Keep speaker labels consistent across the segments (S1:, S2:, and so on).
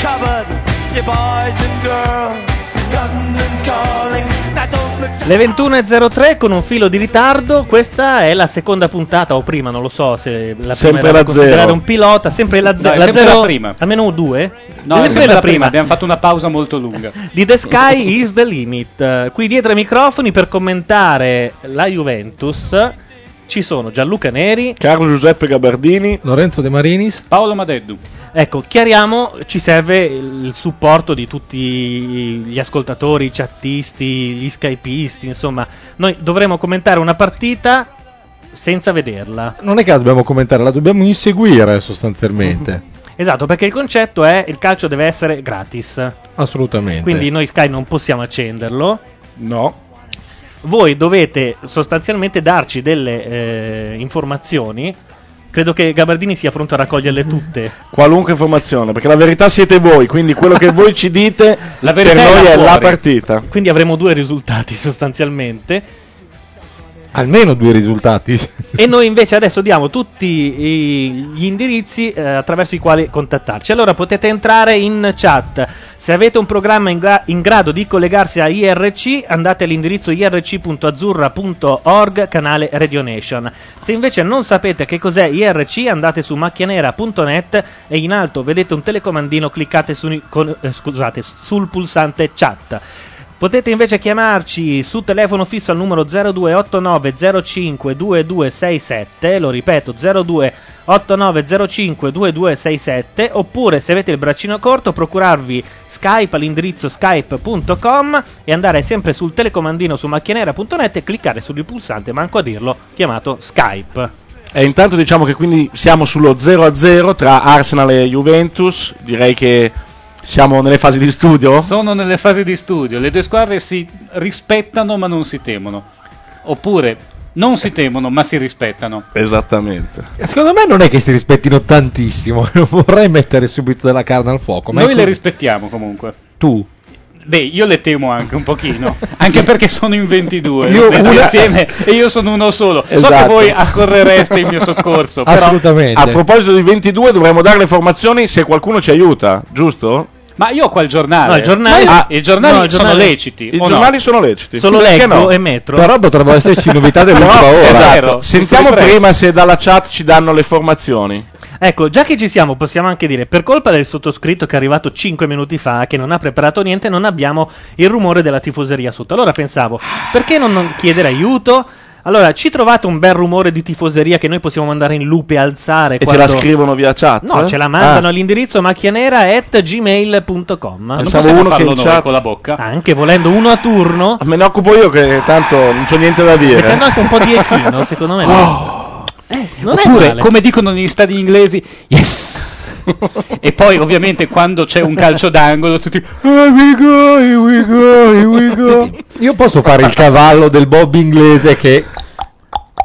S1: covered, you boys and girls. London calling. Now don't look
S2: Le 21.03 con un filo di ritardo, questa è la seconda puntata o prima, non lo so se la prima
S3: Sempre
S2: era
S3: la
S2: da
S3: zero.
S2: considerare un pilota, sempre la
S3: No,
S2: zero,
S3: è sempre
S2: zero-
S3: la prima.
S2: almeno due?
S3: No, è sempre la prima, abbiamo fatto una pausa molto lunga.
S2: Di The Sky is the Limit. Eh, Qui dietro ai microfoni per commentare la Juventus ci sono Gianluca Neri,
S4: Carlo Giuseppe Gabardini,
S5: Lorenzo De Marinis,
S3: Paolo Madeddu.
S2: Ecco, chiariamo, ci serve il supporto di tutti gli ascoltatori, i chattisti, gli skypisti, insomma, noi dovremo commentare una partita senza vederla.
S5: Non è che la dobbiamo commentare, la dobbiamo inseguire sostanzialmente.
S3: Mhm.
S2: Esatto, perché il concetto è il calcio deve essere gratis.
S5: Assolutamente.
S2: Quindi noi Sky non possiamo accenderlo.
S3: No.
S2: Voi dovete sostanzialmente darci delle eh, informazioni. Credo che Gabardini sia pronto a raccoglierle tutte.
S4: qualunque informazione, perché la verità siete voi, quindi quello che voi ci dite
S2: La
S4: per
S2: verità è
S4: noi
S2: là
S4: è la
S2: fuori.
S4: partita.
S2: Quindi avremo due risultati sostanzialmente.
S5: Almeno due risultati.
S2: E noi invece adesso diamo tutti i- gli indirizzi eh, attraverso i quali contattarci. Allora potete entrare in chat. Se avete un programma in, gra- in grado di collegarsi a IRC, andate all'indirizzo irc.azzurra.org, canale Radio Nation. Se invece non sapete che cos'è IRC, andate su macchianera.net e in alto vedete un telecomandino, cliccate su- con- eh, scusate, sul pulsante chat. Potete invece chiamarci su telefono fisso al numero 0289052267, lo ripeto 0289052267, oppure se avete il braccino corto procurarvi Skype all'indirizzo skype.com e andare sempre sul telecomandino su macchianera.net e cliccare sul pulsante, manco a dirlo, chiamato Skype.
S4: E intanto diciamo che quindi siamo sullo 0-0 tra Arsenal e Juventus, direi che siamo nelle fasi di studio.
S3: Sono nelle fasi di studio, le due squadre si rispettano ma non si temono. Oppure non si temono ma si rispettano.
S4: Esattamente.
S5: Secondo me non è che si rispettino tantissimo, non vorrei mettere subito della carne al fuoco. Ma
S3: Noi
S5: è
S3: le
S5: co-
S3: rispettiamo comunque.
S5: tu.
S3: Beh, io le temo anche un pochino, anche perché sono in 22
S5: Io
S3: messi
S5: una-
S3: insieme e io sono uno solo. So che
S4: Esatto.
S3: voi accorrereste in mio soccorso, però
S4: A proposito di 22 dovremmo dare le informazioni se qualcuno ci aiuta, giusto?
S3: Ma io ho qua il giornale.
S4: No, il giornale-
S3: Ma io-
S4: Ah,
S3: i giornali
S4: no, il
S3: sono
S4: giornale-
S3: leciti.
S4: i
S3: o no?
S4: giornali sono leciti. Solo
S3: Perché
S4: Leggo
S3: no?
S4: e
S2: Metro.
S5: Però
S4: boh,
S5: potrebbero esserci novità dell'ultima
S4: No,
S5: ora.
S4: esatto. Sentiamo
S2: Tutto ripreso.
S4: prima se dalla chat ci danno le informazioni.
S2: Ecco, già che ci siamo, possiamo anche dire, per colpa del sottoscritto che è arrivato 5 minuti fa, che non ha preparato niente, non abbiamo il rumore della tifoseria sotto. Allora pensavo, perché non, non chiedere aiuto? Allora, ci trovate un bel rumore di tifoseria che noi possiamo mandare in lupe e alzare?
S4: E ce
S2: quando-
S4: la scrivono via chat?
S2: No,
S4: eh?
S2: ce la
S4: Ah.
S2: mandano all'indirizzo macchianera.gmail.com.
S4: Non Pensavo possiamo uno che farlo in noi chat- con
S3: la bocca.
S2: Anche volendo uno a turno.
S4: Ah. Me ne occupo io che tanto non c'ho niente da dire. Oh,
S2: Mettendo anche un po' di echino, secondo me. Eh, non è
S3: Oppure,
S2: male.
S3: come dicono negli stadi inglesi, yes! e poi, ovviamente, quando c'è un calcio d'angolo, tutti. "Ah, we go, we go, we go".
S5: Io posso fare il cavallo del Bob inglese che...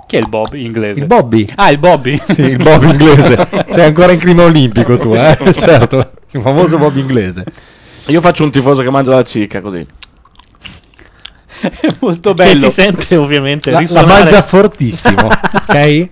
S3: Chi è il Bob inglese?
S5: Il Bobby.
S3: Ah, il Bobby?
S5: Sì, il Bob inglese. Sei ancora in clima olimpico tu, eh? Certo. Il famoso Bob inglese.
S4: Io faccio un tifoso che mangia la cicca così.
S3: Molto
S2: Che si sente ovviamente
S5: La, la
S2: risuonare.
S5: mangia fortissimo. ok?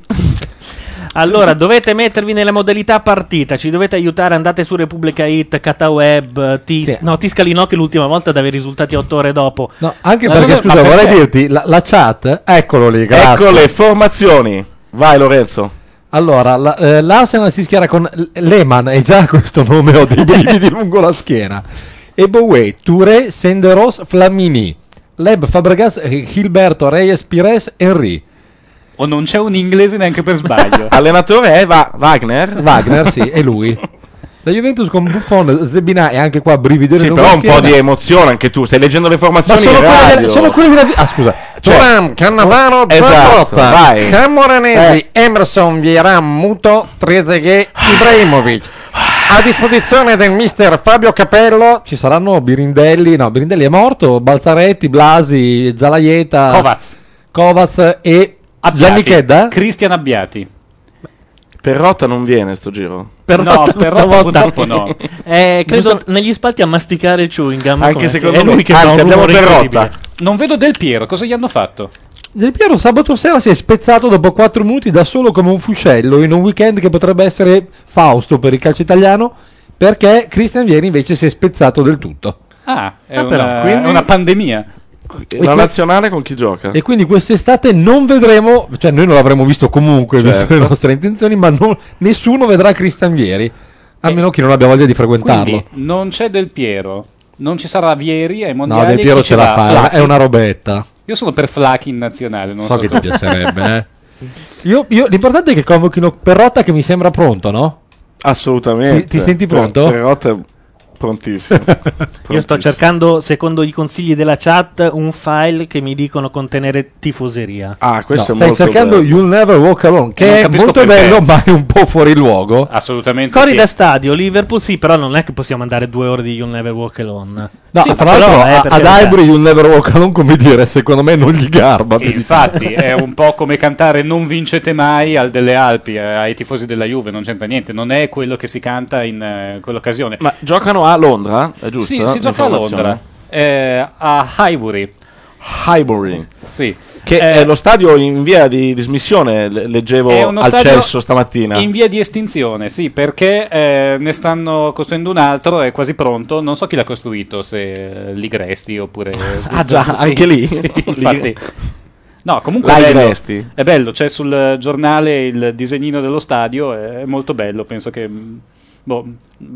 S2: Allora, dovete mettervi nella modalità partita, ci dovete aiutare, andate su Repubblica Hit, Cataweb, Tis,
S5: Sì.
S2: no, Tiscali no che l'ultima volta dava i risultati 8 ore dopo.
S5: No, anche
S2: Ma
S5: perché,
S2: allora-
S5: scusa,
S2: ma perché?
S5: vorrei dirti, la, la chat, eccolo lì, grazie.
S4: Ecco le formazioni. Vai Lorenzo.
S5: Allora, la- eh, l'Arsenal si schiera con L- Lehman, e già questo nome ho dei brividi lungo la schiena. Eboué, Touré, Senderos, Flamini, Leb, Fabregas, eh, Gilberto, Reyes, Pires, Henry.
S3: O non c'è un inglese neanche per sbaglio.
S4: Allenatore è Va- Wagner.
S5: Wagner, sì, è lui. La Juventus con Buffon, Zebina e anche qua brividere
S4: Sì,
S5: lungo
S4: però
S5: la
S4: un po' di
S5: schiena.
S4: emozione anche tu. Stai leggendo le
S5: Ma
S4: formazioni
S5: sono
S4: in
S5: quelle,
S4: radio.
S5: della, sono quelle della... Ah, scusa.
S4: Cioè-
S5: Turam, Cannavaro,
S4: Esatto,
S5: Zanotta,
S4: vai. Eh.
S5: Camoranesi, Emerson, Vieram, Muto, Trezeguet, Ibrahimovic. A disposizione del mister Fabio Capello ci saranno Birindelli, no, Birindelli è morto, Balzaretti, Blasi, Zalaieta,
S3: Kovac.
S5: Kovac e Giannichedda.
S3: Cristian Abbiati.
S4: Perrotta non viene sto giro.
S3: no, per Rotta
S2: stavolta-
S3: purtroppo no.
S2: Eh, credo negli spalti a masticare il chewing gum.
S3: Anche
S2: come-
S3: secondo
S2: è lui
S3: me.
S2: che
S3: Anzi,
S2: fa un
S3: abbiamo
S2: rumore
S3: Perrotta.
S2: incredibile.
S3: Non vedo Del Piero, cosa gli hanno fatto?
S5: Del Piero sabato sera si è spezzato dopo 4 minuti da solo come un fuscello in un weekend che potrebbe essere Fausto per il calcio italiano perché Christian Vieri invece si è spezzato del tutto.
S3: Ah, è,
S5: Ah,
S3: una,
S5: però, quindi-
S3: è una pandemia.
S5: La
S4: nazionale con chi gioca?
S5: E quindi quest'estate non vedremo, cioè noi non l'avremmo visto comunque,
S4: Certo.
S5: visto le nostre intenzioni, ma non- nessuno vedrà Christian Vieri, a meno che non abbia voglia di frequentarlo.
S3: Quindi non c'è Del Piero, non ci sarà Vieri ai mondiali.
S5: No, Del
S3: chi
S5: Piero
S3: ci
S5: ce la
S3: va?
S5: fa,
S3: Flacchi.
S5: è una robetta.
S3: Io sono per Flacchi in nazionale, non so,
S5: So che ti
S3: tu.
S5: piacerebbe, eh. Io, io- l'importante è che convochino Perrotta che mi sembra pronto, no?
S4: Assolutamente.
S5: Ti- ti senti
S4: Per-
S5: pronto?
S4: Perotta è prontissimo.
S2: Io sto cercando, secondo i consigli della chat, un file che mi dicono contenere tifoseria.
S4: Ah,
S5: No,
S4: questo è
S5: stai
S4: molto
S5: cercando
S4: bello.
S5: You'll Never Walk Alone,
S2: Eh, non
S5: che è
S2: capisco
S5: molto
S2: perché.
S5: bello, ma è un po' fuori luogo.
S4: Ah.
S3: Assolutamente
S2: Cori da stadio, Liverpool sì, però non è che possiamo andare due ore di You'll Never Walk Alone.
S5: No,
S2: Sì,
S5: tra
S2: però,
S5: l'altro
S2: eh,
S5: a-
S2: per
S5: ad
S2: carità.
S5: Highbury You'll Never Walk Alone, come dire, secondo me non gli garba.
S3: E infatti è un po' come cantare Non vincete mai al delle Alpi eh, ai tifosi della Juve, non c'entra niente, non è quello che si canta in eh, quell'occasione.
S4: Ma giocano a Londra? È giusto?
S3: sì, si gioca a
S4: L'informazione?
S3: Londra, eh, a Highbury.
S4: Highbury.
S3: Sì. Eh,
S4: Che è lo stadio in via di dismissione, le- leggevo
S3: È uno
S4: al
S3: stadio
S4: cesso stamattina.
S3: In via di estinzione, sì, perché eh, ne stanno costruendo un altro, è quasi pronto. Non so chi l'ha costruito, se eh, Ligresti oppure.
S4: Ah, già,
S3: Sì,
S4: anche lì?
S3: sì, infatti. No, comunque
S4: La
S3: è bello,
S4: Ligresti.
S3: è bello, c'è sul eh, giornale il disegnino dello stadio, è molto bello, penso che mh, boh,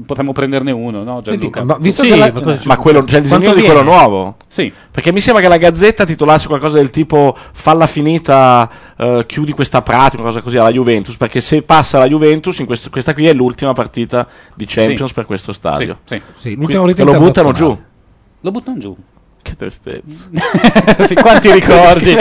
S3: potremmo prenderne uno, no Gianluca?
S5: ma visto
S2: Sì,
S5: che la- Eh.
S2: ma cosa ci-
S4: Ma quello, c'è il disegno
S2: Quanto
S4: di quello
S2: viene?
S4: nuovo?
S3: Sì.
S4: Perché mi sembra che la Gazzetta titolasse qualcosa del tipo falla finita, eh, chiudi questa pratica, una cosa così alla Juventus, perché se passa la Juventus, in questo- questa qui è l'ultima partita di Champions
S3: Sì.
S4: per questo stadio.
S3: Sì, sì.
S5: Sì,
S4: Qui-
S5: l'ultima volta
S4: che lo buttano
S5: internazionale.
S4: giù.
S3: Lo buttano giù.
S4: Che tristezza.
S3: sì, quanti ricordi?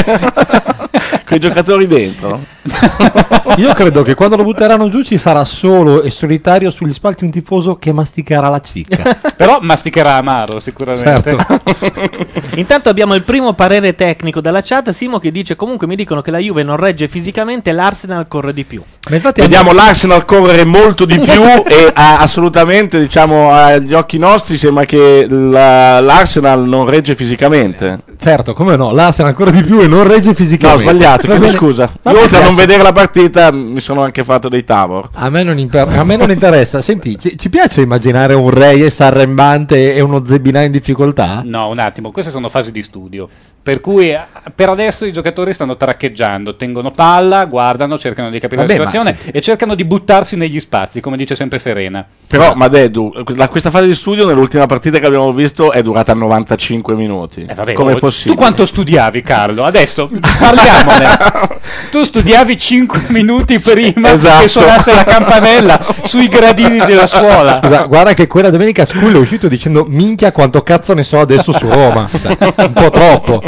S4: Quei giocatori dentro.
S5: Io credo che quando lo butteranno giù ci sarà solo e solitario sugli spalti un tifoso che masticherà la cicca.
S3: Però masticherà amaro sicuramente.
S4: Certo.
S2: Intanto abbiamo il primo parere tecnico dalla chat, Simo che dice comunque mi dicono che la Juve non regge fisicamente, l'Arsenal corre di più.
S5: Ma infatti
S4: Vediamo l'Arsenal correre molto di più e ah, assolutamente, diciamo, agli occhi nostri sembra che la- l'Arsenal non regge fisicamente.
S5: Certo, come no, l'Arsenal ancora di più e non regge
S4: No, ho
S5: fisicamente.
S4: sbagliato,
S5: Va
S4: chiedo
S5: bene.
S4: scusa.
S5: Ma
S4: Io
S5: mi
S4: oltre a non
S5: piace.
S4: vedere la partita mi sono anche fatto dei tavor.
S5: A me, non inter- a me non interessa. Senti, ci, ci piace immaginare un Reyes arrembante e uno Zebina in difficoltà?
S3: No, un attimo, queste sono fasi di studio. Per cui eh, per adesso i giocatori stanno traccheggiando, tengono palla, guardano, cercano di capire
S5: Vabbè,
S3: la
S5: ma
S3: situazione e cercano di buttarsi negli spazi, come dice sempre Serena.
S4: Però, ma Dedu, la- questa fase di studio nell'ultima partita che abbiamo visto è durata 95 minuti.
S3: Eh, vabbè,
S4: Come è
S3: oh,
S4: possibile?
S3: Tu quanto studiavi, Carlo? Adesso parliamone. tu studiavi 5 minuti prima
S4: Esatto.
S3: che suonasse la campanella sui gradini della scuola.
S5: Scusa, guarda che quella domenica Scullo è uscito dicendo minchia quanto cazzo ne so adesso su Roma. Cioè, un po' troppo.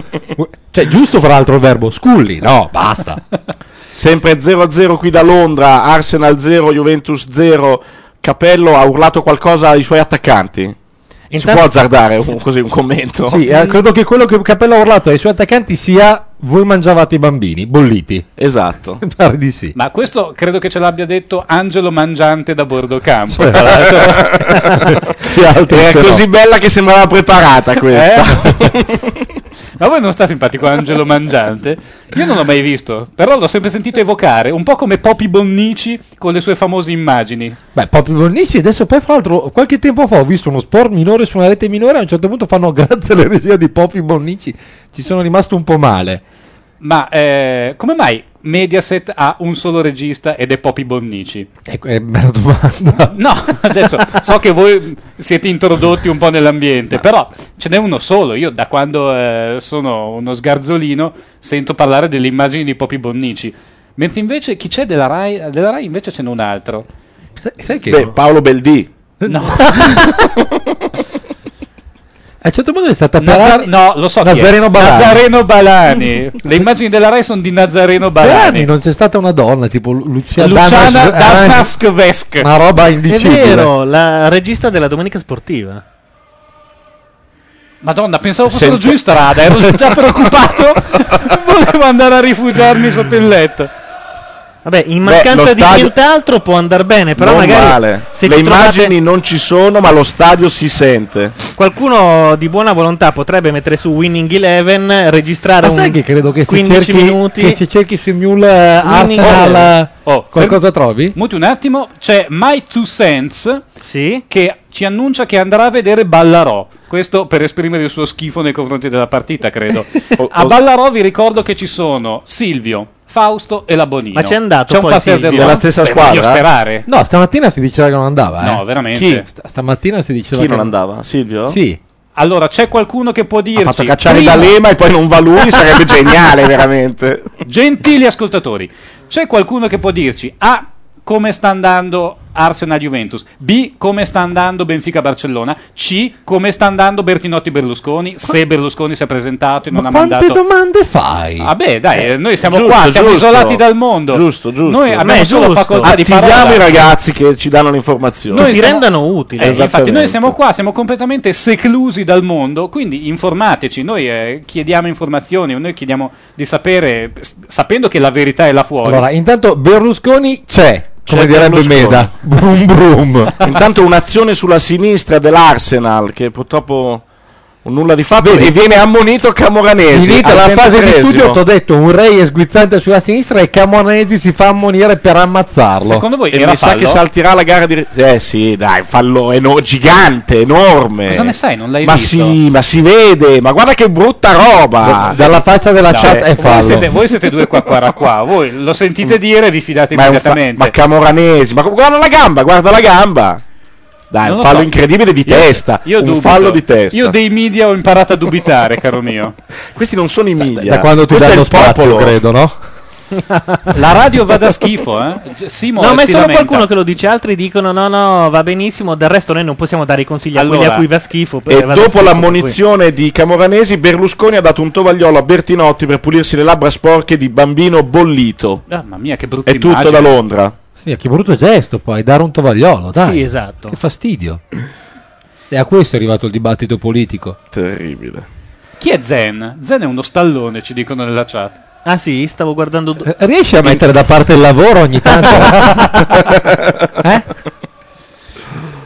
S5: Cioè, giusto fra l'altro il verbo Sculli, no, basta.
S4: Sempre 0-0 qui da Londra, Arsenal 0, Juventus 0. Capello ha urlato qualcosa ai suoi attaccanti. Si
S2: Intanto-
S4: può azzardare un, così un commento?
S5: Sì, eh, credo che quello che Capello ha urlato ai suoi attaccanti sia voi mangiavate i bambini, bolliti.
S4: Esatto.
S5: Mi Pare di sì.
S3: Ma questo credo che ce l'abbia detto Angelo Mangiante da bordo campo.
S5: Cioè,
S3: tra l'altro.
S5: Che altro
S4: Era
S5: se no.
S4: così bella che sembrava preparata questa.
S3: Ma a voi non sta simpatico Angelo Mangiante? Io non l'ho mai visto, però l'ho sempre sentito evocare, un po' come Poppy Bonnici con le sue famose immagini.
S5: Beh, proprio Bonnici adesso poi fra l'altro qualche tempo fa ho visto uno sport minore su una rete minore a un certo punto fanno grazie all'eresia di Poppy Bonnici ci sono rimasto un po' male
S3: Ma eh, come mai Mediaset ha un solo regista ed è Poppy Bonnici?
S5: Ecco, è una bella domanda
S3: No, adesso so che voi siete introdotti un po' nell'ambiente, però ce n'è uno solo. Io da quando eh, sono uno sgarzolino sento parlare delle immagini di Poppy Bonnici. Mentre invece chi c'è della Rai, della Rai invece ce n'è un altro.
S5: sai, sai che
S4: Beh, Paolo Beldì.
S3: No,
S5: a un certo punto è stata
S3: Nazza-
S5: per
S3: no lo so. chi è.
S5: Nazareno Balani.
S3: Nazareno Balani. Le immagini della Rai sono di Nazareno
S5: per anni
S3: Balani.
S5: non c'è stata una donna tipo Lu- Lucia eh,
S3: Luciana
S5: Danas- Danas-
S3: Dasnask Vesk.
S5: una roba
S2: È
S5: indicibile
S2: vero, la regista della domenica sportiva.
S3: Madonna, Ah, pensavo fossero
S4: Sento-
S3: giù in
S5: eh.
S3: strada, ero già preoccupato. Volevo andare a rifugiarmi sotto il letto.
S2: Vabbè, in
S4: Beh,
S2: mancanza
S4: lo
S2: di
S4: stadio-
S2: nient'altro può andare bene, però
S4: non
S2: magari
S4: male.
S2: se
S4: Le
S2: ci trovate-
S4: immagini non ci sono, ma lo stadio si sente.
S2: Qualcuno di buona volontà potrebbe mettere su Winning Eleven, registrare
S5: Ma
S2: un
S5: sai che credo che se
S2: 15
S5: cerchi,
S2: minuti.
S5: che se cerchi sui Mule eh,
S2: Winning
S5: Arsenal
S2: Eleven.
S5: eh, qualcosa trovi?
S3: Oh, Muti un attimo, c'è My Two Cents
S2: che
S3: ci annuncia che andrà a vedere Ballarò. Questo per esprimere il suo schifo nei confronti della partita, credo.
S5: Oh,
S3: a Ballarò vi ricordo che ci sono Silvio, Fausto e la Bonino.
S5: Ma c'è andato
S3: c'è un
S5: poi
S3: passer
S5: Silvio?
S3: del-
S5: Nella stessa
S3: Beh,
S5: squadra?
S3: Voglio sperare.
S5: No, stamattina si diceva che non andava. eh.
S3: No, veramente. Chi?
S5: Sta- stamattina si diceva
S3: Chi
S5: che
S3: non
S4: andava? Silvio?
S5: Sì.
S3: Allora, c'è qualcuno che può dirci...
S4: fatto cacciare
S3: prima-
S4: da Lema e poi non va lui, sarebbe geniale, veramente.
S3: Gentili ascoltatori, c'è qualcuno che può dirci A. Come sta andando Arsenal-Juventus? B. Come sta andando Benfica-Barcellona? C. Come sta andando Bertinotti-Berlusconi? Se Berlusconi si è presentato e non ha
S5: Quante
S3: mandato.
S5: domande fai?
S3: Vabbè, dai, eh, noi siamo
S4: Giusto,
S3: qua, siamo
S4: giusto.
S3: isolati dal mondo. Giusto,
S4: giusto.
S3: Noi abbiamo solo facoltà di
S4: Attiviamo
S3: parola.
S4: i ragazzi che ci danno le informazioni.
S3: Noi siamo- Eh, infatti,
S4: Esattamente.
S3: noi siamo qua, siamo completamente seclusi dal mondo, quindi informateci. Noi eh, chiediamo informazioni, noi chiediamo di sapere, s- sapendo che la verità è là fuori. Cioè,
S5: Allora, intanto Berlusconi c'è, come
S4: C'è
S5: direbbe
S4: Berlusconi.
S5: Meda. Brum brum.
S4: Intanto un'azione sulla sinistra dell'Arsenal che purtroppo nulla di fatto
S5: Vedi.
S4: e viene ammonito Camoranesi.
S5: Finita
S4: al
S5: la fase di
S4: 23esimo.
S5: studio, ti ho detto un Reyes sguizzante sulla sinistra e Camonesi si fa ammonire per ammazzarlo.
S4: e mi sa che saltirà la gara di eh sì dai fallo eno- gigante enorme
S3: Cosa ne sai? Non l'hai
S4: ma
S3: visto?
S4: sì ma si vede ma guarda che brutta roba
S3: D- dalla
S5: faccia della
S3: No,
S4: chat
S3: eh, voi, siete, voi siete due qua qua qua, voi lo sentite dire e vi fidate
S4: Mm. ma, è un fa-
S3: immediatamente.
S4: ma Camoranesi ma guarda la gamba guarda la gamba dai
S3: Non
S4: un
S3: lo
S4: fallo
S3: so.
S4: incredibile di
S3: Io-
S4: testa
S3: io
S4: un
S3: dubito.
S4: fallo di testa
S3: Io dei media ho imparato a dubitare, caro mio.
S4: Questi non sono i media.
S5: Da quando ti
S4: Questo è
S5: danno
S4: il popolo.
S5: spazio, credo, no?
S3: La radio va da schifo, eh? G- Simo
S2: No, ma è
S3: si
S2: solo
S3: lamenta.
S2: qualcuno che lo dice, altri dicono no, no, va benissimo, del resto noi non possiamo dare i consigli a quelli
S4: Allora,
S2: a cui va schifo.
S4: E
S2: eh, va da
S4: dopo
S2: schifo,
S4: l'ammonizione di Camoranesi, Berlusconi ha dato un tovagliolo a Bertinotti per pulirsi le labbra sporche di bambino bollito.
S3: Ah, Mamma mia, che brutta
S4: È tutto
S3: immagine.
S4: da Londra.
S5: Sì, che brutto gesto poi, dare un tovagliolo, dai.
S2: Sì, esatto.
S5: Che fastidio. E a questo è arrivato il dibattito politico.
S4: Terribile.
S3: Chi è Zen? Zen è uno stallone, ci dicono nella chat.
S2: per cui- Ah sì, stavo guardando... do-
S5: Eh, Riesci a mettere da parte il lavoro ogni tanto? eh?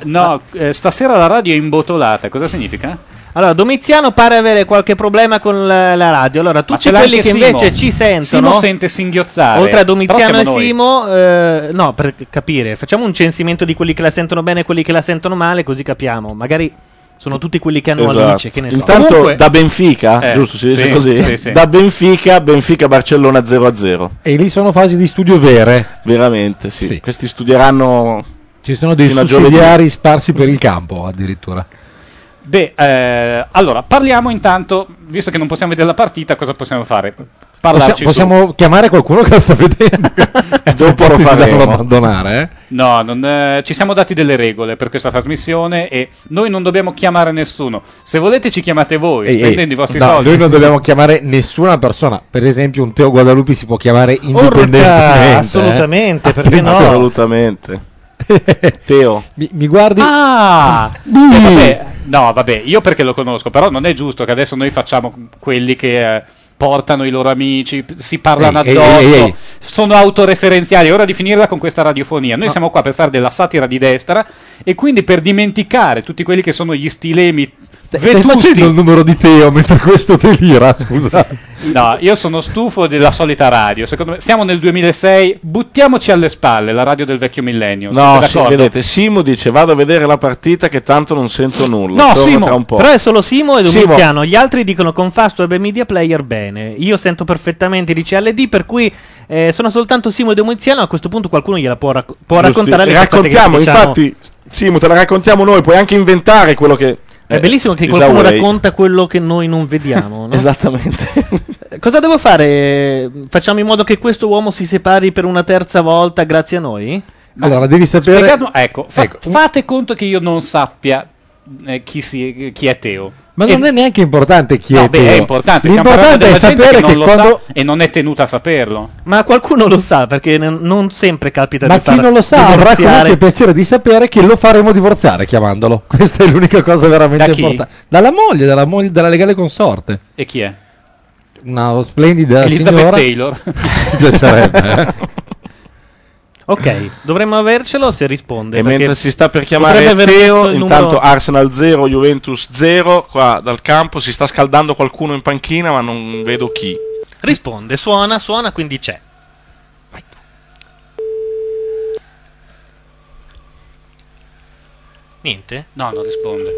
S3: No, eh, stasera la radio è imbotolata, cosa significa?
S2: Allora, Domiziano pare avere qualche problema con la, la radio. Allora, tutti
S3: ce l'ha
S2: quelli che
S3: anche Simo.
S2: invece ci sentono...
S3: Simo sente singhiozzare.
S2: Oltre a
S3: Però
S2: Domiziano
S3: siamo
S2: e
S3: noi.
S2: Simo, eh, no, per capire, facciamo un censimento di quelli che la sentono bene e quelli che la sentono male, così capiamo. Magari sono tutti quelli che hanno
S4: Esatto.
S2: Alice, che ne so.
S4: Intanto da Benfica,
S2: Eh,
S4: giusto si dice
S2: sì,
S4: così?
S2: sì, sì.
S4: Da Benfica, Benfica Barcellona 0-0.
S5: E lì sono fasi di studio vere.
S4: Veramente, sì. Questi studieranno
S5: Ci sono dei
S4: Fino a
S5: sussidiari sparsi per il campo, addirittura.
S3: Beh, eh, allora parliamo intanto, visto che non possiamo vedere la partita, cosa possiamo fare? Parlarci
S5: Possi- possiamo chiamare qualcuno che la sta vedendo. Dopo
S3: lo faremo.
S5: abbandonare, eh?
S3: su. No, non, eh, ci siamo dati delle regole per questa trasmissione e noi non dobbiamo chiamare nessuno. Se volete ci chiamate voi,
S5: Ehi,
S3: spendendo
S5: ehi,
S3: i vostri
S5: no,
S3: soldi.
S5: Noi non dobbiamo chiamare nessuna persona. Per esempio, un Teo Guadalupi si può chiamare indipendentemente. eh.
S2: assolutamente, perché no?
S4: Assolutamente. Teo.
S5: Mi, mi guardi?
S3: Ah! Eh, vabbè, no, vabbè, io perché lo conosco, però non è giusto che adesso noi facciamo quelli che eh, portano i loro amici, p- si parlano
S5: Ehi, ehi,
S3: addosso,
S5: ehi, ehi.
S3: sono autoreferenziali. È ora di finirla con questa radiofonia. Noi siamo qua per fare della satira di destra e quindi per dimenticare tutti quelli che sono gli stilemi
S5: Stai facendo il
S3: vetusti.
S5: numero di Teo mentre questo delira, scusa.
S3: No, io sono stufo della solita radio. Secondo me, siamo nel 2006, buttiamoci alle spalle la radio del vecchio millennio.
S4: No,
S3: Siete
S4: sì,
S3: d'accordo?
S4: vedete, Simo dice vado a vedere la partita che tanto non sento nulla.
S2: No,
S4: Torno
S2: Simo,
S4: tra un po'.
S2: però è solo Simo e
S4: Simo.
S2: Domiziano. Gli altri dicono con Fastweb e Media Player bene. Io sento perfettamente, dice LD, per cui eh, sono soltanto Simo e Domiziano. A questo punto qualcuno gliela può, racco- può
S4: Giusti-
S2: raccontare. le cazzate che
S4: raccontiamo,
S2: diciamo.
S4: infatti, Simo, te la raccontiamo noi, puoi anche inventare quello che. eh,
S2: È bellissimo che
S4: is
S2: qualcuno
S4: our way.
S2: racconta quello che noi non vediamo. no?
S4: Esattamente.
S2: Cosa devo fare? Facciamo in modo che questo uomo si separi per una terza volta grazie a noi?
S5: Allora, devi sapere.
S3: Spiegato- ecco, fa- fate conto che io non sappia eh, chi, si- chi è Teo.
S5: Ma non è neanche importante chi
S3: No,
S5: è
S3: beh,
S5: Teo.
S3: è importante. stiamo
S5: L'importante è
S3: parlando della gente
S5: sapere che,
S3: non lo
S5: quando.
S3: sa e non è tenuta a saperlo.
S2: Ma qualcuno lo sa perché n- non sempre capita
S5: Ma
S2: di far
S5: chi non lo sa avrà comunque
S2: divorziare.
S5: il piacere di sapere che lo faremo divorziare chiamandolo. Questa è l'unica cosa veramente
S3: Da chi?
S5: importante. Dalla moglie, dalla moglie, dalla legale consorte.
S3: E chi è?
S5: Una splendida
S3: Elizabeth
S5: signora.
S3: Taylor.
S5: Ci piacerebbe. eh.
S2: Ok, dovremmo avercelo se risponde.
S4: E
S2: perché
S4: mentre si sta per
S2: potrebbe
S4: chiamare
S2: aver messo
S4: Teo,
S2: il
S4: intanto
S2: numero-
S4: Arsenal 0, Juventus 0, qua dal campo si sta scaldando qualcuno in panchina, ma non vedo chi.
S2: Risponde, suona, suona, quindi c'è. Niente?
S3: No, non risponde.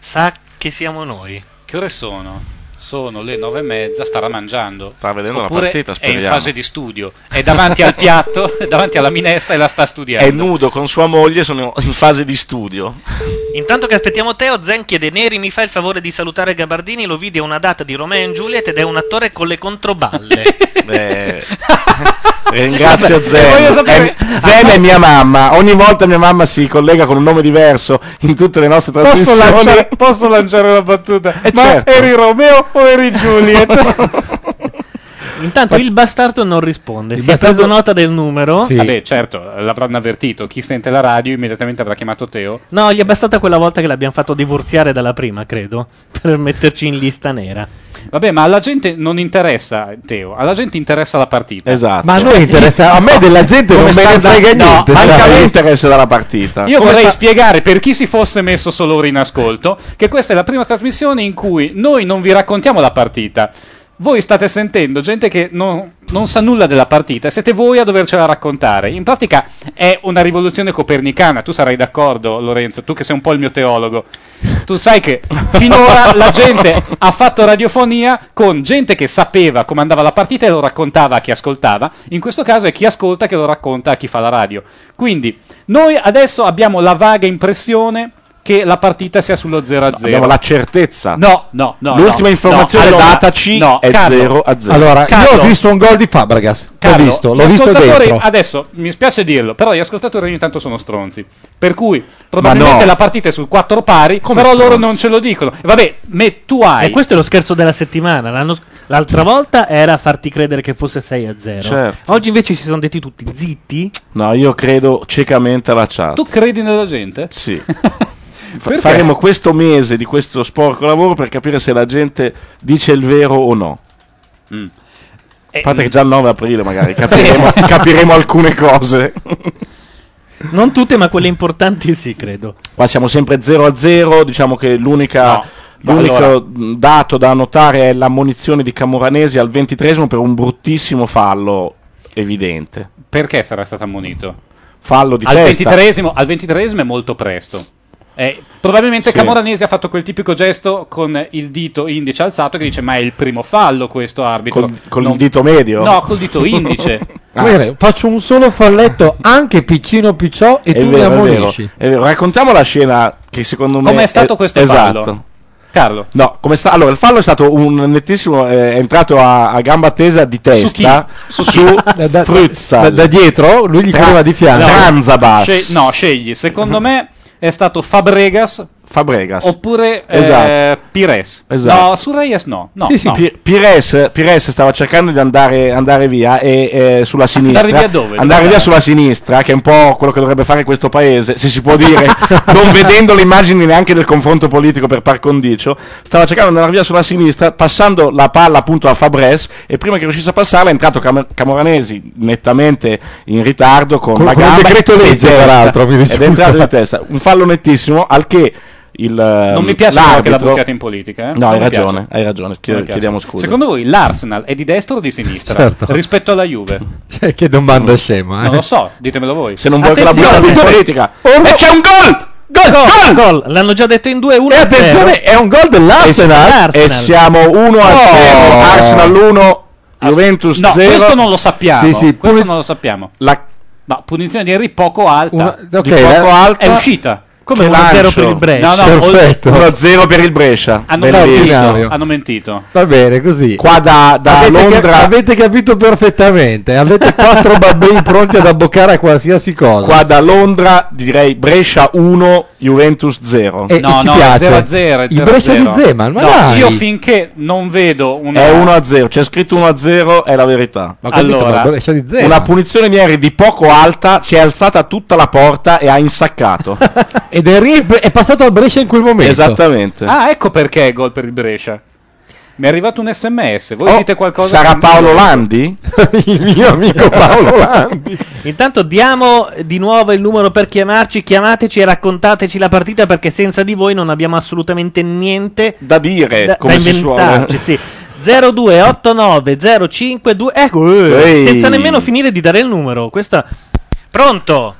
S2: Sa che siamo noi.
S3: Che ore sono? Sono le nove e mezza, starà mangiando.
S4: Sta vedendo
S3: Oppure
S4: la partita, speriamo.
S3: È in fase di studio, è davanti al piatto, è davanti alla minestra e la sta studiando.
S4: È nudo con sua moglie, sono in fase di studio.
S2: Intanto che aspettiamo Teo, Zen chiede Neri mi fa il favore di salutare Gabardini, lo vide a una data di Romeo and Juliet ed è un attore con le controballe.
S4: Beh, Eh, ringrazio
S5: Vabbè, voglio
S4: Zen.
S5: sapere-
S4: È- Zen è mia mamma. Ogni volta mia mamma si collega con un nome diverso in tutte le nostre
S3: Posso
S4: trasmissioni.
S3: lanciare, posso lanciare la battuta?
S4: Eh,
S3: Ma
S4: certo.
S3: eri Romeo o eri Juliet?
S2: Intanto il bastardo non risponde,
S5: Il
S2: si è preso
S5: bastardo-
S2: nota del numero.
S5: Sì.
S3: Vabbè, certo, l'avranno avvertito. Chi sente la radio immediatamente avrà chiamato Teo.
S2: No, gli è bastata quella volta che l'abbiamo fatto divorziare dalla prima, credo, per metterci in lista nera.
S3: Vabbè, ma alla gente non interessa Teo, alla gente interessa la partita.
S4: Esatto.
S5: Ma a noi interessa, a me della gente non
S4: Come
S5: me
S4: sta
S5: ne frega
S4: andando-
S5: niente.
S4: No,
S5: sai.
S4: manca l'interesse dalla partita.
S3: Io
S4: Come
S3: vorrei
S4: sta-
S3: spiegare per chi si fosse messo solo ora in ascolto che questa è la prima trasmissione in cui noi non vi raccontiamo la partita. Voi state sentendo gente che non, non sa nulla della partita e siete voi a dovercela raccontare. In pratica è una rivoluzione copernicana, tu sarai d'accordo Lorenzo, tu che sei un po' il mio teologo. Tu sai che finora la gente ha fatto radiofonia con gente che sapeva come andava la partita e lo raccontava a chi ascoltava. In questo caso è chi ascolta che lo racconta a chi fa la radio. Quindi noi adesso abbiamo la vaga impressione che la partita sia sullo 0 a 0.
S4: Abbiamo la certezza.
S3: No, no, no.
S4: L'ultima
S3: no,
S4: informazione
S3: no, allora,
S4: dataci
S3: no,
S4: è
S3: Carlo,
S4: 0 a 0.
S5: Allora, io
S3: Carlo.
S5: ho visto un gol di Fabregas.
S3: Carlo,
S5: l'ho visto, l'ho
S3: gli
S5: visto
S3: ascoltatori,
S5: dentro.
S3: adesso mi spiace dirlo, però gli ascoltatori ogni tanto sono stronzi. Per cui probabilmente
S4: no.
S3: la partita è sul 4 pari, però loro non ce lo dicono. E vabbè, me tu hai.
S2: E questo è lo scherzo della settimana. L'anno sc- l'altra volta era farti credere che fosse 6 a 0.
S4: Certo.
S2: Oggi invece si sono detti tutti zitti.
S4: No, io credo ciecamente alla chat.
S3: Tu credi nella gente?
S4: Sì. Fa- faremo questo mese di questo sporco lavoro per capire se la gente dice il vero o no. A parte che già il 9 aprile magari capiremo, capiremo alcune cose.
S2: Non tutte, ma quelle importanti sì, credo.
S4: Qua siamo sempre 0 a 0, diciamo che l'unica...
S3: No.
S4: L'unico
S3: Allora.
S4: mh, dato da notare è l'ammonizione di Camoranesi al ventitresimo per un bruttissimo fallo evidente.
S3: Perché sarà stato ammonito?
S4: Fallo di
S3: Al
S4: testa.
S3: 23esimo, al 23esimo è molto presto. Eh, probabilmente
S4: Sì.
S3: Camoranesi ha fatto quel tipico gesto con il dito indice alzato che dice: Ma è il primo fallo questo arbitro.
S4: Col, col
S3: Non-
S4: dito medio? Ah.
S3: No, col dito indice.
S5: Guarda, Ah. faccio un solo falletto anche piccino picciò e
S4: È
S5: tu mi
S4: vero, è vero,
S5: ammonisci.
S4: è vero. Raccontiamo la scena che secondo me...
S3: Com'è stato
S4: è-
S3: questo
S4: esatto.
S3: fallo? Carlo.
S4: No, come sta- allora il fallo è stato un nettissimo, eh, è entrato a, a gamba tesa di testa
S3: Su chi?
S4: su,
S5: Da, da-
S4: Fruzzal.
S5: da- da dietro lui gli
S4: Tra-
S5: cadeva di fianco.
S4: Tranzabas,
S3: Sce- no, scegli. Secondo me è stato Fabregas
S4: Fabregas.
S3: oppure eh,
S4: Esatto.
S3: Pires.
S4: Esatto.
S3: No, su Reyes no. no,
S5: Sì, sì,
S3: no.
S4: Pi- Pires, Pires stava cercando di andare, andare via e, eh, sulla sinistra
S3: via dove? Dove
S4: andare
S3: andava?
S4: via sulla sinistra che è un po' quello che dovrebbe fare questo paese se si può dire non vedendo le immagini neanche del confronto politico per par condicio stava cercando di andare via sulla sinistra passando la palla appunto a Fabres e prima che riuscisse a passarla è entrato Cam- Camoranesi nettamente in ritardo con,
S5: Con-
S4: la
S5: con il
S4: gamba
S5: decreto
S4: e
S5: legge,
S4: testa.
S5: peraltro, mi
S4: ed
S5: risulta.
S4: è entrato di testa un fallo nettissimo al che il,
S3: Non mi piace però che l'ha buttata in politica. eh.
S4: Ehm, No,
S3: Non
S4: hai
S3: mi piace.
S4: ragione, hai ragione,
S3: Non mi
S4: chied-
S3: piace.
S4: chiediamo scusa.
S3: Secondo voi l'Arsenal è di destra o di sinistra?
S5: Certo.
S3: Rispetto alla Juve?
S5: Cioè, che domanda scema.
S3: Non
S5: Eh.
S3: lo so, ditemelo voi.
S4: Se non vuoi che la
S2: Attenzione,
S4: buttata in
S2: attenzione.
S4: politica. Ah. E c'è un gol! Gol! Gol!
S2: Gol, l'hanno già detto in 2 1
S5: E attenzione, è un gol dell'Arsenal.
S4: E siamo 1 a 0,
S2: Eh,
S5: Oh.
S4: Arsenal 1, Juventus
S3: No,
S4: 0.
S3: questo non lo sappiamo.
S5: Sì, sì,
S3: questo
S5: puni-
S3: non lo sappiamo.
S4: La
S3: Ma punizione di Henry poco alta.
S5: Una- ok,
S4: di poco
S5: eh.
S4: alta.
S3: È uscita.
S2: Come
S4: Che
S2: 1 0
S4: lancio.
S2: per il
S3: No,
S2: Brescia.
S3: no,
S5: Perfetto.
S4: 1 a 0 per il Brescia.
S3: Hanno
S4: Bellissimo.
S3: mentito.
S5: Bellissimo.
S3: Hanno mentito.
S5: Va bene, così.
S4: Qua da, da
S5: avete, cap-
S4: Londra,
S5: avete capito perfettamente. Avete quattro babbei pronti ad abboccare a qualsiasi cosa.
S4: qua da Londra direi Brescia 1, Juventus 0.
S5: E
S3: No,
S5: ci
S3: no,
S5: piace.
S3: 0 a 0.
S5: Il Brescia di Zeman, ma
S3: no,
S5: dai.
S3: Io finché non vedo una...
S4: È 1 a 0, c'è scritto 1 a 0, è la verità.
S5: Ma ho capito,
S3: Allora,
S5: ma il Brescia di Zeman.
S4: Una punizione di Henry di poco alta si è alzata tutta la porta e ha insaccato.
S5: Ed Henry è passato al Brescia in quel momento.
S4: Esattamente.
S3: Ah, ecco perché è gol per il Brescia. Mi è arrivato un sms. Voi dite qualcosa?
S4: Oh, Sarà Paolo Landi?
S5: Il mio amico Paolo Landi.
S2: Intanto diamo di nuovo il numero per chiamarci, chiamateci e raccontateci la partita perché senza di voi non abbiamo assolutamente niente
S4: da dire,
S2: da,
S4: come si
S2: inventarci,
S4: suona.
S2: sì. 0289052 ecco, eh,
S4: Ehi.
S2: senza nemmeno finire di dare il numero. Questa Pronto?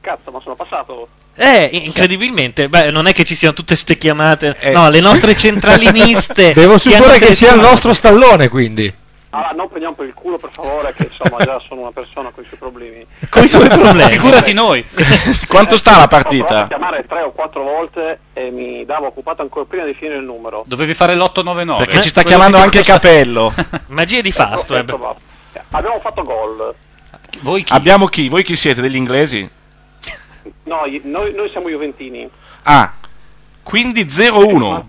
S6: Cazzo, ma sono passato.
S2: Eh, incredibilmente, beh, non è che ci siano tutte ste chiamate. No, le nostre centraliniste.
S5: Devo
S2: che hanno
S5: supporre che sia il
S2: selezionato-
S5: nostro stallone, quindi.
S6: Allora, non prendiamo per il culo, per favore, che insomma già sono una persona con i suoi problemi.
S2: Con i suoi problemi.
S3: Figurati noi.
S4: Quanto sta la
S6: Ho provato a
S4: partita?
S6: chiamare tre o quattro volte e mi davo occupato ancora prima di finire il numero.
S3: Dovevi fare l'899.
S4: Perché ci sta chiamando anche Capello.
S2: Magie di Fasto. eh,
S6: Ecco, va. Abbiamo fatto gol.
S3: Voi chi?
S4: Abbiamo chi? Voi chi siete? Degli inglesi?
S6: No, i- noi, noi siamo Juventini.
S4: Ah, quindi 0-1.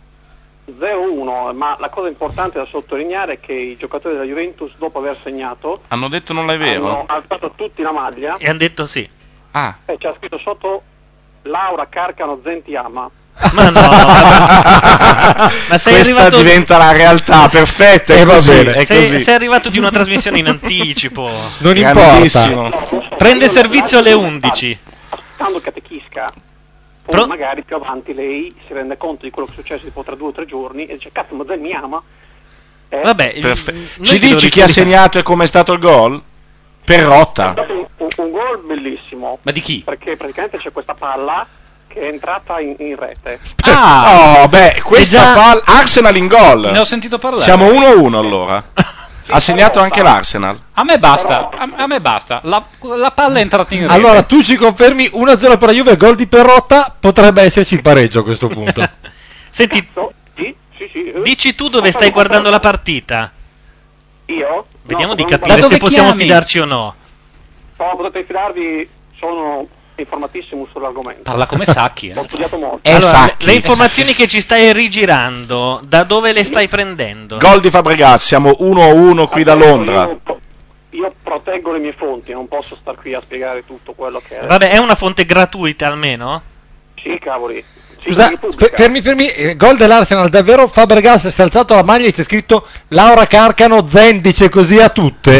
S6: 0-1, ma la cosa importante da sottolineare è che i giocatori della Juventus, dopo aver segnato,
S4: Hanno detto non è
S6: hanno
S4: vero?
S6: alzato tutti la maglia
S2: e hanno detto sì.
S4: Ah,
S6: e c'è scritto sotto Laura Carcano Zentiama.
S2: Ma no, ma, ma sei
S4: questa
S2: arrivato.
S4: diventa la realtà, perfetta.
S5: Eh,
S4: È
S5: va
S4: così,
S5: bene.
S4: è
S2: sei,
S4: così.
S2: sei arrivato di una trasmissione in anticipo.
S5: Non importa.
S4: Grandissimo.
S2: Prende servizio alle 11.
S6: Quando catechisca, poi
S2: Pro-
S6: magari più avanti lei si rende conto di quello che è successo tipo tra due o tre giorni e dice cazzo ma Zen mi ama. Eh,
S2: Vabbè, il-
S4: Perfe-
S2: noi
S4: Ci
S2: te lo
S4: dici chi ha
S2: ricordiamo.
S4: segnato e com'è stato il gol? Perrotta.
S6: Dopo Un, un- un gol bellissimo.
S3: Ma di chi?
S6: Perché praticamente c'è questa palla che è entrata in, in rete.
S4: Ah, oh, beh, questa
S2: già-
S4: palla- Arsenal in
S3: Ne ho
S4: gol.
S3: sentito parlare.
S4: Siamo 1-1 allora. Ha segnato anche l'Arsenal.
S3: A me basta. A, a me basta. La, la palla è entrata in rete.
S5: Allora, tu ci confermi 1-0 per la Juve, gol di Perrotta, potrebbe esserci il pareggio a questo punto.
S2: Senti,
S6: So- Certo. sì, sì, sì, eh.
S2: dici tu dove stai guardando la partita.
S6: Io?
S2: Vediamo
S6: No,
S2: di
S6: non
S2: capire
S3: dove
S2: se possiamo
S3: chiami?
S2: fidarci o no.
S6: No, potete fidarvi, sono informatissimo sull'argomento.
S3: Parla come Sacchi. eh.
S6: Ho studiato molto.
S4: È
S2: Allora, le,
S4: Sacchi.
S2: le informazioni che ci stai rigirando, da dove le stai prendendo?
S4: Gol di Fabregas, siamo 1-1 qui da Londra.
S6: Io, io proteggo le mie fonti, non posso star qui a spiegare tutto quello che è.
S2: Vabbè, è una fonte gratuita almeno?
S6: Sì, cavoli. Sì,
S5: Scusa,
S6: sì, pubblica.
S5: fe- fermi, fermi. eh, Gol dell'Arsenal, davvero. Fabregas si è alzato la maglia e c'è scritto Laura Carcano Zen dice così a tutte.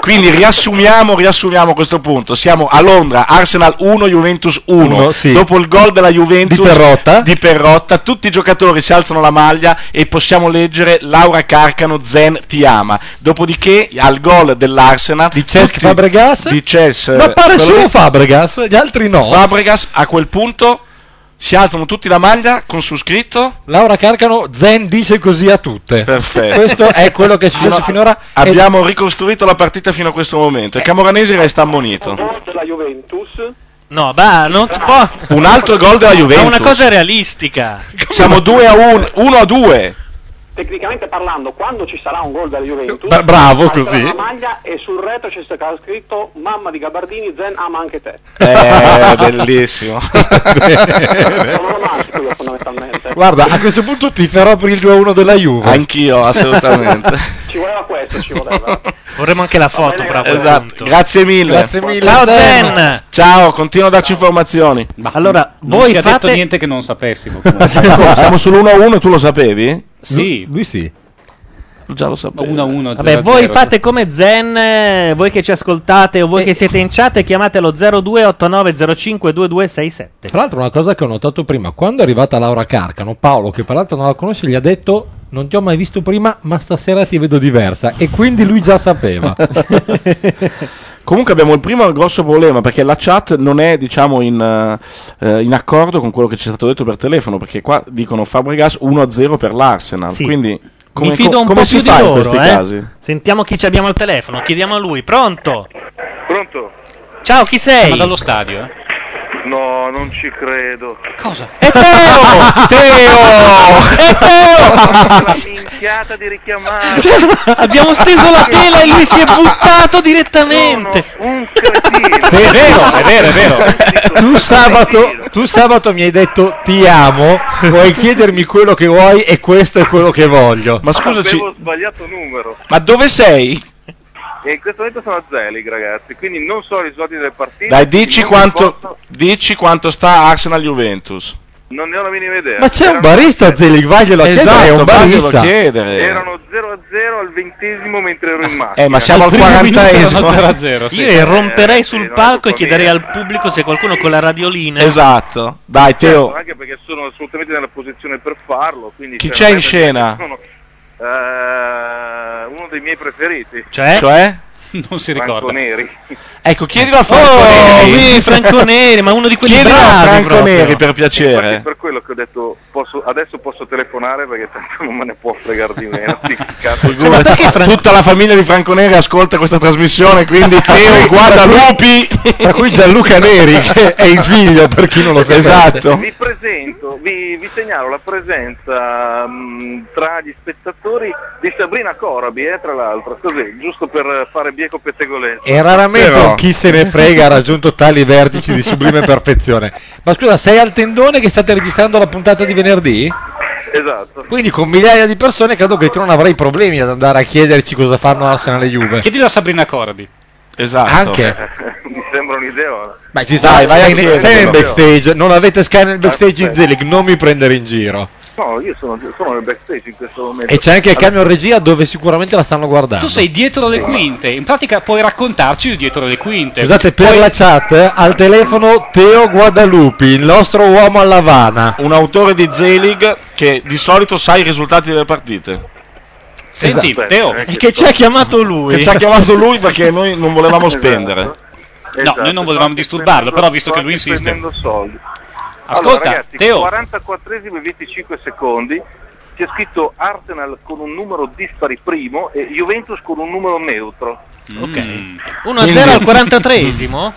S4: Quindi riassumiamo, riassumiamo questo punto. Siamo a Londra, Arsenal 1, Juventus 1.
S5: Uno, sì.
S4: Dopo il gol della Juventus
S5: Di Perrotta.
S4: di Perrotta, tutti i giocatori si alzano la maglia e possiamo leggere Laura Carcano, Zen ti ama. Dopodiché al gol dell'Arsenal
S5: Di Cesc
S4: tutti-
S5: Fabregas?
S4: Di Cesc,
S5: Ma appare
S4: quello
S5: solo
S4: lì.
S5: Fabregas, gli altri no.
S4: Fabregas a quel punto si alzano tutti la maglia con su scritto
S5: Laura Carcano Zen dice così a tutte.
S4: perfetto.
S5: Questo è quello che è successo
S4: Allora,
S5: finora.
S4: Abbiamo ricostruito la partita fino a questo momento e Camoranesi resta ammonito.
S6: Gol della Juventus.
S2: No, bah, non si può.
S4: Un altro gol della
S2: È
S4: Juventus.
S2: una cosa realistica.
S4: Siamo 2 a 1, 1 a 2.
S6: Tecnicamente parlando, quando ci sarà un gol della Juventus,
S5: Bra- bravo,
S6: alzerà
S5: così.
S6: la maglia e sul retro c'è stato scritto: Mamma di Gabardini, Zen ama anche te.
S4: Eh, bellissimo.
S6: Sono romantico io, fondamentalmente.
S5: Guarda, a questo punto ti farò per il 2-1 della Juve.
S4: Anch'io, assolutamente.
S6: Ci voleva questo, ci voleva.
S2: Vorremmo anche la foto,
S6: bene,
S2: però. a quel
S4: esatto.
S2: punto.
S4: Grazie mille.
S5: Grazie mille.
S2: Ciao
S5: Zen.
S2: Zen.
S4: Ciao, continua a darci informazioni.
S3: Ma
S2: Allora,
S3: non
S2: voi
S3: si è
S2: fate-
S3: detto niente che non sapessimo. comunque.
S4: Siamo sull'1 a 1, tu lo sapevi?
S5: Lui,
S3: sì,
S5: lui sì.
S4: Già lo sapevo.
S3: 1 a 1.
S2: Vabbè, voi fate come Zen, eh, voi che ci ascoltate o voi che siete in chat, e chiamate lo 0289052267.
S5: Tra l'altro, una cosa che ho notato prima, quando è arrivata Laura Carcano, Paolo, che peraltro non la conosce, gli ha detto: Non ti ho mai visto prima, ma stasera ti vedo diversa. E quindi lui già sapeva.
S4: Comunque abbiamo il primo grosso problema perché la chat non è diciamo in, eh, in accordo con quello che ci è stato detto per telefono perché qua dicono Fabregas 1-0 per l'Arsenal.
S2: Sì.
S4: Quindi come,
S2: Mi fido un
S4: co- come
S2: po'
S4: si
S2: più di
S4: fa in
S2: loro,
S4: questi
S2: eh.
S4: casi?
S2: Sentiamo chi ci abbiamo al telefono, chiediamo a lui. Pronto?
S7: Pronto?
S2: Ciao, chi sei?
S3: Ma dallo stadio, eh?
S7: No, non ci credo.
S3: Cosa?
S2: È Teo!
S4: Teo!
S2: È Teo!
S7: La minchiata di richiamare.
S2: Abbiamo steso la tela e lui si è buttato
S7: Sono
S2: direttamente.
S7: un cretino.
S5: Sì, è vero, è vero, è vero. Tu sabato, tu sabato mi hai detto ti amo, puoi chiedermi quello che vuoi e questo è quello che voglio.
S4: Ma
S7: Avevo
S4: scusaci,
S7: sbagliato numero.
S4: ma dove sei?
S7: E in questo momento sono a Zelig, ragazzi. Quindi non so i risultati delle partite.
S4: Dai, dici
S7: Non
S4: quanto,
S7: posso-
S4: dici quanto sta Arsenal Juventus.
S7: non ne ho la minima idea.
S5: Ma c'è un
S7: Erano-
S5: barista Zelig, vaglielo a chiedere, è un barista.
S7: Erano 0 a 0 al ventesimo mentre ero in macchina. Eh,
S5: Eh, ma siamo al 40esimo.
S2: Io irromperei sul palco e chiederei al pubblico se qualcuno con la radiolina.
S4: Esatto. Dai,
S7: Certo,
S4: Teo.
S7: anche perché sono assolutamente nella posizione per farlo. Quindi
S4: Chi c'è
S7: cioè,
S4: in scena?
S7: veramente sono, eh, uno dei miei preferiti.
S4: Cioè?
S3: Non si Oh,
S7: Franco Neri.
S4: Ecco, chiedilo a Franco Neri.
S2: sì, Franco Neri, ma uno di quelli
S4: Chiedilo a
S2: bravi
S4: Franco
S2: proprio.
S4: Neri, per
S7: Infatti
S4: piacere.
S7: per quello che ho detto posso- adesso posso telefonare perché tanto non me ne può fregare di meno. di chi cazzo.
S3: Cioè,
S5: Eh,
S4: Figurati, Tutta la famiglia di Franco Neri ascolta questa trasmissione, quindi Teo guarda lupi.
S5: Tra cui Gianluca Neri, che è il figlio, per chi non lo sa.
S4: Esatto.
S7: Vi presento, vi, vi segnalo la presenza mh, tra gli spettatori di Sabrina Corabi, eh, tra l'altro, così, giusto per fare bieco pettegolezzo.
S5: E raramente
S4: Però-
S5: un chi se ne frega ha raggiunto tali vertici di sublime perfezione. Ma scusa, sei al tendone che state registrando la puntata di venerdì?
S7: Esatto.
S5: Quindi con migliaia di persone credo che tu non avrai problemi ad andare a chiederci cosa fanno Arsenal e Juve.
S3: Chiedilo a Sabrina Corbi.
S4: Esatto.
S5: Anche.
S7: Eh, Mi sembra un'idea.
S5: Ma ci
S4: Dai,
S5: sai,
S4: vai a
S5: vai
S4: chiederlo.
S5: sei nel backstage, non avete Sky nel backstage in
S7: Aspetta.
S5: Zelig, non mi prendere in giro.
S7: No, io sono, sono nel backstage in questo momento.
S5: E c'è anche il
S7: Allora,
S5: camion regia dove sicuramente la stanno guardando.
S3: Tu sei dietro le quinte, in pratica puoi raccontarci dietro le quinte.
S5: Scusate, per la chat eh, al telefono Teo Guadalupi, il nostro uomo a Lavana.
S4: Un autore di Z-League che di solito sa i risultati delle partite.
S3: Senti,
S7: Esatto.
S3: Teo,
S7: Eh,
S2: E che ci ha chiamato lui.
S4: Che ci ha chiamato lui perché noi non volevamo spendere.
S7: Esatto,
S3: No, noi non volevamo
S7: sto anche
S3: disturbarlo,
S7: spendendo-
S3: però visto
S7: sto
S3: che lui
S7: anche
S3: insiste.
S7: spendendo soldi.
S3: Ascolta,
S7: allora, ragazzi,
S3: Teo.
S7: 44esimo e 25 secondi. C'è scritto Arsenal con un numero dispari primo e Juventus con un numero neutro.
S3: ok.
S2: 1-0 al 43esimo?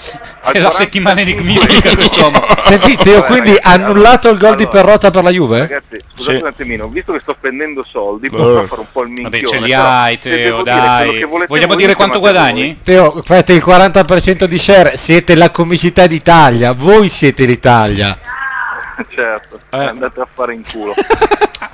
S3: È la settimana enigmistica quest'uomo.
S5: Senti Teo,
S7: Vabbè,
S5: quindi
S7: ragazzi,
S5: annullato il gol di
S7: allora,
S5: Perrotta per la Juve?
S7: Ragazzi, scusate
S4: Sì.
S7: un attimino, visto che sto spendendo soldi,
S4: Eh.
S7: posso fare un po' il minchione.
S3: Vabbè, ce li
S7: però
S3: hai,
S7: se
S3: Teo,
S7: devo dire quello
S3: dai.
S7: che volete
S3: Vogliamo
S7: voi,
S3: dire quanto
S7: chiamate
S3: guadagni?
S5: Teo, fate il 40% di share, siete la comicità d'Italia, voi siete l'Italia.
S7: voi. Certo,
S3: Eh.
S7: andate a fare in culo.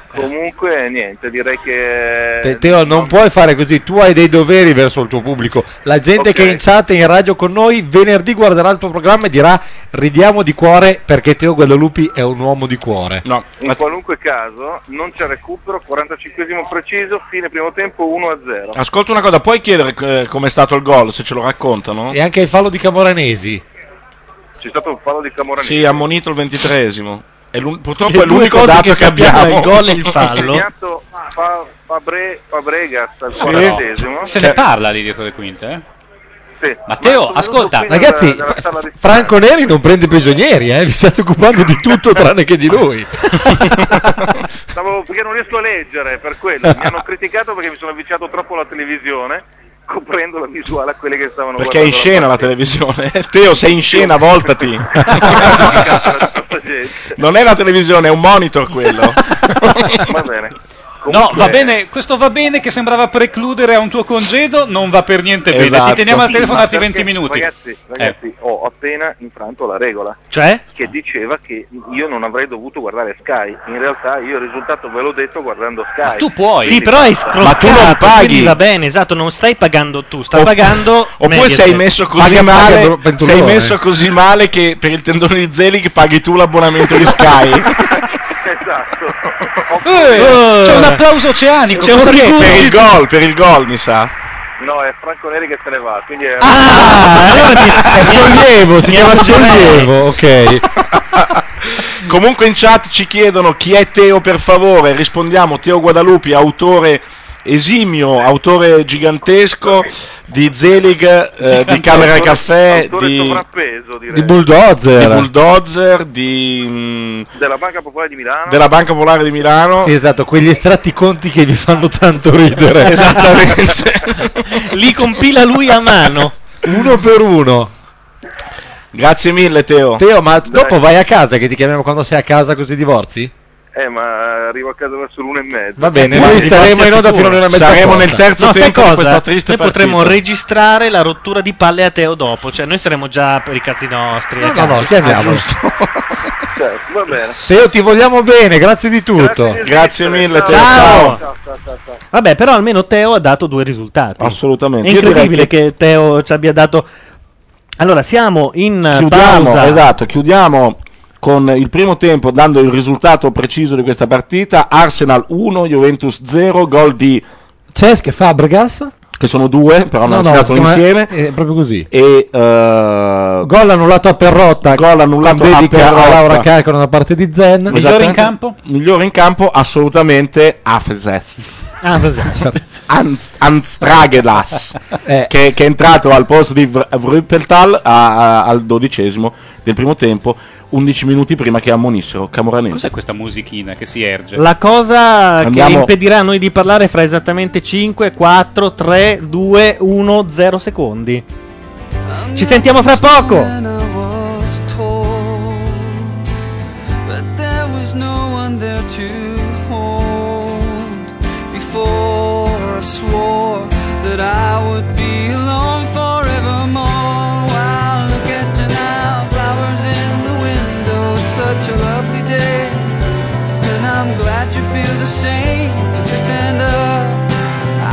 S7: Comunque, niente, direi che...
S5: Te- Teo, non puoi fare così, tu hai dei doveri verso il tuo pubblico. La gente
S7: Ok.
S5: che è in chat e in radio con noi venerdì guarderà il tuo programma e dirà ridiamo di cuore perché Teo Guadalupi è un uomo di cuore.
S4: No,
S7: In qualunque caso, non c'è recupero, 45 preciso, fine primo tempo 1-0.
S3: Ah,
S4: ascolta una cosa, puoi chiedere eh, com'è stato il gol, se ce lo raccontano?
S5: E anche il fallo di Camoranesi.
S7: C'è stato un fallo di Camoranesi.
S4: Sì, ha monito il ventitresimo. È l'un- purtroppo
S2: Le
S4: è
S2: due
S4: l'unico
S2: cose
S4: dato
S2: che
S4: che,
S2: sappiamo,
S4: abbiamo.
S2: il gol e il fallo.
S7: Ha segnato Fa- Fabre- Fabregas al
S4: Sì.
S7: quarantesimo.
S3: Se
S5: Cioè-
S3: ne parla lì dietro le quinte, eh?
S7: Sì.
S3: Matteo,
S7: Ma sono
S3: ascolta.
S7: venuto qui nella-
S5: Ah, Ragazzi,
S7: nella
S5: Fra-
S7: sala di-
S5: Franco Neri non prende prigionieri, eh? vi state occupando di tutto tranne che di lui.
S7: Stavo, perché non riesco a leggere, per quello. Mi hanno criticato perché mi sono avvicinato troppo alla televisione, coprendo la visuale a quelle che stavano
S4: Perché è in scena la televisione. Teo, sei in scena, voltati.
S7: televisione.
S4: Non è la televisione, è un monitor quello.
S7: va bene.
S3: No,
S7: Comunque-
S3: va bene, questo va bene che sembrava precludere a un tuo congedo, non va per niente bene.
S4: Esatto.
S3: Ti teniamo al
S7: Sì,
S3: telefono
S7: ma
S3: altri
S7: perché,
S3: 20 minuti. Eh.
S7: Ragazzi, ragazzi ho appena infranto la regola
S2: Cioè?
S7: che diceva che io non avrei dovuto guardare Sky. In realtà io il risultato ve l'ho detto guardando Sky.
S3: Ma tu puoi.
S2: Sì, però hai scroccato,
S4: Ma tu non paghi.
S2: quindi va bene, esatto, non stai pagando tu, sta
S4: Opp-
S2: pagando
S4: Oppure
S2: Mediaset.
S4: sei messo così
S5: Paga- paga
S4: male.
S5: Dur- Venturone.
S4: sei messo così male che per il tendone di Zelig paghi tu l'abbonamento di Sky.
S7: esatto.
S3: Eh,
S2: Eh.
S3: c'è un applauso oceanico.
S2: C'è un
S3: cosa che-
S2: rigore.
S4: per il gol, per il gol, mi sa.
S7: No, è Franco Neri che se ne va, quindi è-
S2: Ah, allora
S5: È
S2: ti-
S5: Eh, sollievo, si
S2: Mi
S5: chiama
S2: appoggerei.
S5: sollievo, ok.
S4: Comunque in chat ci chiedono chi è Teo per favore, rispondiamo Teo Guadalupi, autore esimio, autore gigantesco di Zelig, eh, di Camera e
S7: Autore-
S4: Caffè,
S7: autore
S4: di,
S7: sovrappeso,
S5: Di
S7: direi.
S4: di
S5: bulldozer.
S4: Bulldozer, di, mh,
S7: della Banca Popolare di Milano.
S4: della Banca Popolare di Milano.
S5: Sì, esatto, quegli estratti conti che vi fanno tanto ridere.
S4: Esattamente.
S2: li compila lui a mano.
S5: uno per uno.
S4: Grazie mille Teo.
S5: Teo, ma dopo vai a casa che ti chiamiamo quando sei a casa così divorzi?
S7: Eh, ma arrivo a casa verso l'una e mezza.
S5: Va bene,
S4: Guardi,
S5: noi staremo in onda
S4: sicuro.
S5: fino a una mezza
S4: Saremo
S5: porta.
S4: nel terzo
S2: No, sai
S4: tempo di
S2: cosa?
S4: questa
S2: Noi
S4: triste partita.
S2: potremmo registrare la rottura di palle a Teo dopo, cioè noi saremo già per i cazzi nostri.
S5: No,
S2: eh,
S5: no, no,
S2: cavolo.
S5: chiamiamolo.
S7: Certo, va bene.
S5: Teo, ti vogliamo bene, grazie di tutto.
S7: Grazie, di
S4: Grazie
S7: esistere.
S4: mille, Teo,
S2: ciao.
S7: ciao, ciao, ciao, ciao.
S2: Vabbè, però almeno Teo ha dato due risultati. È
S4: Assolutamente. Io direi
S2: incredibile che... Teo ci abbia dato Allora, siamo in eh,
S4: chiudiamo,
S2: pausa.
S4: esatto, chiudiamo con il primo tempo dando il risultato preciso di questa partita. Arsenal 1, Juventus 0, gol di
S5: Cesc e Fabregas.
S4: Che sono due, però non hanno segnato
S5: si chiama-
S4: insieme.
S5: È eh, proprio così.
S4: E,
S5: gol annullato a Perrotta.
S4: Gol annullato
S5: con
S4: a
S5: dedica
S4: Perrotta.
S5: Laura Calcolo da parte di Zen.
S4: Esattamente. Migliore in campo assolutamente Afzest.
S5: Ah,
S4: Anz- Anstragelas,
S5: Eh.
S4: che, che è entrato al posto di Vr- Vrupeltal a- a- al dodicesimo del primo tempo, 11 minuti prima che ammonissero Camoranesi.
S3: Cos'è questa musichina che si erge?
S2: La cosa Ah, che
S4: Andiamo-
S2: impedirà a noi di parlare fra esattamente 5, 4, 3, 2, 1, 0 secondi. Ci sentiamo fra poco!
S8: was told, but there was no one there to hold. Before I swore that I would be alone forevermore. While look at you now, flowers in the window. It's such a lovely day, and I'm glad you feel the same. If you stand up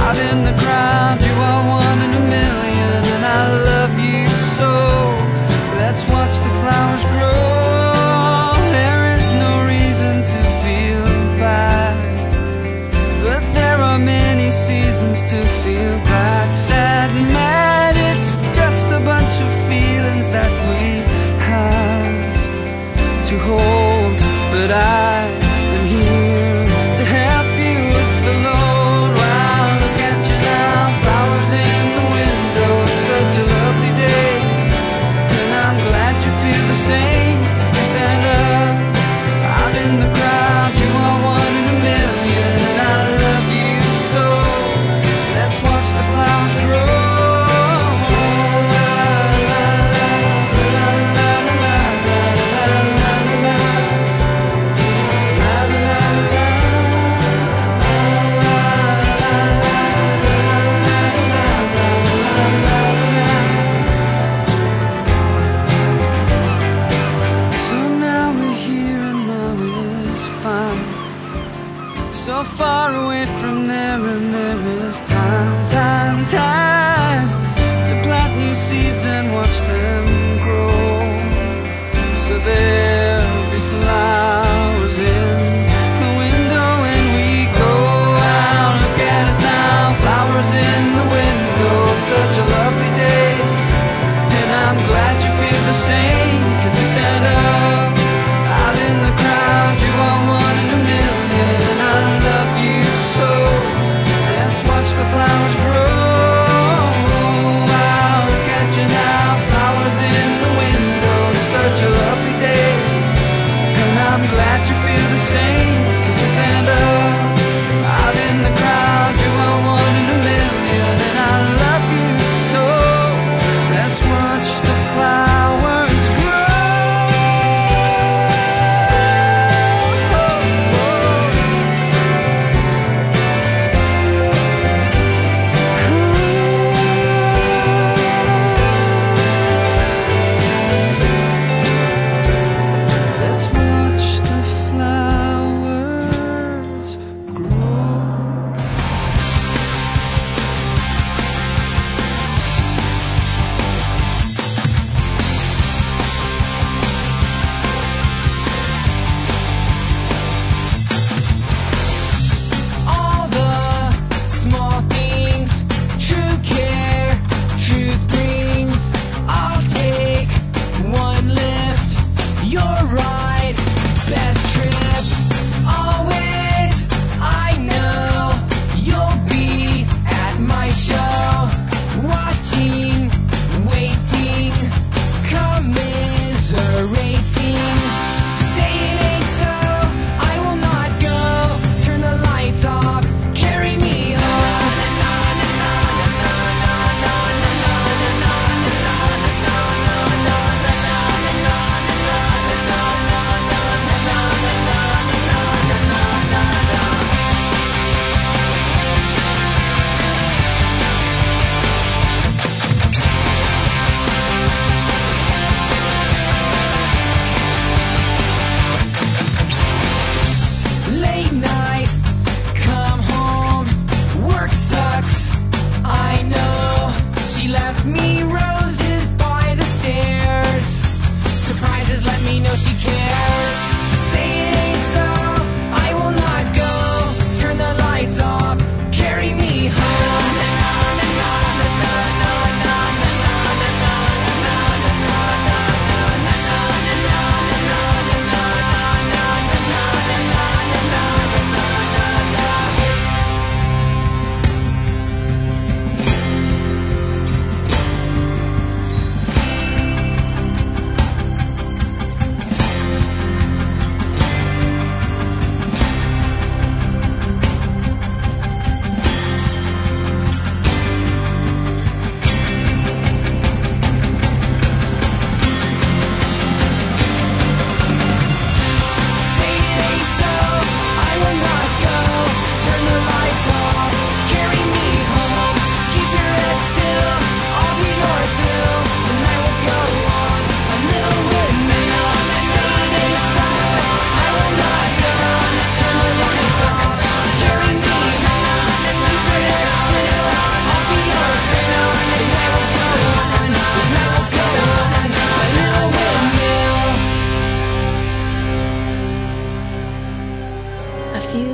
S8: out in the crowd, you are one in a million, and I love you so. Let's watch the flowers grow. There is no reason to feel bad, but there are many seasons to feel bad. Sad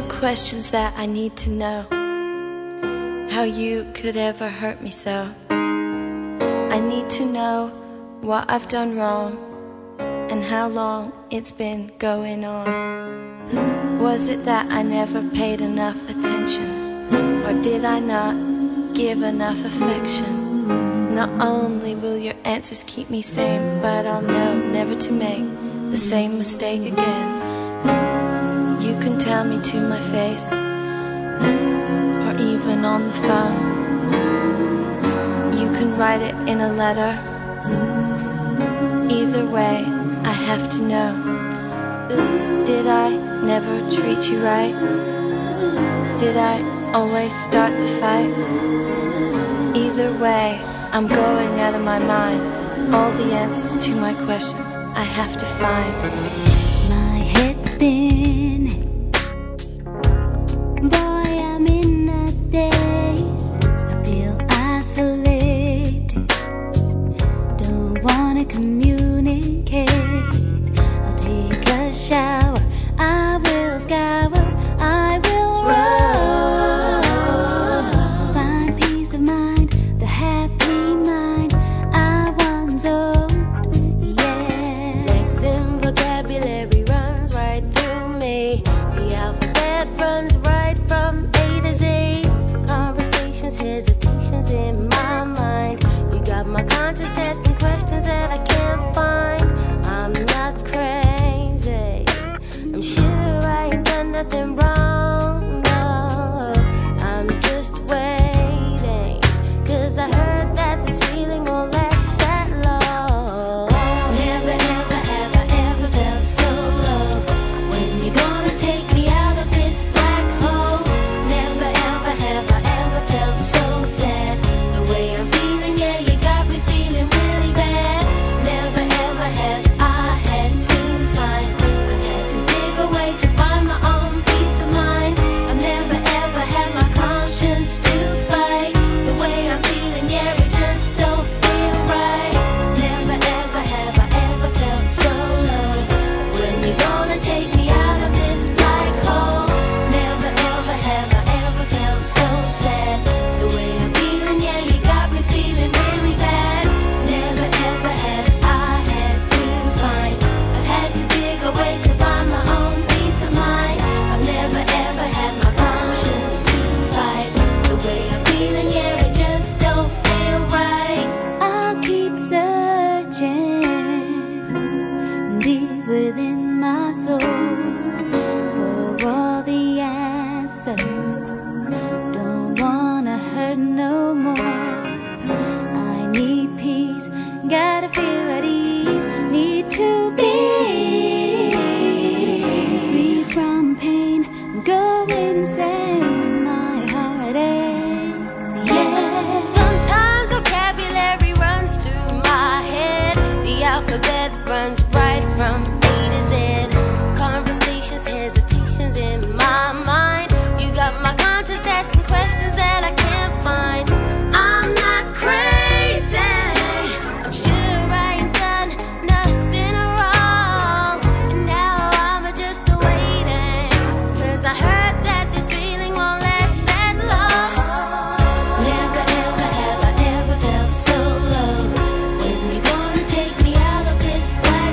S9: questions that I need to know. How you could ever hurt me so. I need to know what I've done wrong and how long it's been going on. Was it that I never paid enough attention? Or did I not give enough affection? Not only will your answers keep me sane, but I'll know never to make the same mistake again. You can tell me to my face, or even on the phone. You can write it in a letter. Either way, I have to know. Did I never treat you right? Did I always start the fight? Either way, I'm going out of my mind. All the answers to my questions I have to find.
S10: My head's spinning. Boy, I'm in a daze. I feel isolated. Don't wanna communicate. I'll take a shower. I will scour. I will roll. Find peace of mind, the happy mind I once owned. Yeah.
S11: Texan vocabulary runs right through me. The alphabet runs right from A to Z. Conversations, hesitations in my mind. You got my conscience asking questions that I can't find. I'm not crazy. I'm sure I ain't done nothing wrong. No, I'm just waiting. Cause I heard that this feeling won't last that long. Never, never, ever, ever felt so low. When you gonna take me out of this black hole? Never, ever, ever, ever felt so sad. The way I'm feeling, yeah, you got me feeling really bad. Never, ever have I had to find. I've had to dig a way to find my own peace of mind. I've never, ever had my conscience to fight. The way I'm feeling, yeah, it just don't feel right. Never, ever have I ever felt so low. When you gonna take me out of this black hole? Never, ever have I ever felt so sad. The way I'm feeling, yeah, you got me feeling really bad. Never, ever had I had to find. I've had to dig a way to find my own peace of mind. I've never, ever had my conscience to fight. The way I'm feeling, yeah, it just don't feel right.
S10: I'll keep searching deep within my soul for all the answers. Don't wanna hurt no more. I need peace, gotta feel at ease. Need to be free from pain. Go insane, my heart aches. Yeah.
S11: Sometimes vocabulary runs through my head. The alphabet runs right from A to Z. Conversations, hesitations in my mind. You got my conscience asking questions that I can't find. I'm not crazy. I'm sure I ain't done nothing wrong. And now I'm just waiting. Cause I heard that this feeling won't last that long. Never, ever, ever, ever felt so low. When you gonna take me out of this black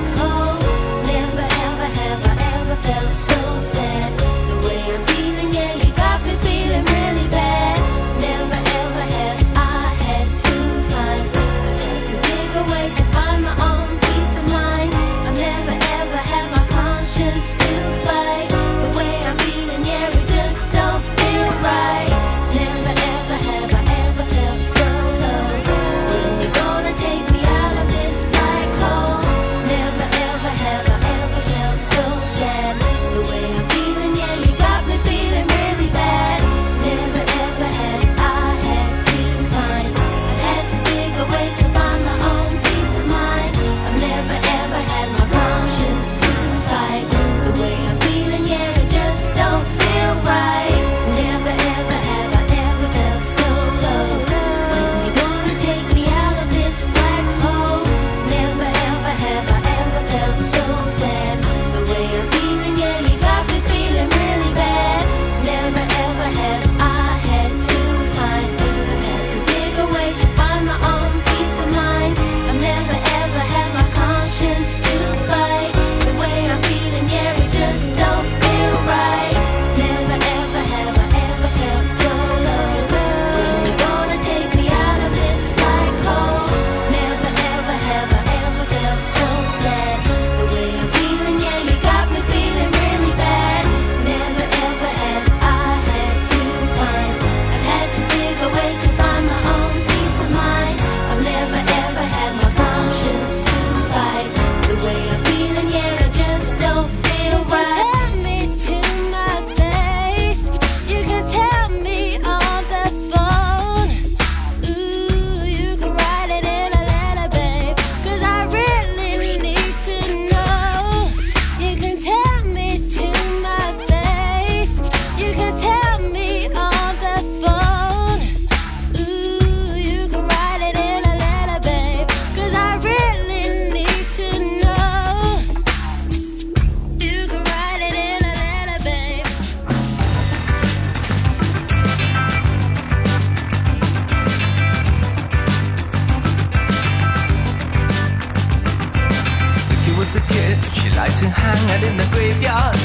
S12: She liked to hang out in the graveyard.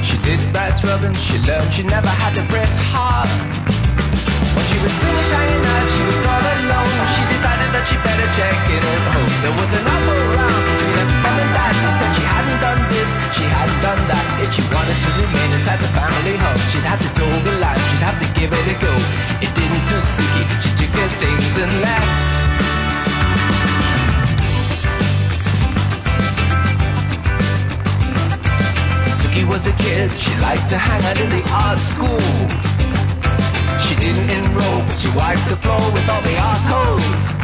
S12: She did brass rubbing, she learned she never had to press hard. When she was finished hanging out, she was all alone. She decided that she better check it at home. There was an awful round between her mom and dad. She said she hadn't done this, she hadn't done that. If she wanted to remain inside the family home, she'd have to toe the line, she'd have to give it a go. It didn't suit Suki, she took her things and left. Suki was a kid, she liked to hang out in the art school. She didn't enroll, but she wiped the floor with all the assholes.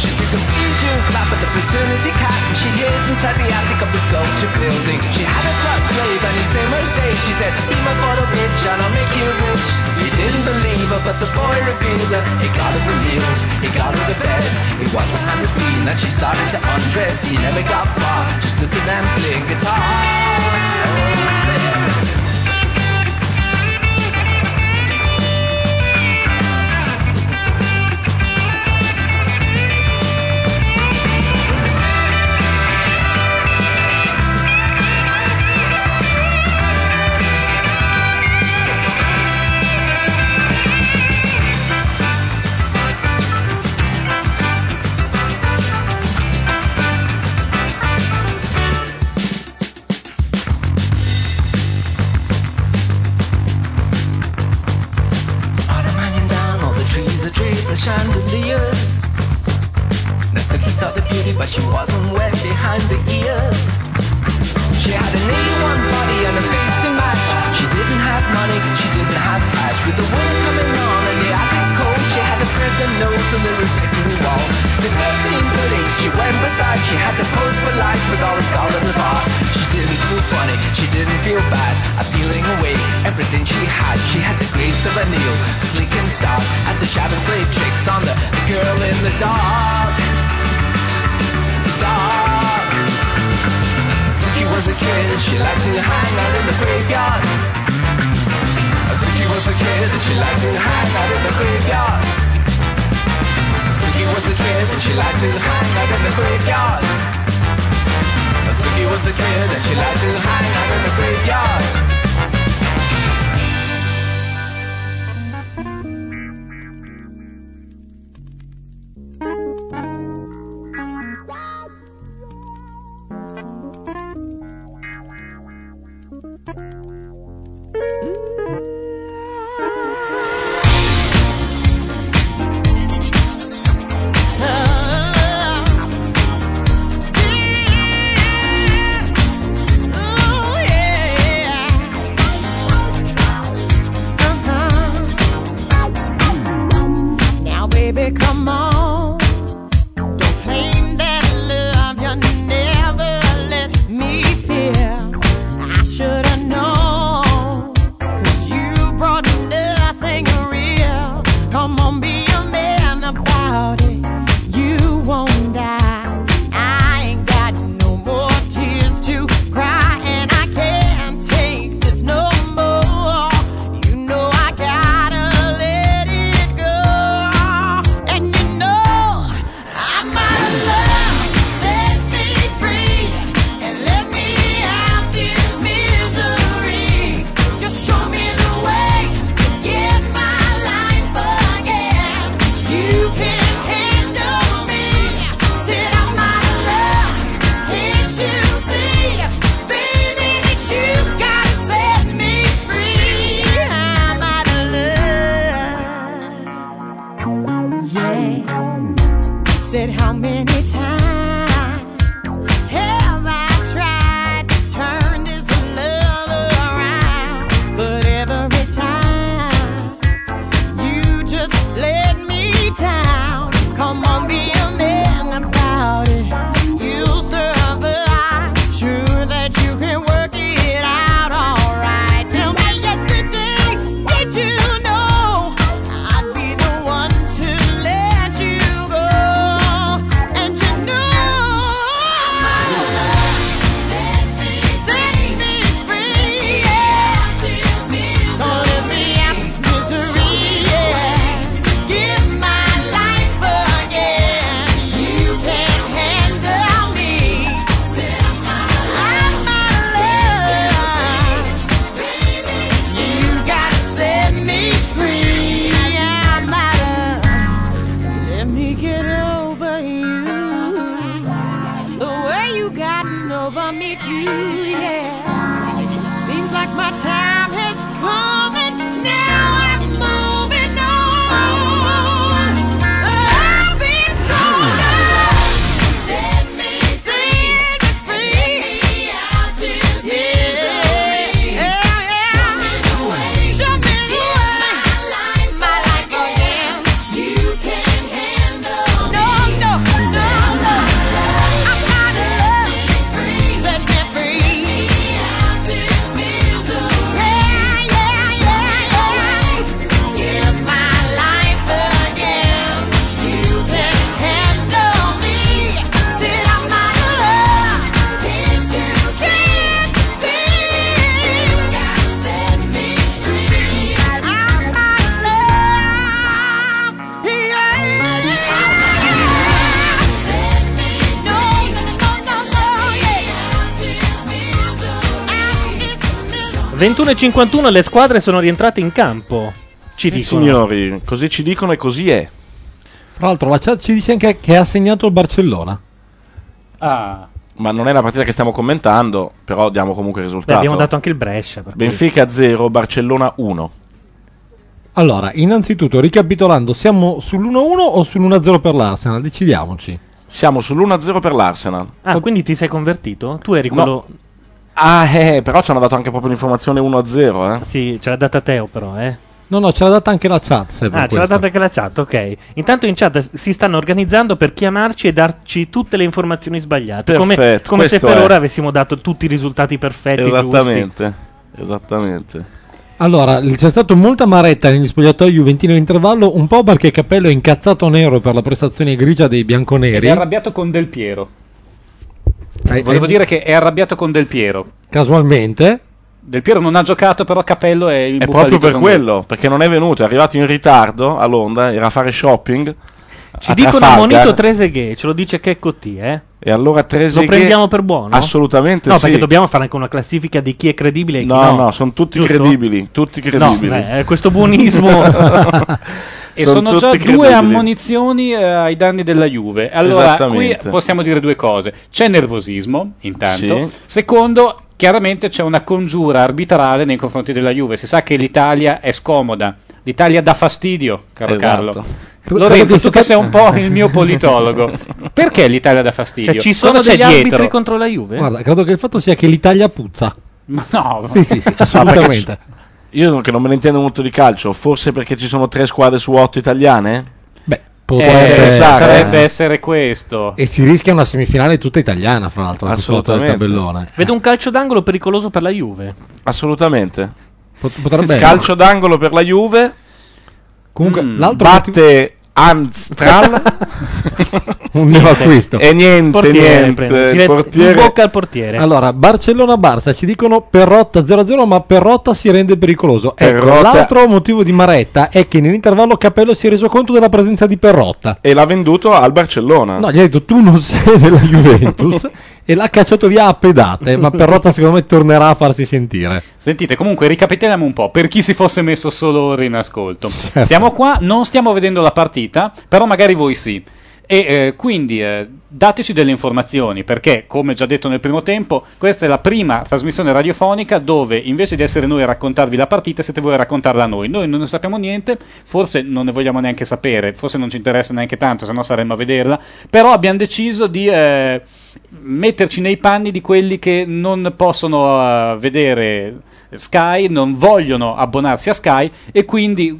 S12: She took a visual clap at the fraternity cat and she hid inside the attic of the sculpture building. She had a slut slave and his name was Dave. She said, be my photo bitch and I'll make you rich. He didn't believe her, but the boy repeated her. He got her the meals, he got her the bed. He watched behind the screen and she started to undress. He never got far, just looked at them playing guitar. Autumn hanging down, all the trees are draped with chandeliers. The Suki saw the beauty, but she wasn't wet behind the ears. She had an 81 body and a face to match. She didn't have money, she didn't have cash. With the wind coming on and the attic cold, she had a prison nose and the reflecting wall. Disgusting pudding, she went with that. She had to pose for life with all the scholars of art. She didn't feel funny, she didn't feel bad. Appealing away everything she had. She had the grace of a Neil, sleek and stout. At the shabby play tricks on the, the girl in the dark. Dark. Suki was a kid, she liked to hang out in the graveyard. Suki was a kid, she liked to hang out in the graveyard. Suki was a kid, she liked to hang out in the graveyard. Suki was a kid, she liked to hang out in the graveyard.
S13: Oh, yeah. over me too, yeah. Seems like my time has come and now I'm moving on. I'll be stronger. Set me free. Set me free out this misery. Yeah, yeah. Show me the way. Show me the way. My life, my life again. You can handle No, no, no, no. I'm out of love. Set me free. Yeah, yeah, yeah, yeah. Give my life again. You can handle me. Said I'm out of love. Can't you see? You got set me free. I'm out of love. Yeah. Set me free. No, no, no, no, yeah.
S2: 21.51 le squadre sono rientrate in campo. Ci
S4: Sì,
S2: dicono.
S4: signori, così ci dicono e così è.
S5: Tra l'altro, la chat ci dice anche che ha segnato il Barcellona.
S3: Ah.
S4: Ma non è la partita che stiamo commentando, però diamo comunque il risultato.
S2: Beh, abbiamo dato anche il Brescia. per cui-
S4: Benfica 0, Barcellona 1.
S5: Allora, innanzitutto, ricapitolando, siamo sull'1-1 o sull'1-0 per l'Arsenal? Decidiamoci.
S4: Siamo sull'1-0 per l'Arsenal.
S2: Ah, quindi ti sei convertito? Tu eri
S4: No.
S2: quello.
S4: Ah, eh, però ci hanno dato anche proprio l'informazione 1-0, eh.
S2: Sì, ce l'ha data Teo, però, eh.
S5: No, no, ce l'ha data anche la chat.
S4: Eh,
S5: se
S2: Ah,
S5: per
S2: ce l'ha
S5: questo.
S2: data anche la chat, ok. Intanto in chat s- si stanno organizzando per chiamarci e darci tutte le informazioni sbagliate. Come-
S4: Perfetto,
S2: come se
S4: questo
S2: per
S4: è.
S2: ora avessimo dato tutti i risultati perfetti, giusti.
S4: Esattamente. Esattamente.
S5: Allora, l- c'è stata molta maretta negli spogliatoi juventini all'intervallo, un po' perché Cappello è incazzato nero per la prestazione grigia dei
S3: Ed
S5: bianconeri.
S3: è arrabbiato con Del Piero.
S5: Eh,
S3: Volevo
S5: eh,
S3: dire che è arrabbiato con Del Piero.
S5: Casualmente.
S3: Del Piero non ha giocato, però Capello è il
S4: È proprio per quello, perché non è venuto, è arrivato in ritardo a Londra, era a fare shopping.
S2: Ci dicono ammonito Treseghe, ce lo dice Checco T, eh.
S4: E allora Trezeguet...
S2: Lo prendiamo per buono?
S4: Assolutamente
S2: No,
S4: sì.
S2: perché dobbiamo fare anche una classifica di chi è credibile e chi
S4: No,
S2: no.
S4: no, sono tutti
S2: Giusto?
S4: credibili, tutti credibili.
S2: No, beh, eh, questo buonismo.
S3: E sono,
S4: tutti
S3: già due
S4: credibili.
S3: ammonizioni eh, ai danni della Juve. Allora, qui
S4: Esattamente.
S3: possiamo dire due cose. C'è nervosismo, intanto.
S4: Sì.
S3: Secondo, chiaramente c'è una congiura arbitrale nei confronti della Juve. Si sa che l'Italia è scomoda. L'Italia dà fastidio, caro
S4: Esatto.
S3: Carlo.
S4: Tu-
S3: Lorenzo,
S4: perché
S3: tu che sei un po' il mio politologo. Perché l'Italia dà fastidio?
S5: Cioè, ci sono
S3: Cosa c'è
S5: degli
S3: dietro?
S5: arbitri contro
S2: la Juve?
S5: Guarda, credo che il fatto sia che l'Italia puzza.
S3: Ma no,
S5: Sì, sì, sì,
S4: Ma
S5: assolutamente.
S4: perché- Io che non me ne intendo molto di calcio, forse perché ci sono tre squadre su otto italiane?
S5: potrebbe-
S4: pensare.
S3: Potrebbe essere questo.
S5: Eh, E si rischia una semifinale tutta italiana, fra l'altro, da questo lato del
S4: Assolutamente.
S5: tabellone.
S2: Vedo un calcio d'angolo pericoloso per la Juve.
S4: Assolutamente.
S5: potrebbe-
S4: Calcio d'angolo per la Juve.
S5: Comunque, l'altro
S4: batte Amstral.
S5: Un mio acquisto.
S4: E niente, niente. Il portiere-
S5: Allora, Barcellona-Barça ci dicono Perrotta 0-0, ma Perrotta si rende pericoloso.
S4: Perrotta-
S5: Ecco, l'altro motivo di Maretta è che nell'intervallo Capello si è reso conto della presenza di Perrotta.
S4: E l'ha venduto al Barcellona.
S5: No, gli ha detto tu non sei della Juventus e l'ha cacciato via a pedate, ma Perrotta secondo me tornerà a farsi sentire.
S3: Sentite, comunque ricapitoliamo un po' per chi si fosse messo solo ora in ascolto. Siamo qua, non stiamo vedendo la partita, però magari voi sì. E eh, quindi eh, dateci delle informazioni, perché come già detto nel primo tempo, questa è la prima trasmissione radiofonica dove invece di essere noi a raccontarvi la partita, siete voi a raccontarla a noi. Noi non ne sappiamo niente, forse non ne vogliamo neanche sapere, forse non ci interessa neanche tanto, se no saremmo a vederla, però abbiamo deciso di... eh, metterci nei panni di quelli che non possono eh, vedere Sky, non vogliono abbonarsi a Sky e quindi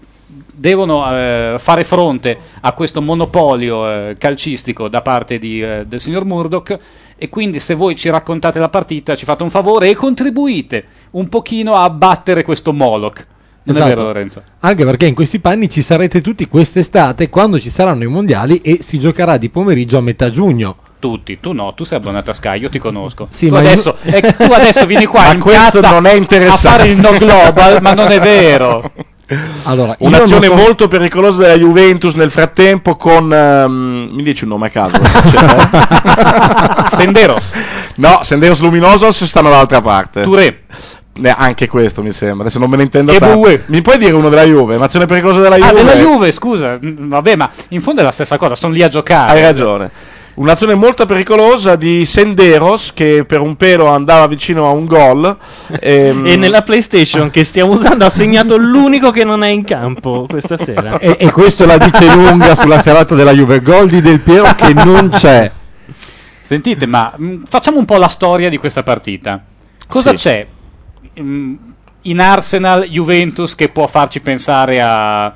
S3: devono eh, fare fronte a questo monopolio eh, calcistico da parte di, eh, del signor Murdoch e quindi se voi ci raccontate la partita ci fate un favore e contribuite un pochino a abbattere questo Moloch. Non
S5: Esatto.
S3: è vero Lorenzo?
S5: Anche perché in questi panni ci sarete tutti quest'estate quando ci saranno i mondiali e si giocherà di pomeriggio a metà giugno.
S3: Tutti, tu no, tu sei abbonato a Sky, io ti conosco.
S5: Sì,
S3: tu,
S5: ma io-
S3: adesso, eh, tu adesso vieni qua
S5: Ma
S3: in
S5: questo
S3: piazza
S5: non è
S3: a fare
S5: interessante.
S3: il no global, ma non è vero.
S5: Allora, io
S4: Un'azione
S5: non so-
S4: molto pericolosa della Juventus nel frattempo con... ehm, mi dici un nome a caso?
S3: Senderos.
S4: No, Senderos Luminosos stanno dall'altra parte.
S3: Touré.
S4: Eh, anche questo mi sembra, adesso non me ne intendo
S3: E
S4: tanto.
S3: Bue.
S4: Mi puoi dire uno della Juve? Un'azione pericolosa della Juve?
S3: Ah, della Juve, scusa. Mm, Vabbè, ma in fondo è la stessa cosa, sono lì a giocare.
S4: Hai ragione. Una zona molto pericolosa di Senderos che per un pelo andava vicino a un gol. ehm.
S2: E nella PlayStation che stiamo usando ha segnato l'unico che non è in campo questa sera.
S5: E, e questo la dice lunga sulla serata della Juve. Gol di Del Piero che non c'è.
S3: Sentite, ma mh, facciamo un po' la storia di questa partita. Cosa
S5: Sì.
S3: c'è mh, in Arsenal Juventus che può farci pensare a, a-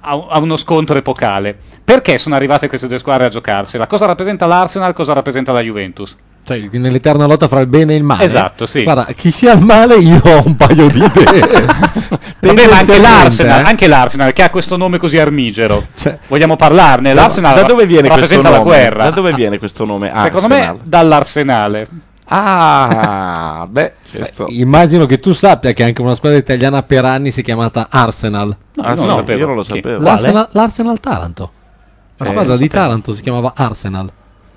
S3: a uno scontro epocale? Perché sono arrivate queste due squadre a giocarsela? Cosa rappresenta l'Arsenal? Cosa rappresenta la Juventus?
S5: Cioè, il- nell'eterna lotta fra il bene e il male.
S3: Esatto, sì.
S5: Guarda, chi sia il male, io ho un paio di
S3: Vabbè,
S5: idee.
S3: ma anche
S5: Tendenzialmente,
S3: l'Arsenal,
S5: eh.
S3: anche l'Arsenal che ha questo nome così armigero. Vogliamo parlarne?
S4: Cioè, Da-
S3: L'Arsenal
S4: da dove viene questo
S3: rappresenta
S4: nome?
S3: la guerra.
S4: Da dove viene questo nome?
S3: Secondo
S4: Arsenal?
S3: me dall'Arsenale.
S4: Ah, beh, questo.
S5: Immagino che tu sappia che anche una squadra italiana per anni si è chiamata Arsenal.
S4: Ah, no, io non lo sapevo.
S5: L'Arsenal, l'Arsenal Taranto. La
S4: Eh,
S5: squadra
S4: lo
S5: di
S4: sapevo.
S5: Taranto si chiamava Arsenal.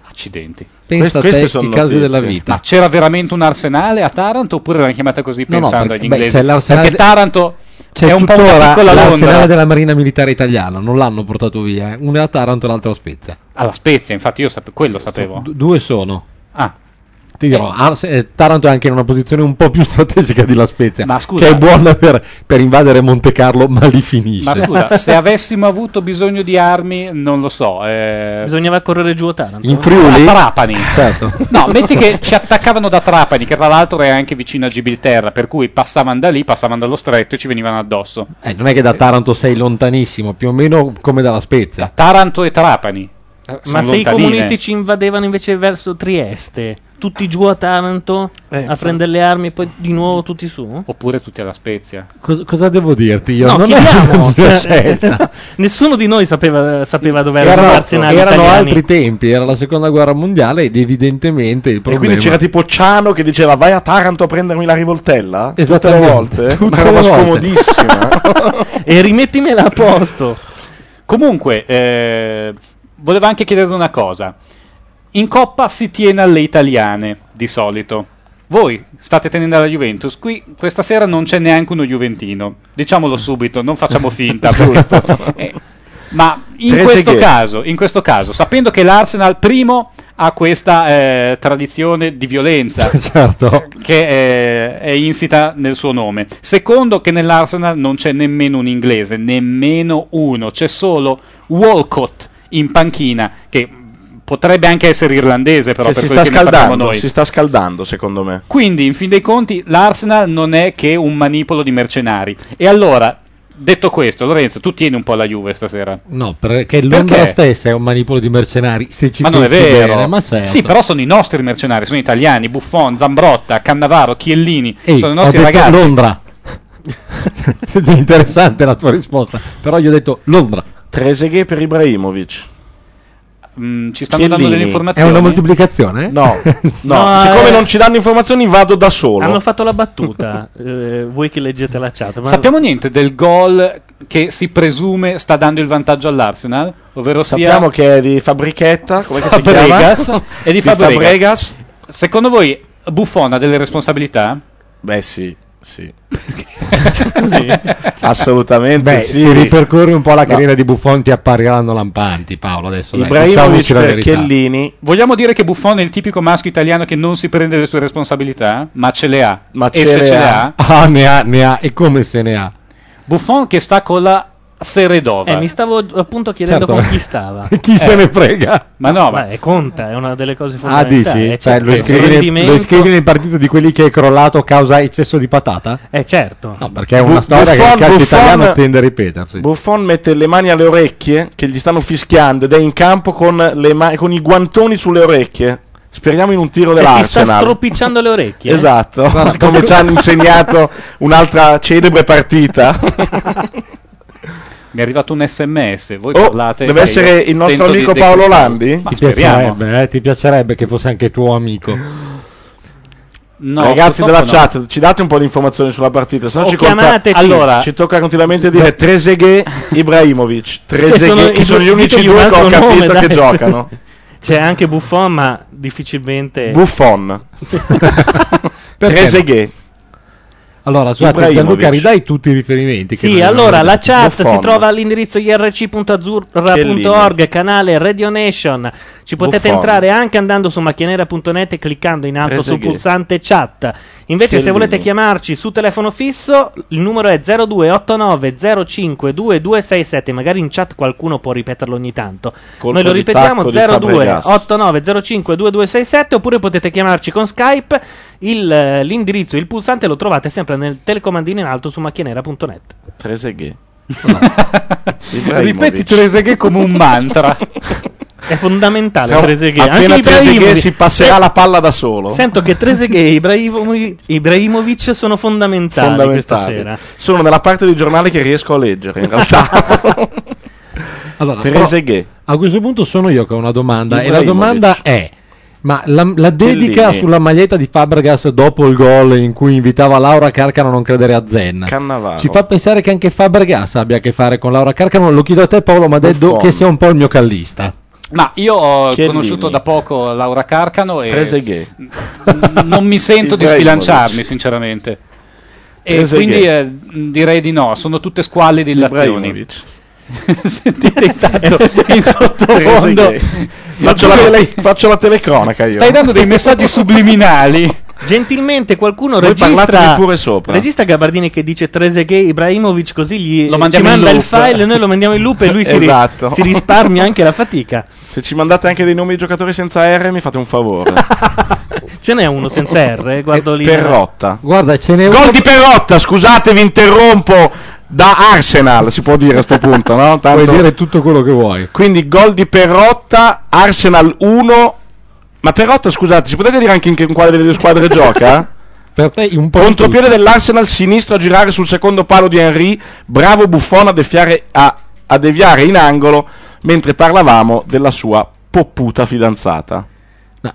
S3: Accidenti.
S5: Pensa a te i casi della vita.
S3: Ma c'era veramente un arsenale a Taranto oppure l'hanno chiamata così
S5: No, no,
S3: pensando
S5: perché-
S3: agli
S5: beh,
S3: inglesi?
S5: c'è l'Arsenale-
S3: Perché Taranto
S5: C'è
S3: è un po' una
S5: tuttora
S3: piccola Londra.
S5: l'Arsenale della Marina Militare Italiana, non l'hanno portato via. eh. Uno è a Taranto e l'altro a Spezia.
S3: Alla Spezia, infatti io sape- quello sapevo.
S5: D- due sono.
S3: Ah.
S5: Ti dirò, Arse- eh, Taranto è anche in una posizione un po' più strategica di La Spezia,
S3: scusa.
S5: che è buona per, per invadere Monte Carlo, ma lì finisce.
S3: Ma scusa, se avessimo avuto bisogno di armi, non lo so. eh,
S2: Bisognava correre giù a Taranto.
S5: In Friuli?
S3: A Trapani.
S5: Certo.
S3: No, metti che ci attaccavano da Trapani, che tra l'altro è anche vicino a Gibilterra, per cui passavano da lì, passavano dallo stretto e ci venivano addosso.
S5: Eh, non è che da Taranto sei lontanissimo, più o meno come dalla Spezia. Eh,
S3: Taranto e Trapani.
S2: Ma se i comunisti ci invadevano invece verso Trieste, tutti giù a Taranto
S5: Eh,
S2: a
S3: infatti.
S2: prendere le armi e poi di nuovo tutti su?
S3: Oppure tutti alla Spezia.
S5: Cos- cosa devo dirti io?
S2: No,
S5: non
S2: chiediamo.
S3: Cioè,
S5: è una
S3: eh,
S5: scelta.
S2: Nessuno di noi sapeva, sapeva dove era
S5: Erano,
S2: l'arsenale
S5: erano
S2: italiani.
S5: altri tempi, era la seconda guerra mondiale ed evidentemente il
S4: E
S5: problema...
S4: quindi c'era tipo Ciano che diceva vai a Taranto a prendermi la rivoltella? Tutte le
S5: Esattamente.
S4: volte?
S5: Tutte
S4: Una roba
S5: le volte.
S4: scomodissima.
S2: e rimettimela a posto.
S3: Comunque, eh, volevo anche chiedervi una cosa. In Coppa si tiene alle italiane, di solito. Voi state tenendo alla Juventus, qui questa sera non c'è neanche uno Juventino. Diciamolo subito, non facciamo finta. giusto? Eh, ma in
S4: Tre
S3: questo,
S4: seghe.
S3: caso, in questo caso, sapendo che l'Arsenal primo ha questa eh, tradizione di violenza,
S4: Cioè,
S5: certo.
S3: che eh, è insita nel suo nome. Secondo, che nell'Arsenal non c'è nemmeno un inglese, nemmeno uno, c'è solo Walcott in panchina che potrebbe anche essere irlandese, però
S4: Che
S3: per
S4: si
S3: quel
S4: sta
S3: che ne sappiamo
S4: scaldando,
S3: noi.
S4: si sta scaldando secondo me.
S3: Quindi, in fin dei conti, l'Arsenal non è che un manipolo di mercenari. E allora, detto questo, Lorenzo, tu tieni un po' la Juve stasera.
S5: No, perché Londra
S3: Perché?
S5: stessa è un manipolo di mercenari, se ci
S3: Ma non è
S5: pensi
S3: vero.
S5: bene, ma certo.
S3: Sì, però sono i nostri mercenari, sono italiani, Buffon, Zambrotta, Cannavaro, Chiellini,
S5: Ehi,
S3: sono i
S5: ho
S3: nostri
S5: detto
S3: ragazzi.
S5: Londra. È interessante la tua risposta, però gli ho detto Londra.
S4: Trezeguet per Ibrahimovic.
S3: Mm, ci stanno dando delle informazioni.
S5: È una moltiplicazione?
S4: No, no.
S2: No,
S4: siccome
S2: eh.
S4: non ci danno informazioni vado da solo.
S2: Hanno fatto la battuta, eh, voi che leggete la chat. Ma
S3: Sappiamo niente del gol che si presume sta dando il vantaggio all'Arsenal, ovvero sia
S4: Sappiamo che è di Fabrichetta, come si chiama?
S3: Fabregas e di Fabregas.
S4: Fabregas.
S3: Secondo voi Buffon ha delle responsabilità?
S4: Beh, sì, sì.
S3: Così?
S4: Assolutamente
S5: Beh,
S4: sì.
S5: se ripercorri un po' la
S4: No.
S5: carriera di Buffon ti appariranno lampanti, Paolo, adesso. dai,
S4: Ibrahimovic
S5: diciamoci la
S4: per
S5: verità.
S4: Chiellini.
S3: Vogliamo dire che Buffon è il tipico maschio italiano che non si prende le sue responsabilità, ma ce le ha. e se ce le ha,
S5: Ah, ne ha, ne ha, e come se ne ha.
S3: Buffon che sta con la Seredova. Eh.
S2: Eh, mi stavo appunto chiedendo
S5: Certo.
S2: con chi stava.
S5: Chi se ne frega?
S3: Ma no,
S2: ma è conta, è una delle cose
S5: Ah, dici?
S2: fondamentali. Eh,
S5: Cioè,
S2: certo,
S5: lo,
S2: il
S5: scrivi nel,
S2: rendimento-
S5: lo scrivi nel partito di quelli che è crollato causa eccesso di patata?
S2: Eh, certo.
S5: No, perché è una storia che il calcio italiano tende a ripetersi.
S4: Buffon mette le mani alle orecchie che gli stanno fischiando ed è in campo con, le ma- con i guantoni sulle orecchie. Speriamo in un tiro
S2: Cioè, ti sta
S4: dell'Arsenal.
S2: stropicciando le orecchie. eh?
S4: Esatto,
S2: Guarda,
S4: come ci hanno insegnato un'altra celebre partita.
S3: Mi è arrivato un sms, voi
S4: Oh,
S3: parlate...
S4: deve
S3: e io
S4: essere il nostro
S3: tento di
S4: amico Paolo
S3: decifrarlo.
S4: Landi?
S3: Ma
S5: Ti
S3: speriamo.
S5: piacerebbe, eh, ti piacerebbe che fosse anche tuo amico.
S3: No,
S4: Ragazzi della
S3: purtroppo no.
S4: chat, ci date un po' di informazioni sulla partita, se no
S3: O
S4: ci, conta-
S3: chiamateci.
S4: allora, ci tocca continuamente dire Trezeguet, Ibrahimovic, Trezeguet, che sono gli unici
S2: ditegli
S4: due
S2: un
S4: che ho
S2: altro
S4: capito
S2: nome,
S4: che
S2: dai.
S4: giocano.
S2: C'è anche Buffon, ma Eh. difficilmente.
S4: Buffon,
S2: Perché
S4: Trezeguet,
S5: Allora, scusate,
S2: Ibrahimovic.
S5: Gianluca, ridai tutti i riferimenti. che
S2: Sì,
S5: non-
S2: allora la chat
S5: Buffon.
S2: si trova all'indirizzo irc.azzurra.org, canale Radio Nation. Ci potete
S5: Buffon.
S2: entrare anche andando su macchianera.net e cliccando in alto sul
S5: Trezeguet.
S2: pulsante chat. Invece, se
S5: Chiellini.
S2: volete chiamarci su telefono fisso, il numero è 0289052267. Magari in chat qualcuno può ripeterlo ogni tanto.
S4: Colpo
S2: Noi lo
S4: di
S2: ripetiamo:
S4: tacco di Fabregas.
S2: 0289052267. Oppure potete chiamarci con Skype. Il, eh, l'indirizzo, il pulsante lo trovate sempre nel telecomandino in alto su macchianera.net.
S4: Trezeguet. Ibrahimovic.
S3: Ripeti Trezeguet come un mantra.
S2: È fondamentale
S4: No,
S2: Trezeguet. Anche
S4: Appena Trezeguet
S2: Ibrahimovic.
S4: si passerà
S2: Se-
S4: la palla da solo.
S2: Sento che Trezeguet e Ibrahimovic, Ibrahimovic sono fondamentali, questa
S4: Fondamentale.
S2: sera.
S4: Sono nella parte di giornale che riesco a leggere, in realtà.
S5: Allora,
S4: Trezeguet.
S5: però, A questo punto sono io che ho una domanda. E la
S4: Ibrahimovic.
S5: domanda è: ma la, la dedica
S4: Chiellini.
S5: sulla maglietta di Fabregas dopo il gol in cui invitava Laura Carcano a non credere a Zen?
S4: Cannavaro.
S5: Ci fa pensare che anche Fabregas abbia a che fare con Laura Carcano. Lo chiedo a te, Paolo, ma detto
S3: Buffon.
S5: che sia un po' il mio callista.
S3: Ma io ho
S5: Chiellini.
S3: conosciuto da poco Laura Carcano e
S5: Trezeguet.
S3: n- non mi sento di
S4: Ibrahimovic.
S3: sbilanciarmi, sinceramente. E
S4: Trezeguet.
S3: quindi eh, mh, direi di no, sono tutte squalle di illazioni.
S4: Ibrahimovic.
S3: Sentite intanto in sottofondo.
S4: Trezeguet. faccio, la, faccio la telecronaca io.
S3: Stai dando dei messaggi subliminali.
S2: Gentilmente qualcuno
S4: Voi
S2: registra,
S4: parlatene pure sopra.
S2: registra Gabardini che dice Trezeguet, Ibrahimovic, così gli, ci
S4: mandiamo in
S2: manda il
S4: loop.
S2: file, noi lo mandiamo in loop e lui si, ri-
S4: Esatto.
S2: si risparmia anche la fatica.
S4: Se ci mandate anche dei nomi di giocatori senza R mi fate un favore.
S2: Ce n'è uno senza R, guardo lì.
S4: Perrotta.
S5: Guarda, ce n'è
S4: Gol di Perrotta, scusate, vi interrompo. Da Arsenal si può dire a questo punto, no? Tanto-
S5: Puoi dire tutto quello che vuoi.
S4: Quindi gol di Perrotta, Arsenal 1. Ma Perrotta, scusate, ci potete dire anche in che in quale delle due squadre gioca?
S5: Per te un po'
S4: Contropiede dell'Arsenal sinistro a girare sul secondo palo di Henry, bravo Buffon a, defiare- a- a deviare in angolo mentre parlavamo della sua popputa fidanzata.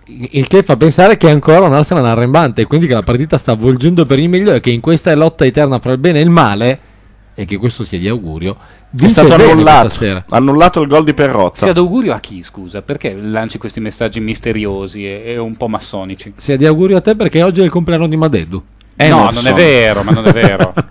S5: Il che fa pensare che è ancora un Arsenal arrembante, quindi che la partita sta avvolgendo per il meglio e che in questa lotta eterna fra il bene e il male, e che questo sia di augurio,
S4: È
S5: vince
S4: stato
S5: il bene
S4: annullato,
S5: questa sera.
S4: annullato il gol di Perrotta.
S3: Sia d'augurio a chi, scusa? Perché lanci questi messaggi misteriosi e, e un po' massonici?
S5: Sia di augurio a te perché oggi è il compleanno di Madeddu.
S3: no, non è vero, ma non è vero.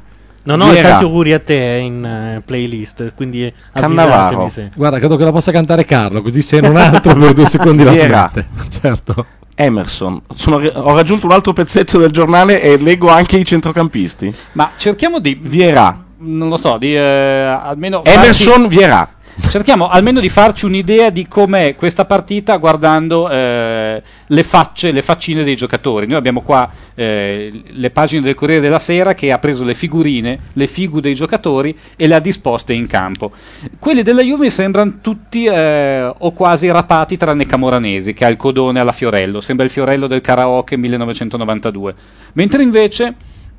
S2: Non ho
S5: Era.
S2: tanti auguri a te in eh, playlist, quindi eh, avvisatemi se.
S5: Guarda, credo che la possa cantare Carlo, così se non altro per due secondi la
S4: Era.
S5: smette. Certo.
S4: Emerson. Sono- ho raggiunto un altro pezzetto del giornale e leggo anche i centrocampisti.
S3: Ma cerchiamo di.
S4: Vierà.
S3: Non lo so, di eh, almeno.
S4: Emerson
S3: farci-
S4: Vierà.
S3: Cerchiamo almeno di farci un'idea di com'è questa partita guardando eh, le facce, le faccine dei giocatori. Noi abbiamo qua eh, le pagine del Corriere della Sera che ha preso le figurine, le figu dei giocatori e le ha disposte in campo. Quelli della Juve mi sembrano tutti eh, o quasi rapati tranne Camoranesi che ha il codone alla Fiorello, sembra il Fiorello del karaoke 1992. Mentre invece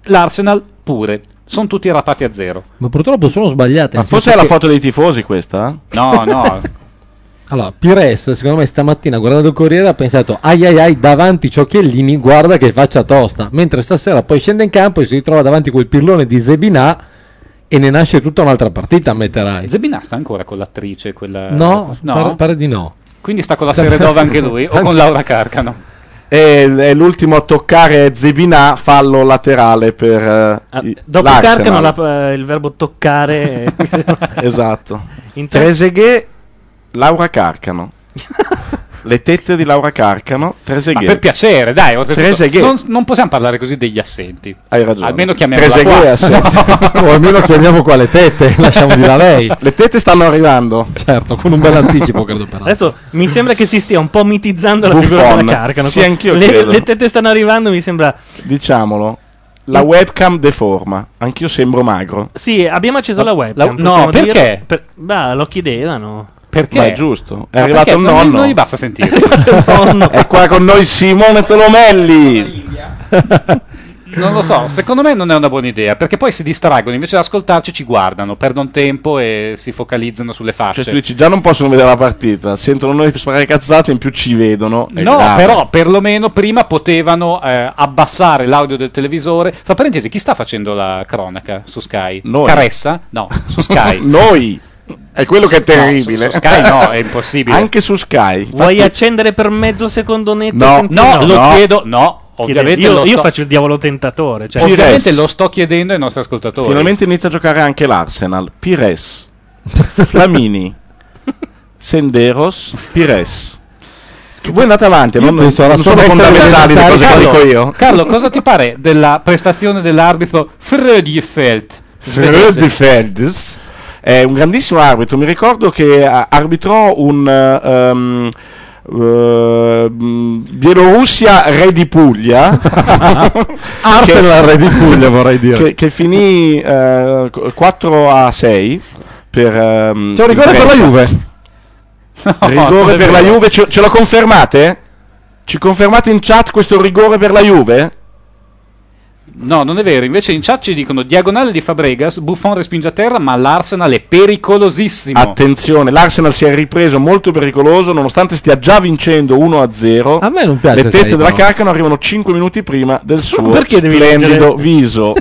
S3: l'Arsenal pure, sono tutti rapati a zero.
S5: Ma purtroppo sono sbagliate.
S4: Ma
S5: nel senso
S4: forse è la
S5: che-
S4: foto dei tifosi questa?
S3: No, no.
S5: Allora, Pires, secondo me, stamattina guardando il Corriere ha pensato: ai ai ai, davanti Ciocchiellini, guarda che faccia tosta. Mentre stasera poi scende in campo e si ritrova davanti quel pirlone di Zebinà e ne nasce tutta un'altra partita,
S2: Eh,
S5: ammetterai.
S3: Zebinà sta ancora con l'attrice, quella...
S5: No, Pare, pare di no.
S3: Quindi sta con la Seredova anche lui, o con Laura Carcano.
S4: E l- è l'ultimo a toccare Zebinà, fallo laterale per eh,
S2: Ah,
S4: i-
S2: Dopo
S4: l'Arsenal.
S2: Carcano la- eh, il verbo toccare. eh,
S4: Esatto.
S2: Inter-
S4: Trezeguet, Laura Carcano. Le tette di Laura Carcano, Trezeguet.
S3: Ma per piacere, dai, oltretutto,
S4: Trezeguet.
S3: non, non possiamo parlare così degli assenti.
S4: Hai ragione.
S3: Almeno chiamiamola
S4: Trezeguet
S3: qua.
S4: è assente.
S5: o almeno chiamiamo qua le tette, lasciamo di là lei.
S4: Le tette stanno arrivando.
S5: Certo, con un bel anticipo, credo però.
S2: Adesso mi sembra che si stia un po' mitizzando la
S4: Buffon.
S2: figura della Carcano.
S4: Sì, anch'io
S2: le,
S4: credo.
S2: le tette stanno arrivando, mi sembra. Mm.
S4: Diciamolo. La webcam deforma. Anch'io sembro magro.
S2: Sì, abbiamo acceso la
S4: Ma-
S2: webcam.
S4: la- no,
S2: possiamo dirlo?
S4: perché?
S2: Per- bah, lo chiedevano.
S3: Perché?
S4: Ma è giusto. È
S2: Ma
S4: arrivato
S2: perché?
S4: il
S2: Non-
S4: nonno.
S2: non gli
S3: basta sentire.
S4: è qua con noi Simone Tolomelli.
S3: Non lo so, secondo me non è una buona idea, perché poi si distraggono, invece di ascoltarci ci guardano, perdono tempo e si focalizzano sulle facce.
S4: Cioè, tu dici, già non possono vedere la partita. Sentono noi sparare cazzate, in più ci vedono. È
S3: No,
S4: grave.
S3: però perlomeno prima potevano eh, abbassare l'audio del televisore. Fra parentesi, chi sta facendo la cronaca su Sky?
S4: Noi.
S3: Caressa? No, su Sky.
S4: Noi. È quello che è
S3: No, su-
S4: terribile.
S3: su Sky no, è impossibile.
S4: Anche su Sky.
S2: Vuoi
S4: Infatti-
S2: accendere per mezzo secondo netto?
S4: No,
S2: Senti,
S4: no,
S3: lo
S4: no.
S3: chiedo, no,
S2: chiedere.
S3: Ovviamente
S2: Io,
S3: lo
S2: io
S3: sto-
S2: faccio il diavolo tentatore. Cioè,
S3: Ovviamente lo sto chiedendo ai nostri ascoltatori.
S4: Finalmente inizia a giocare anche l'Arsenal. Pires, Flamini, Senderos, Pires. Voi andate avanti, non, non sono fondamentali le cose che dico io.
S3: Carlo, cosa ti pare della prestazione dell'arbitro Freddy Felt?
S4: Fröde Feldes è un grandissimo arbitro. Mi ricordo che ah, arbitrò un ehm, ehm, Bielorussia re di Puglia
S5: Arsenal re di Puglia, vorrei dire.
S4: che, che finì eh, qu- 4 a 6 per ehm,
S5: C'è un rigore
S4: il
S5: per la
S4: Brescia.
S5: Juve. non
S4: rigore
S5: è
S4: per la
S5: vero.
S4: Juve ce, ce lo confermate? ci confermate in chat questo rigore per la Juve?
S3: No, non è vero. Invece in chat ci dicono diagonale di Fabregas, Buffon respinge a terra, ma l'Arsenal è pericolosissimo.
S4: Attenzione, l'Arsenal si è ripreso molto pericoloso nonostante stia già vincendo 1-0. A me non
S5: piace
S4: Le tette
S5: Saito.
S4: della Carcano arrivano 5 minuti prima del suo
S3: perché devi
S4: splendido
S3: leggere?
S4: viso.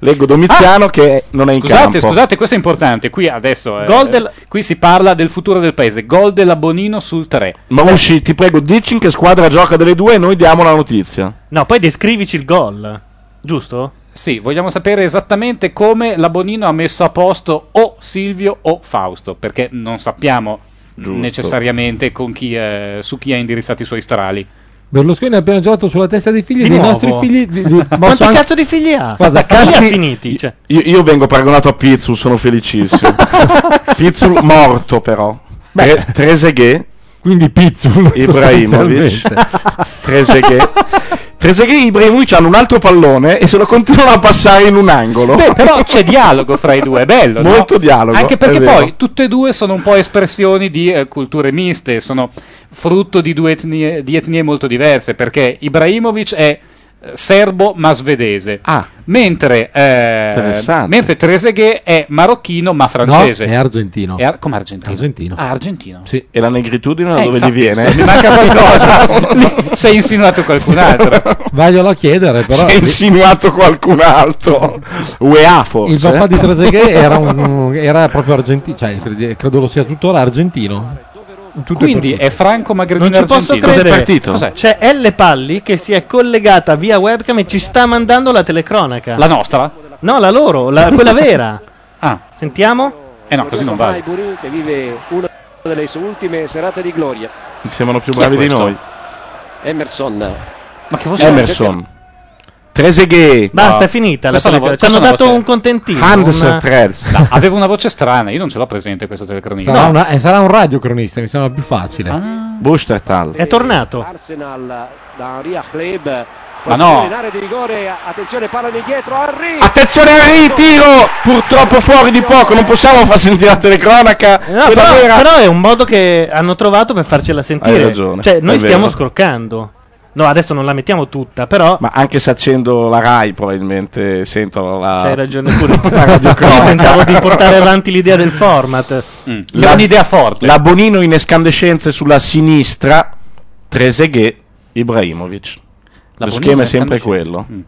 S4: Leggo Domiziano che non è in
S3: Scusate,
S4: campo.
S3: scusate, questo è importante. Qui adesso eh,
S4: Gol del-
S3: qui si parla del futuro del paese. Gol della Bonino sul 3.
S4: Mausci, ti prego, dici in che squadra gioca delle due e noi diamo la notizia.
S3: No, poi descrivici il gol, giusto? Sì, vogliamo sapere esattamente come la Bonino ha messo a posto o Silvio o Fausto, perché non sappiamo necessariamente con chi, eh, su chi ha indirizzato i suoi strali.
S5: Berlusconi ha appena giocato sulla testa dei figli
S3: Di
S5: dei
S3: nuovo?
S5: nostri figli. Di, di-
S2: Quanti
S5: posso anche-
S2: cazzo di figli ha?
S5: Guarda,
S2: Ma li ha
S5: caschi-
S2: finiti. Cioè.
S4: Io, io vengo paragonato a Pizzul, sono felicissimo. Pizzul morto però. Tre- Trezeguet.
S5: Quindi Pizzul.
S4: Ibrahimovic. Trezeguet. Trezeguet e Ibrahimovic hanno un altro pallone e se lo continuano a passare in un angolo.
S3: Beh, però c'è dialogo fra i due, è bello. no?
S4: Molto dialogo.
S3: Anche perché
S4: è vero.
S3: poi tutte e due sono un po' espressioni di eh, culture miste, sono frutto di due etnie, di etnie molto diverse, perché Ibrahimovic è eh, serbo ma svedese,
S4: Ah.
S3: mentre, eh,
S5: Interessante.
S3: mentre Trezeguet è marocchino ma
S5: No,
S3: francese.
S5: è argentino.
S3: È ar- come argentino? Argentino. Ah, argentino.
S5: Sì.
S4: E la negritudine da
S3: Eh,
S4: dove gli
S3: infatti,
S4: viene?
S3: Mi manca qualcosa. Lì Sei insinuato qualcun altro.
S5: Vaglielo a chiedere, però.
S4: Si è insinuato qualcun altro. UEA forse.
S5: Il papà di Trezeguet era, un- era proprio argentino, cioè, credi- credo lo sia tuttora argentino. Tutto e per
S3: Quindi
S5: tutto.
S3: è Franco Magredino
S2: Non ci posso
S3: argentino.
S2: credere.
S3: Cos'è?
S2: C'è L. Palli che si è collegata via webcam e ci sta mandando la telecronaca.
S3: La nostra?
S2: No, la loro, la- quella vera.
S3: ah.
S2: Sentiamo?
S3: Eh no, così non
S14: Ormai Buru che vive una delle sue ultime serate di gloria.
S4: Mi sembrano più
S14: Chi è
S4: bravi di
S14: questo?
S4: noi.
S14: Emerson.
S3: Ma che
S14: fosse
S4: Emerson. Trezeguet.
S2: Basta, è finita la
S3: Questa è una
S2: telecronaca.
S3: vo-
S2: Ci
S3: questa
S2: hanno
S3: è
S2: dato
S3: una
S2: un contentino.
S5: Hans
S2: una-
S4: Trels.
S3: No, aveva una voce strana, io non ce l'ho presente questa telecronica.
S5: sarà, una- eh, sarà un radiocronista, mi sembra più facile.
S4: Bustertal.
S2: È tornato.
S14: Arsenal da Henri Kleb.
S5: Ma no.
S14: In area di rigore, attenzione, palla di dietro, Henri.
S4: Attenzione al ritiro! Purtroppo fuori di poco, non possiamo far sentire la telecronaca.
S2: No,
S4: Quella
S2: però,
S4: vera-
S2: però è un modo che hanno trovato per farcela sentire.
S4: Hai ragione,
S2: Cioè, noi
S4: è
S2: stiamo
S4: vero.
S2: scroccando. No, adesso non la mettiamo tutta, però.
S4: Ma anche se accendo la Rai, probabilmente sento la.
S2: C'hai ragione pure.
S4: la Ah. radiocronaca. Mm.
S2: Tentavo di portare avanti l'idea del format.
S4: La-
S3: forte.
S4: La Bonino in escandescenze sulla sinistra, Trezeguet, Ibrahimovic.
S5: La
S4: Lo
S5: Bonino
S4: schema
S5: in
S4: è sempre
S5: escandescenze.
S2: Mm.
S4: quello.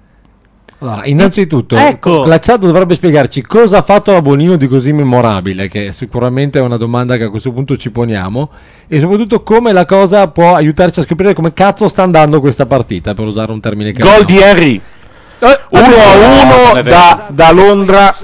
S5: Allora, innanzitutto,
S4: Ecco.
S5: la chat dovrebbe spiegarci cosa ha fatto la Bonino di così memorabile, che sicuramente è una domanda che a questo punto ci poniamo, e soprattutto come la cosa può aiutarci a scoprire come cazzo sta andando questa partita, per usare un termine che Eh,
S4: Gol di Henry. 1 a 1 da, da Londra.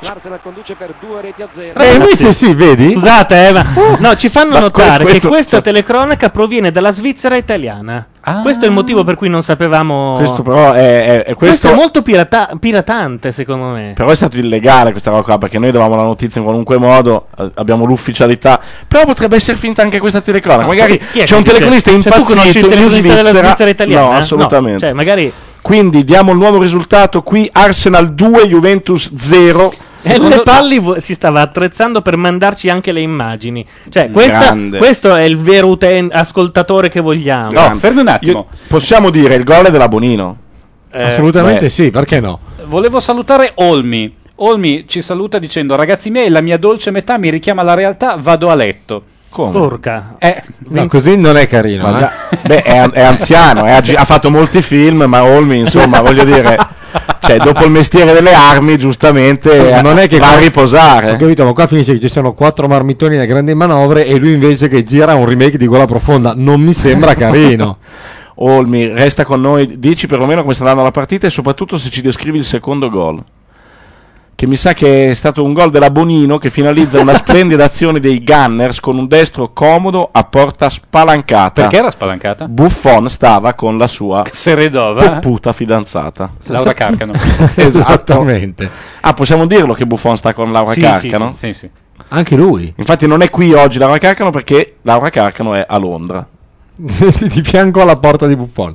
S14: L'Arsenal conduce per due reti a zero.
S2: Eh, invece
S5: sì, vedi?
S2: Scusate, eh, ma... no, ci fanno
S4: Uh. Ma
S2: notare
S4: questo- questo-
S2: che questa telecronaca proviene dalla Svizzera italiana. Questo è il motivo per cui non sapevamo.
S4: Ah. Questo però è, è- è-
S2: Questo
S4: questo-
S2: è molto pirata- piratante, secondo me.
S4: però è stato illegale questa roba qua perché noi davamo la notizia in qualunque modo, eh, abbiamo l'ufficialità. Però potrebbe essere finta anche questa telecronaca.
S2: Ma
S4: Magari
S2: chi- chi è
S4: c'è un
S2: che dice-
S4: telecronista
S2: Cioè, tu
S4: impazzito
S2: conosci il
S4: in
S2: telecronista della
S4: Svizzera-
S2: Svizzera italiana?
S4: No,
S2: No,
S4: assolutamente.
S2: cioè, magari-
S4: Quindi diamo il nuovo risultato qui Arsenal 2 Juventus 0.
S2: L. Eh, Palli vo- si stava attrezzando per mandarci anche le immagini. Cioè, questa-
S4: Grande.
S2: questo è il vero uten- ascoltatore che vogliamo.
S4: No, fermi un attimo. possiamo dire il gol è Eh. della Bonino.
S5: Eh, Assolutamente
S4: beh.
S5: sì, perché no?
S3: Volevo salutare Olmi. Olmi ci saluta dicendo: Ragazzi miei, la mia dolce metà mi richiama la realtà, vado a letto.
S4: Come?
S2: Porca.
S3: Eh,
S5: No, così non è carino.
S4: Ma
S5: eh.
S4: già- beh, è, an- è anziano, è agi- ha fatto molti film, ma Olmi, insomma, voglio dire, cioè, dopo il mestiere delle armi, giustamente,
S5: Ma non è che
S4: va a
S5: Ho
S4: riposare.
S5: capito, ma qua finisce che ci sono quattro marmitoni nelle grandi manovre e lui invece che gira un remake di Gola Profonda. Non mi sembra carino.
S4: Olmi, resta con noi, dici perlomeno come sta andando la partita e soprattutto se ci descrivi il secondo gol. Che mi sa che è stato un gol della Bonino che finalizza una splendida azione dei Gunners con un destro comodo a porta spalancata.
S3: Perché era spalancata?
S4: Buffon stava con la sua
S3: Seredova. eh?
S4: puta fidanzata.
S3: Laura Esatto. Carcano.
S4: Esattamente. Ah, possiamo dirlo che Buffon sta con Laura
S3: Sì,
S4: Carcano?
S3: sì, sì, sì, sì.
S5: Anche lui.
S4: Infatti non è qui oggi Laura Carcano perché Laura Carcano è a Londra.
S5: di fianco alla porta di Buffon.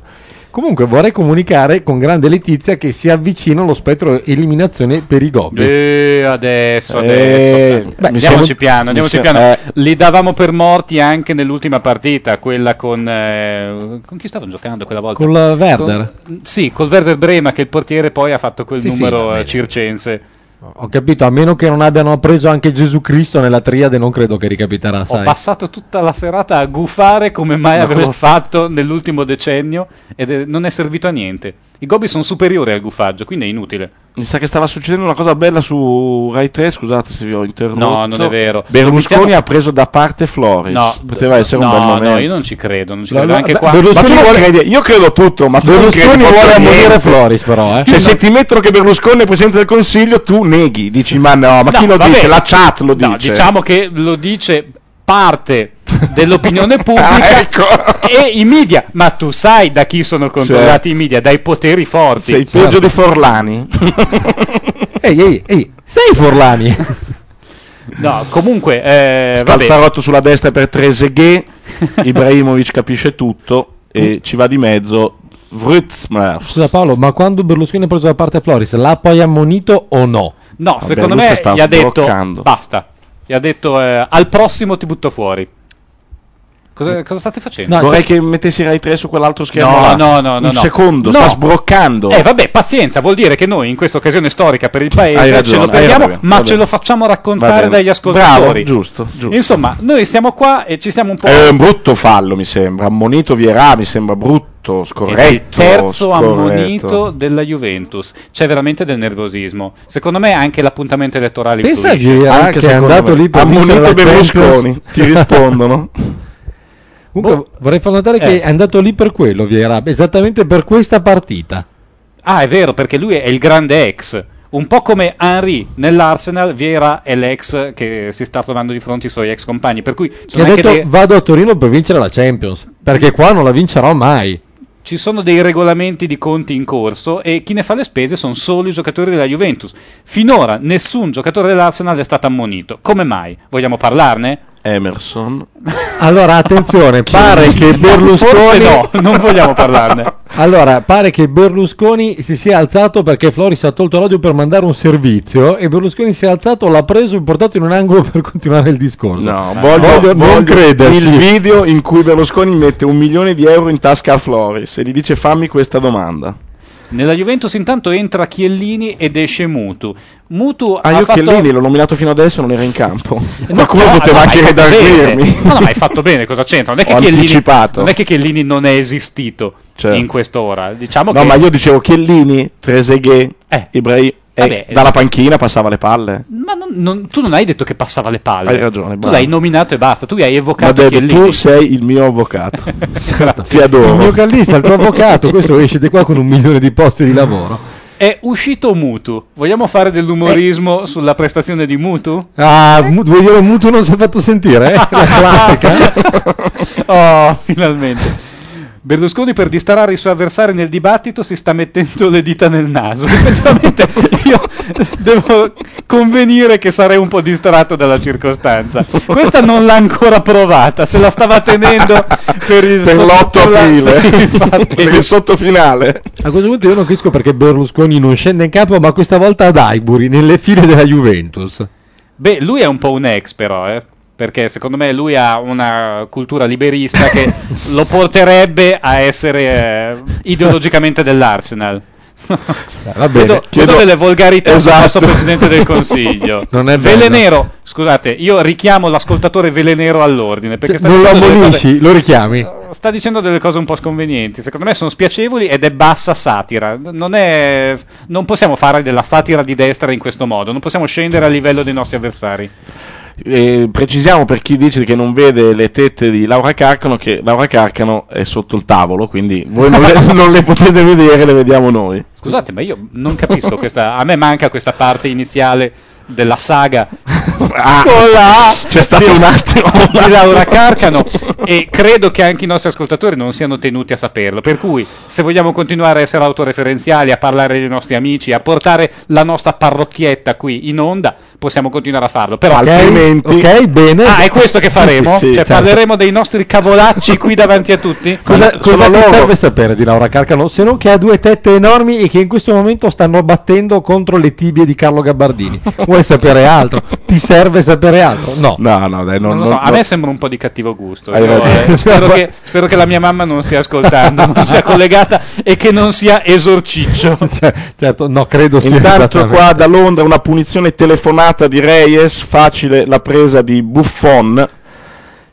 S5: Comunque vorrei comunicare con grande letizia che si avvicina lo spettro eliminazione per i Gobbi.
S3: Eh, adesso, adesso.
S5: Eh,
S3: Beh,
S5: beh,
S3: andiamoci
S5: siamo-
S3: piano, andiamoci
S5: mi siamo-
S3: piano.
S5: eh.
S3: Li davamo per morti anche nell'ultima partita, quella con... eh, con chi stavano giocando quella volta?
S5: Col Werder.
S3: Con- sì, col Werder Brema che il portiere poi ha fatto quel
S5: Sì, sì, va
S3: numero
S5: bene.
S3: eh, circense.
S5: Ho capito, a meno che non abbiano preso anche Gesù Cristo nella triade, non credo che ricapiterà,
S3: Ho
S5: sai.
S3: passato tutta la serata a gufare come mai
S5: Ma
S3: avevo
S5: questo-
S3: fatto nell'ultimo decennio ed eh, non è servito a niente. I gobbi sono superiori al gufaggio, quindi è inutile.
S4: Mi sa che stava succedendo una cosa bella su Rai 3, scusate se vi ho interrotto.
S3: No, non è vero.
S4: Berlusconi
S3: Iniziamo-
S4: ha preso da parte Floris.
S3: No,
S4: poteva essere
S3: no,
S4: un bel momento.
S3: No, io non ci credo, non ci
S4: No,
S3: credo.
S4: no,
S3: Anche
S4: beh,
S3: qua
S4: Berlusconi
S3: Ma tu
S4: vuole- Io credo tutto, ma tu non
S5: Berlusconi
S4: credi
S5: vuole
S4: proprio a
S5: ammonire
S4: niente.
S5: Floris, però, eh.
S4: Cioè,
S5: No.
S4: se ti mettono che Berlusconi è presidente del consiglio, tu neghi. Dici, ma no, ma
S3: No,
S4: chi lo
S3: vabbè.
S4: dice? La chat lo dice.
S3: No, diciamo che lo dice parte dell'opinione pubblica
S4: Ah, ecco.
S3: e i media. Ma tu sai da chi sono controllati i media? Dai poteri forti. Certo.
S4: Sei peggio di Forlani.
S5: ehi, ehi, ehi, sei Forlani.
S3: eh. No, comunque, eh, vabbè.
S4: Scalfarotto sulla destra per Trezeguet. Ibrahimovic capisce tutto
S3: Mm.
S4: e ci va di mezzo. Vruzmer.
S5: Scusa Paolo, ma quando Berlusconi ha preso da parte Floris, l'ha poi ammonito o no?
S3: No,
S4: Vabbè,
S3: secondo
S4: lui
S3: me
S4: sta
S3: gli ha detto
S4: sbroccando.
S3: basta. Gli ha detto eh, al prossimo ti butto fuori. Cosa, cosa state facendo?
S4: Vorrei che mettessi Rai 3 su quell'altro schermo.
S3: No,
S4: là.
S3: no, no, no,
S4: Un
S3: no.
S4: secondo,
S3: No.
S4: sta sbroccando.
S3: Eh vabbè, pazienza, vuol dire che noi in questa occasione storica per il
S4: Hai
S3: paese
S4: ragione,
S3: ce lo
S4: hai
S3: prendiamo,
S4: ragione,
S3: ma
S4: va
S3: ce
S4: bene.
S3: lo facciamo
S4: Va
S3: raccontare
S4: bene.
S3: dagli ascoltatori. Eh,
S4: Bravo, giusto, giusto.
S3: Insomma, noi siamo qua e ci siamo un po'.
S4: È un brutto fallo, mi sembra. Ammonito Vierà, mi sembra brutto, scorretto.
S3: Eh, terzo
S4: scorretto.
S3: ammonito della Juventus. C'è veramente del nervosismo. Secondo me anche l'appuntamento elettorale
S5: Pensa a
S3: influisce.
S5: Girard che è andato lì per vincere la Champions. Comunque vorrei far notare che
S3: Eh.
S5: è andato lì per quello, Vieira, esattamente per questa partita.
S3: Ah, è vero, perché lui è il grande ex. Un po' come Henry nell'Arsenal, Vieira è l'ex che si sta trovando di fronte ai suoi ex compagni. Per cui
S5: Che ha
S3: sono anche
S5: detto
S3: dei-
S5: vado a Torino per vincere la Champions, perché qua non la vincerò mai.
S3: ci sono dei regolamenti di conti in corso e chi ne fa le spese sono solo i giocatori della Juventus. Finora nessun giocatore dell'Arsenal è stato ammonito. Come mai? Vogliamo parlarne?
S4: Emerson.
S5: Allora attenzione, pare che Berlusconi...
S3: Forse no, non vogliamo parlarne.
S5: Allora, pare che Berlusconi si sia alzato perché Floris ha tolto l'odio per mandare un servizio e Berlusconi si è alzato, l'ha preso e portato in un angolo per continuare il discorso.
S4: No,
S5: Ah.
S4: voglio,
S5: non
S4: voglio
S5: crederci.
S4: il video in cui Berlusconi mette un milione di euro in tasca a Floris e gli dice fammi questa domanda.
S3: Nella Juventus intanto entra Chiellini ed esce Mutu. Mutu
S4: Ah,
S3: ha
S4: io
S3: fatto...
S4: Chiellini l'ho nominato fino adesso, non era in campo.
S3: No,
S4: Qualcuno
S3: no,
S4: poteva
S3: no,
S4: anche
S3: hai fatto
S4: redarguirmi.
S3: bene. No, no, ma hai fatto bene, cosa c'entra? Non è che,
S4: Ho
S3: Chiellini,
S4: anticipato.
S3: non, è che Chiellini non è esistito
S4: Certo.
S3: in quest'ora. Diciamo
S4: No,
S3: che... Eh.
S4: ma io dicevo Chiellini, Trezeguet, Ibrahim. e
S3: vabbè. eh.
S4: dalla panchina passava le palle.
S3: Ma non- non- tu non hai detto che passava le palle.
S4: Hai ragione,
S3: Tu
S4: bravo.
S3: l'hai nominato e basta. Tu hai
S4: Ma
S3: evocato
S4: detto,
S3: Chiellini.
S4: tu sei il mio avvocato. Ti
S5: Il mio
S4: adoro.
S5: callista, il tuo avvocato, questo esce di qua con un milione di posti di lavoro.
S3: È uscito Mutu. Vogliamo fare
S4: Eh.
S3: dell'umorismo sulla prestazione di Mutu?
S5: Ah, mu- vuoi dire Mutu non si è fatto sentire? eh? La classica.
S3: Oh, finalmente. Berlusconi per distrarre i suoi avversari nel dibattito si sta mettendo le dita nel naso. Effettivamente io devo convenire che sarei un po' distratto dalla circostanza. Questa non l'ha ancora provata, se la stava tenendo per il
S4: Per
S3: sotto-
S4: l'8
S3: per la- sì,
S4: aprile,
S3: infatti.
S4: per il sottofinale.
S5: A questo punto io non capisco perché Berlusconi non scende in campo, ma questa volta ad Aigbury, nelle file della Juventus.
S3: Beh, lui è un po' un ex, però, eh. Perché secondo me lui ha una cultura liberista che lo porterebbe a essere eh, ideologicamente dell'Arsenal.
S5: Va bene.
S3: Vedo,
S5: Chiedo-
S3: vedo delle volgarità
S5: Esatto.
S3: del nostro presidente del consiglio.
S5: Non è
S3: Vele
S5: bello.
S3: Nero, scusate, io richiamo l'ascoltatore Vele Nero all'ordine. Perché sta
S5: Cioè, Non lo
S3: dicendo Eh, delle
S5: ammonisci,
S3: cose-
S5: lo richiami.
S3: sta dicendo delle cose un po' sconvenienti. Secondo me sono spiacevoli ed è bassa satira. Non, è- non possiamo fare della satira di destra in questo modo. Non possiamo scendere a livello dei nostri avversari.
S4: eh, precisiamo per chi dice che non vede le tette di Laura Carcano che Laura Carcano è sotto il tavolo, quindi voi non le, non le potete vedere, le vediamo noi.
S3: Scusate, ma io non capisco questa. A me manca questa parte iniziale della saga.
S5: Ah,
S4: c'è stato un attimo
S3: di Laura Carcano e credo che anche i nostri ascoltatori non siano tenuti a saperlo. Per cui, se vogliamo continuare a essere autoreferenziali, a parlare dei nostri amici, a portare la nostra parrocchietta qui in onda, possiamo continuare a farlo. Però
S5: Ok, ok, bene.
S3: Ah, è questo che faremo?
S5: Sì, sì,
S3: cioè,
S5: certo.
S3: parleremo dei nostri cavolacci qui davanti a tutti?
S5: Cosa,
S3: Sono
S5: cosa ti
S3: loro.
S5: serve sapere di Laura Carcano se non che ha due tette enormi e che in questo momento stanno battendo contro le tibie di Carlo Gabbardini? Vuoi sapere altro? Ti serve sapere altro? No.
S4: No, no, dai,
S3: Non lo so, a me sembra un po' di cattivo gusto.
S5: Hai
S3: Io,
S5: ragione.
S3: eh, spero, che, spero che la mia mamma non stia ascoltando, non sia collegata e che non sia esorciccio.
S5: certo, no, credo sia
S4: Intanto
S5: esattamente-
S4: qua da Londra una punizione telefonata di Reyes, facile la presa di Buffon.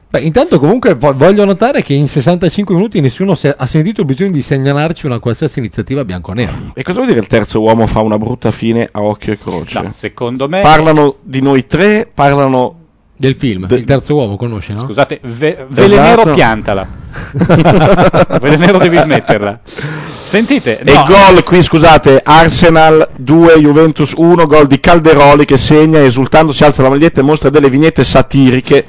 S5: Beh, intanto comunque vo- voglio notare che in 65 minuti nessuno se- ha sentito il bisogno di segnalarci una qualsiasi iniziativa bianconera.
S4: E cosa vuol dire il terzo uomo fa una brutta fine a occhio e croce?
S3: secondo me-
S4: Parlano di noi tre, parlano...
S5: Del film, il terzo uomo conosce, no?
S3: Scusate, ve- Velenero piantala. Velenero devi smetterla. Sentite,
S4: E
S3: no,
S4: gol qui, scusate, Arsenal 2, Juventus 1, gol di Calderoli che segna, esultando si alza la maglietta e mostra delle vignette satiriche,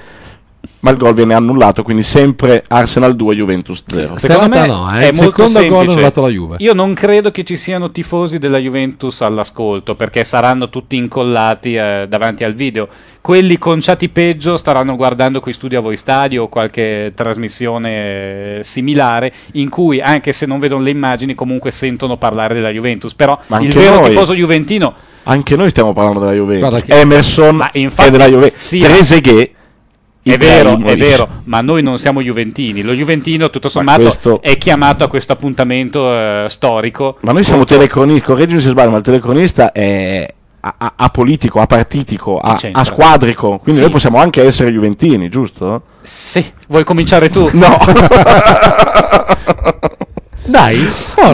S4: ma il gol viene annullato, quindi sempre Arsenal 2, Juventus 0.
S3: secondo me
S4: eh.
S3: è molto
S5: secondo eh. gol
S3: semplice.
S5: annullato alla Juve.
S3: Io non credo che ci siano tifosi della Juventus all'ascolto perché saranno tutti incollati eh, davanti al video. Quelli conciati peggio staranno guardando qui studio a voi stadio o qualche trasmissione eh, similare in cui anche se non vedono le immagini comunque sentono parlare della Juventus. Però
S4: Ma
S3: il
S4: anche
S3: vero
S4: noi.
S3: tifoso juventino
S4: Anche noi stiamo parlando della Juventus.
S3: Guarda che-
S4: Emerson
S3: Ma infatti-
S4: è della Juventus.
S3: sì, ma-
S4: Trezeguet
S3: È vero, è
S4: Ibrahimovic.
S3: vero, ma noi non siamo juventini. Lo juventino, tutto sommato,
S4: questo-
S3: è chiamato a questo appuntamento eh, storico.
S4: Ma noi siamo telecronisti, correggimi se sbaglio, ma il telecronista è a- a- apolitico, apartitico, a,
S3: c'entra?
S4: a squadrico, quindi
S3: Sì.
S4: noi possiamo anche essere juventini, giusto?
S3: Sì, vuoi cominciare tu?
S4: No.
S5: Dai,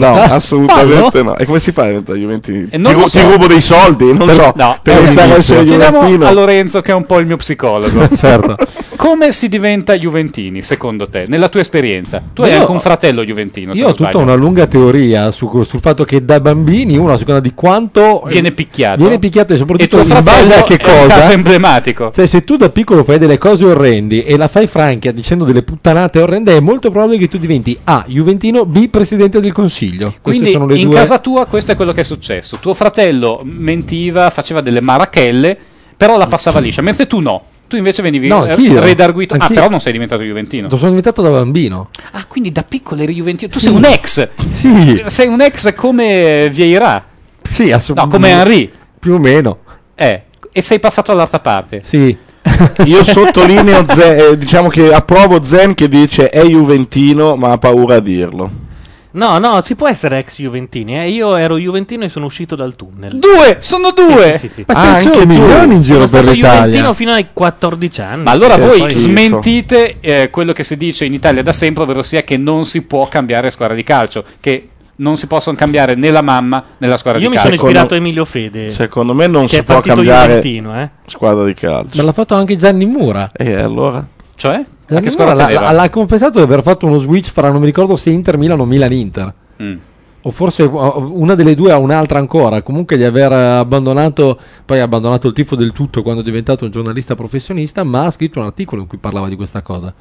S4: no, assolutamente no. E come si fa a diventare juventini? Ti,
S3: non lo
S4: ru-
S3: so.
S4: ti rubo dei soldi, non so,
S3: No,
S4: per iniziare a essere
S3: Chiediamo
S4: juventino.
S3: a Lorenzo, che è un po' il mio psicologo.
S5: certo.
S3: Come si diventa juventini, secondo te, nella tua esperienza? Tu hai
S5: Io-
S3: anche un fratello juventino, se
S5: Io ho
S3: non
S5: tutta
S3: sbaglio.
S5: una lunga teoria su- sul fatto che da bambini uno, a seconda di quanto
S3: Oh, Viene picchiato.
S5: viene picchiato e
S3: e
S5: soprattutto
S3: tuo
S5: in base
S3: fratello
S5: a che
S3: è un caso
S5: cosa...
S3: emblematico.
S5: Cioè, se tu da piccolo fai delle cose orrendi e la fai franca dicendo delle puttanate orrende, è molto probabile che tu diventi A. Juventino, B. Presidente del Consiglio.
S3: Quindi
S5: Queste sono le
S3: in
S5: due.
S3: casa tua questo è quello che è successo. Tuo fratello mentiva, faceva delle marachelle, però la passava liscia, mentre tu no. Tu invece venivi
S5: No,
S3: eh,
S5: anch'io.
S3: redarguito. Ah,
S5: Anch'io.
S3: però non sei diventato juventino.
S5: Lo sono diventato da bambino.
S3: Ah, quindi da piccolo eri juventino. Tu sei un ex.
S5: Sì.
S3: Sei un ex come Vieira.
S5: Sì, assolutamente.
S3: No, come Henry.
S5: Più o meno.
S3: Eh, e sei passato dall'altra parte.
S5: Sì.
S4: Io sottolineo, Ze- eh, diciamo che approvo Zen che dice è juventino ma ha paura a dirlo.
S2: No, no, si può essere ex Juventini. Eh? Io ero Juventino e sono uscito dal tunnel.
S3: Due! Sono due!
S2: Sì, sì, sì.
S5: Ma Ah, sei anche solo due? milioni in giro
S2: sono
S5: per
S2: stato
S5: l'Italia.
S2: Juventino fino ai 14 anni.
S3: Ma allora
S2: Che
S3: voi
S2: schifo.
S3: smentite eh, quello che si dice in Italia da sempre, ovvero sia che non si può cambiare squadra di calcio, che non si possono cambiare né la mamma né la squadra
S2: Io
S3: di
S2: mi
S3: calcio.
S2: sono ispirato a Emilio Fede.
S4: Secondo me non
S2: che
S4: si
S2: è
S4: può
S2: partito
S4: cambiare
S2: Juventino, eh.
S4: squadra di calcio.
S5: Me l'ha fatto anche Gianni Mura.
S4: E allora?
S3: Cioè?
S5: Gianni Mura
S4: che squadra
S5: l'ha,
S4: teneva?
S5: l'ha- l'ha confessato di aver fatto uno switch fra non mi ricordo se Inter Milan o Milan Inter.
S3: Mm.
S5: O forse uh, una delle due a un'altra ancora. Comunque di aver eh, abbandonato, poi ha abbandonato il tifo del tutto quando è diventato un giornalista professionista, ma ha scritto un articolo in cui parlava di questa cosa.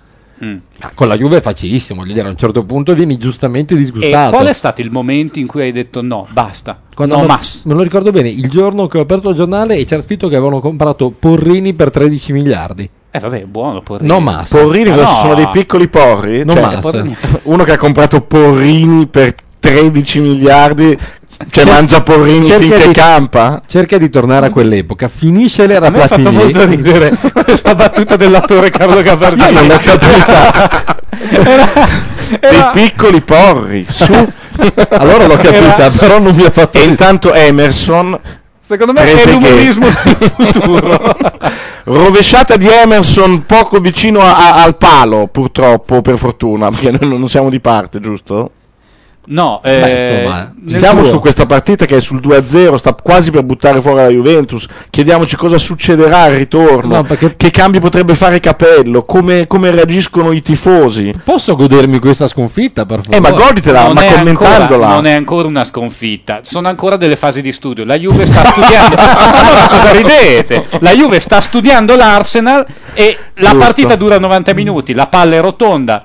S3: Mm.
S5: Ah, Con la Juve è facilissimo, voglio dire, a un certo punto vieni giustamente
S3: E
S5: disgustato.
S3: qual è stato il momento in cui hai detto no, basta,
S5: Quando
S3: no
S5: me-
S3: mas?
S5: Me lo ricordo bene, il giorno che ho aperto il giornale e c'era scritto che avevano comprato Porrini per 13 miliardi.
S3: Eh vabbè, buono Porrini.
S5: No mas.
S4: Porrini
S5: Ah,
S4: cosa
S5: no.
S4: sono dei piccoli porri?
S5: No,
S4: Cioè,
S5: mas. Porrini.
S4: Uno che ha comprato Porrini per 13 miliardi, cioè
S5: Cer-
S4: mangia Porrini
S5: cerca
S4: finché
S5: di-
S4: campa?
S5: Cerca di tornare a quell'epoca, finisce l'era
S4: A me ha fatto
S5: Platini.
S4: molto
S3: ridere questa battuta dell'attore Carlo Gavardini.
S4: non l'ho capita. Dei piccoli porri, su.
S5: allora l'ho capita, però non mi ha fatto
S4: E intanto Emerson
S3: Secondo me è
S4: Trezeguet.
S3: l'umorismo del futuro.
S4: Rovesciata di Emerson poco vicino a- a- al palo, purtroppo, per fortuna, perché noi non siamo di parte, giusto?
S3: No,
S4: Beh,
S3: eh,
S4: insomma,
S3: nel
S4: stiamo
S3: tuo-
S4: su questa partita che è sul 2-0, sta quasi per buttare fuori la Juventus. Chiediamoci cosa succederà al ritorno,
S5: No, perché-
S4: che cambi potrebbe fare Capello, come, come reagiscono i tifosi.
S5: Posso godermi questa sconfitta, per favore?
S4: Eh, ma goditela,
S3: Non
S4: ma
S3: è
S4: commentandola.
S3: ancora- non è ancora una sconfitta, sono ancora delle fasi di studio. La Juve sta studiando. allora cosa ridete? La Juve sta studiando l'Arsenal e la
S4: Giusto.
S3: partita dura 90 minuti, la palla è rotonda.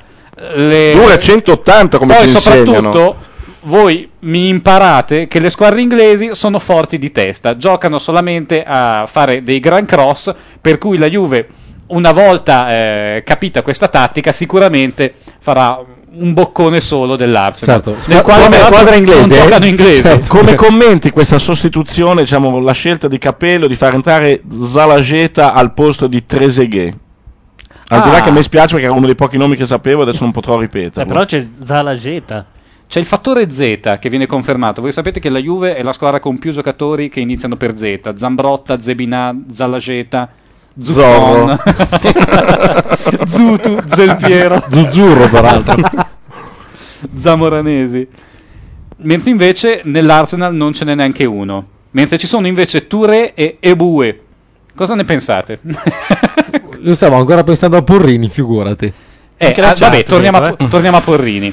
S3: le-
S4: Dura 180 come
S3: Poi
S4: ti insegnano.
S3: soprattutto voi mi imparate che le squadre inglesi sono forti di testa, giocano solamente a fare dei gran cross, per cui la Juve una volta eh, capita questa tattica sicuramente farà un boccone solo dell'Arsenal.
S5: Certo.
S3: Nel quale
S4: Esatto. Come
S3: peraltro
S4: squadra inglese,
S3: non giocano
S4: eh?
S3: inglesi.
S4: Certo. Come commenti questa sostituzione, diciamo, la scelta di Capello di far entrare Zalageta al posto di Trezeguet? Al di là
S2: Ah.
S4: che mi spiace perché era uno dei pochi nomi che sapevo, adesso non potrò ripeterlo.
S2: Eh, però c'è Zalageta.
S3: C'è il fattore Z che viene confermato. Voi sapete che la Juve è la squadra con più giocatori che iniziano per Z. Zambrotta, Zebinà, Zalageta, Zuffon, Zutu, Zelpiero.
S5: Zuzzurro, peraltro.
S3: Zamoranesi. Mentre invece nell'Arsenal non ce n'è neanche uno. Mentre ci sono invece Touré e Ebue. Cosa ne pensate?
S5: Io stavo ancora pensando a Porrini, figurati.
S3: Eh,
S5: Anche la
S3: ah,
S5: chat,
S3: vabbè, torniamo a,
S5: credo, eh.
S3: torniamo a Porrini.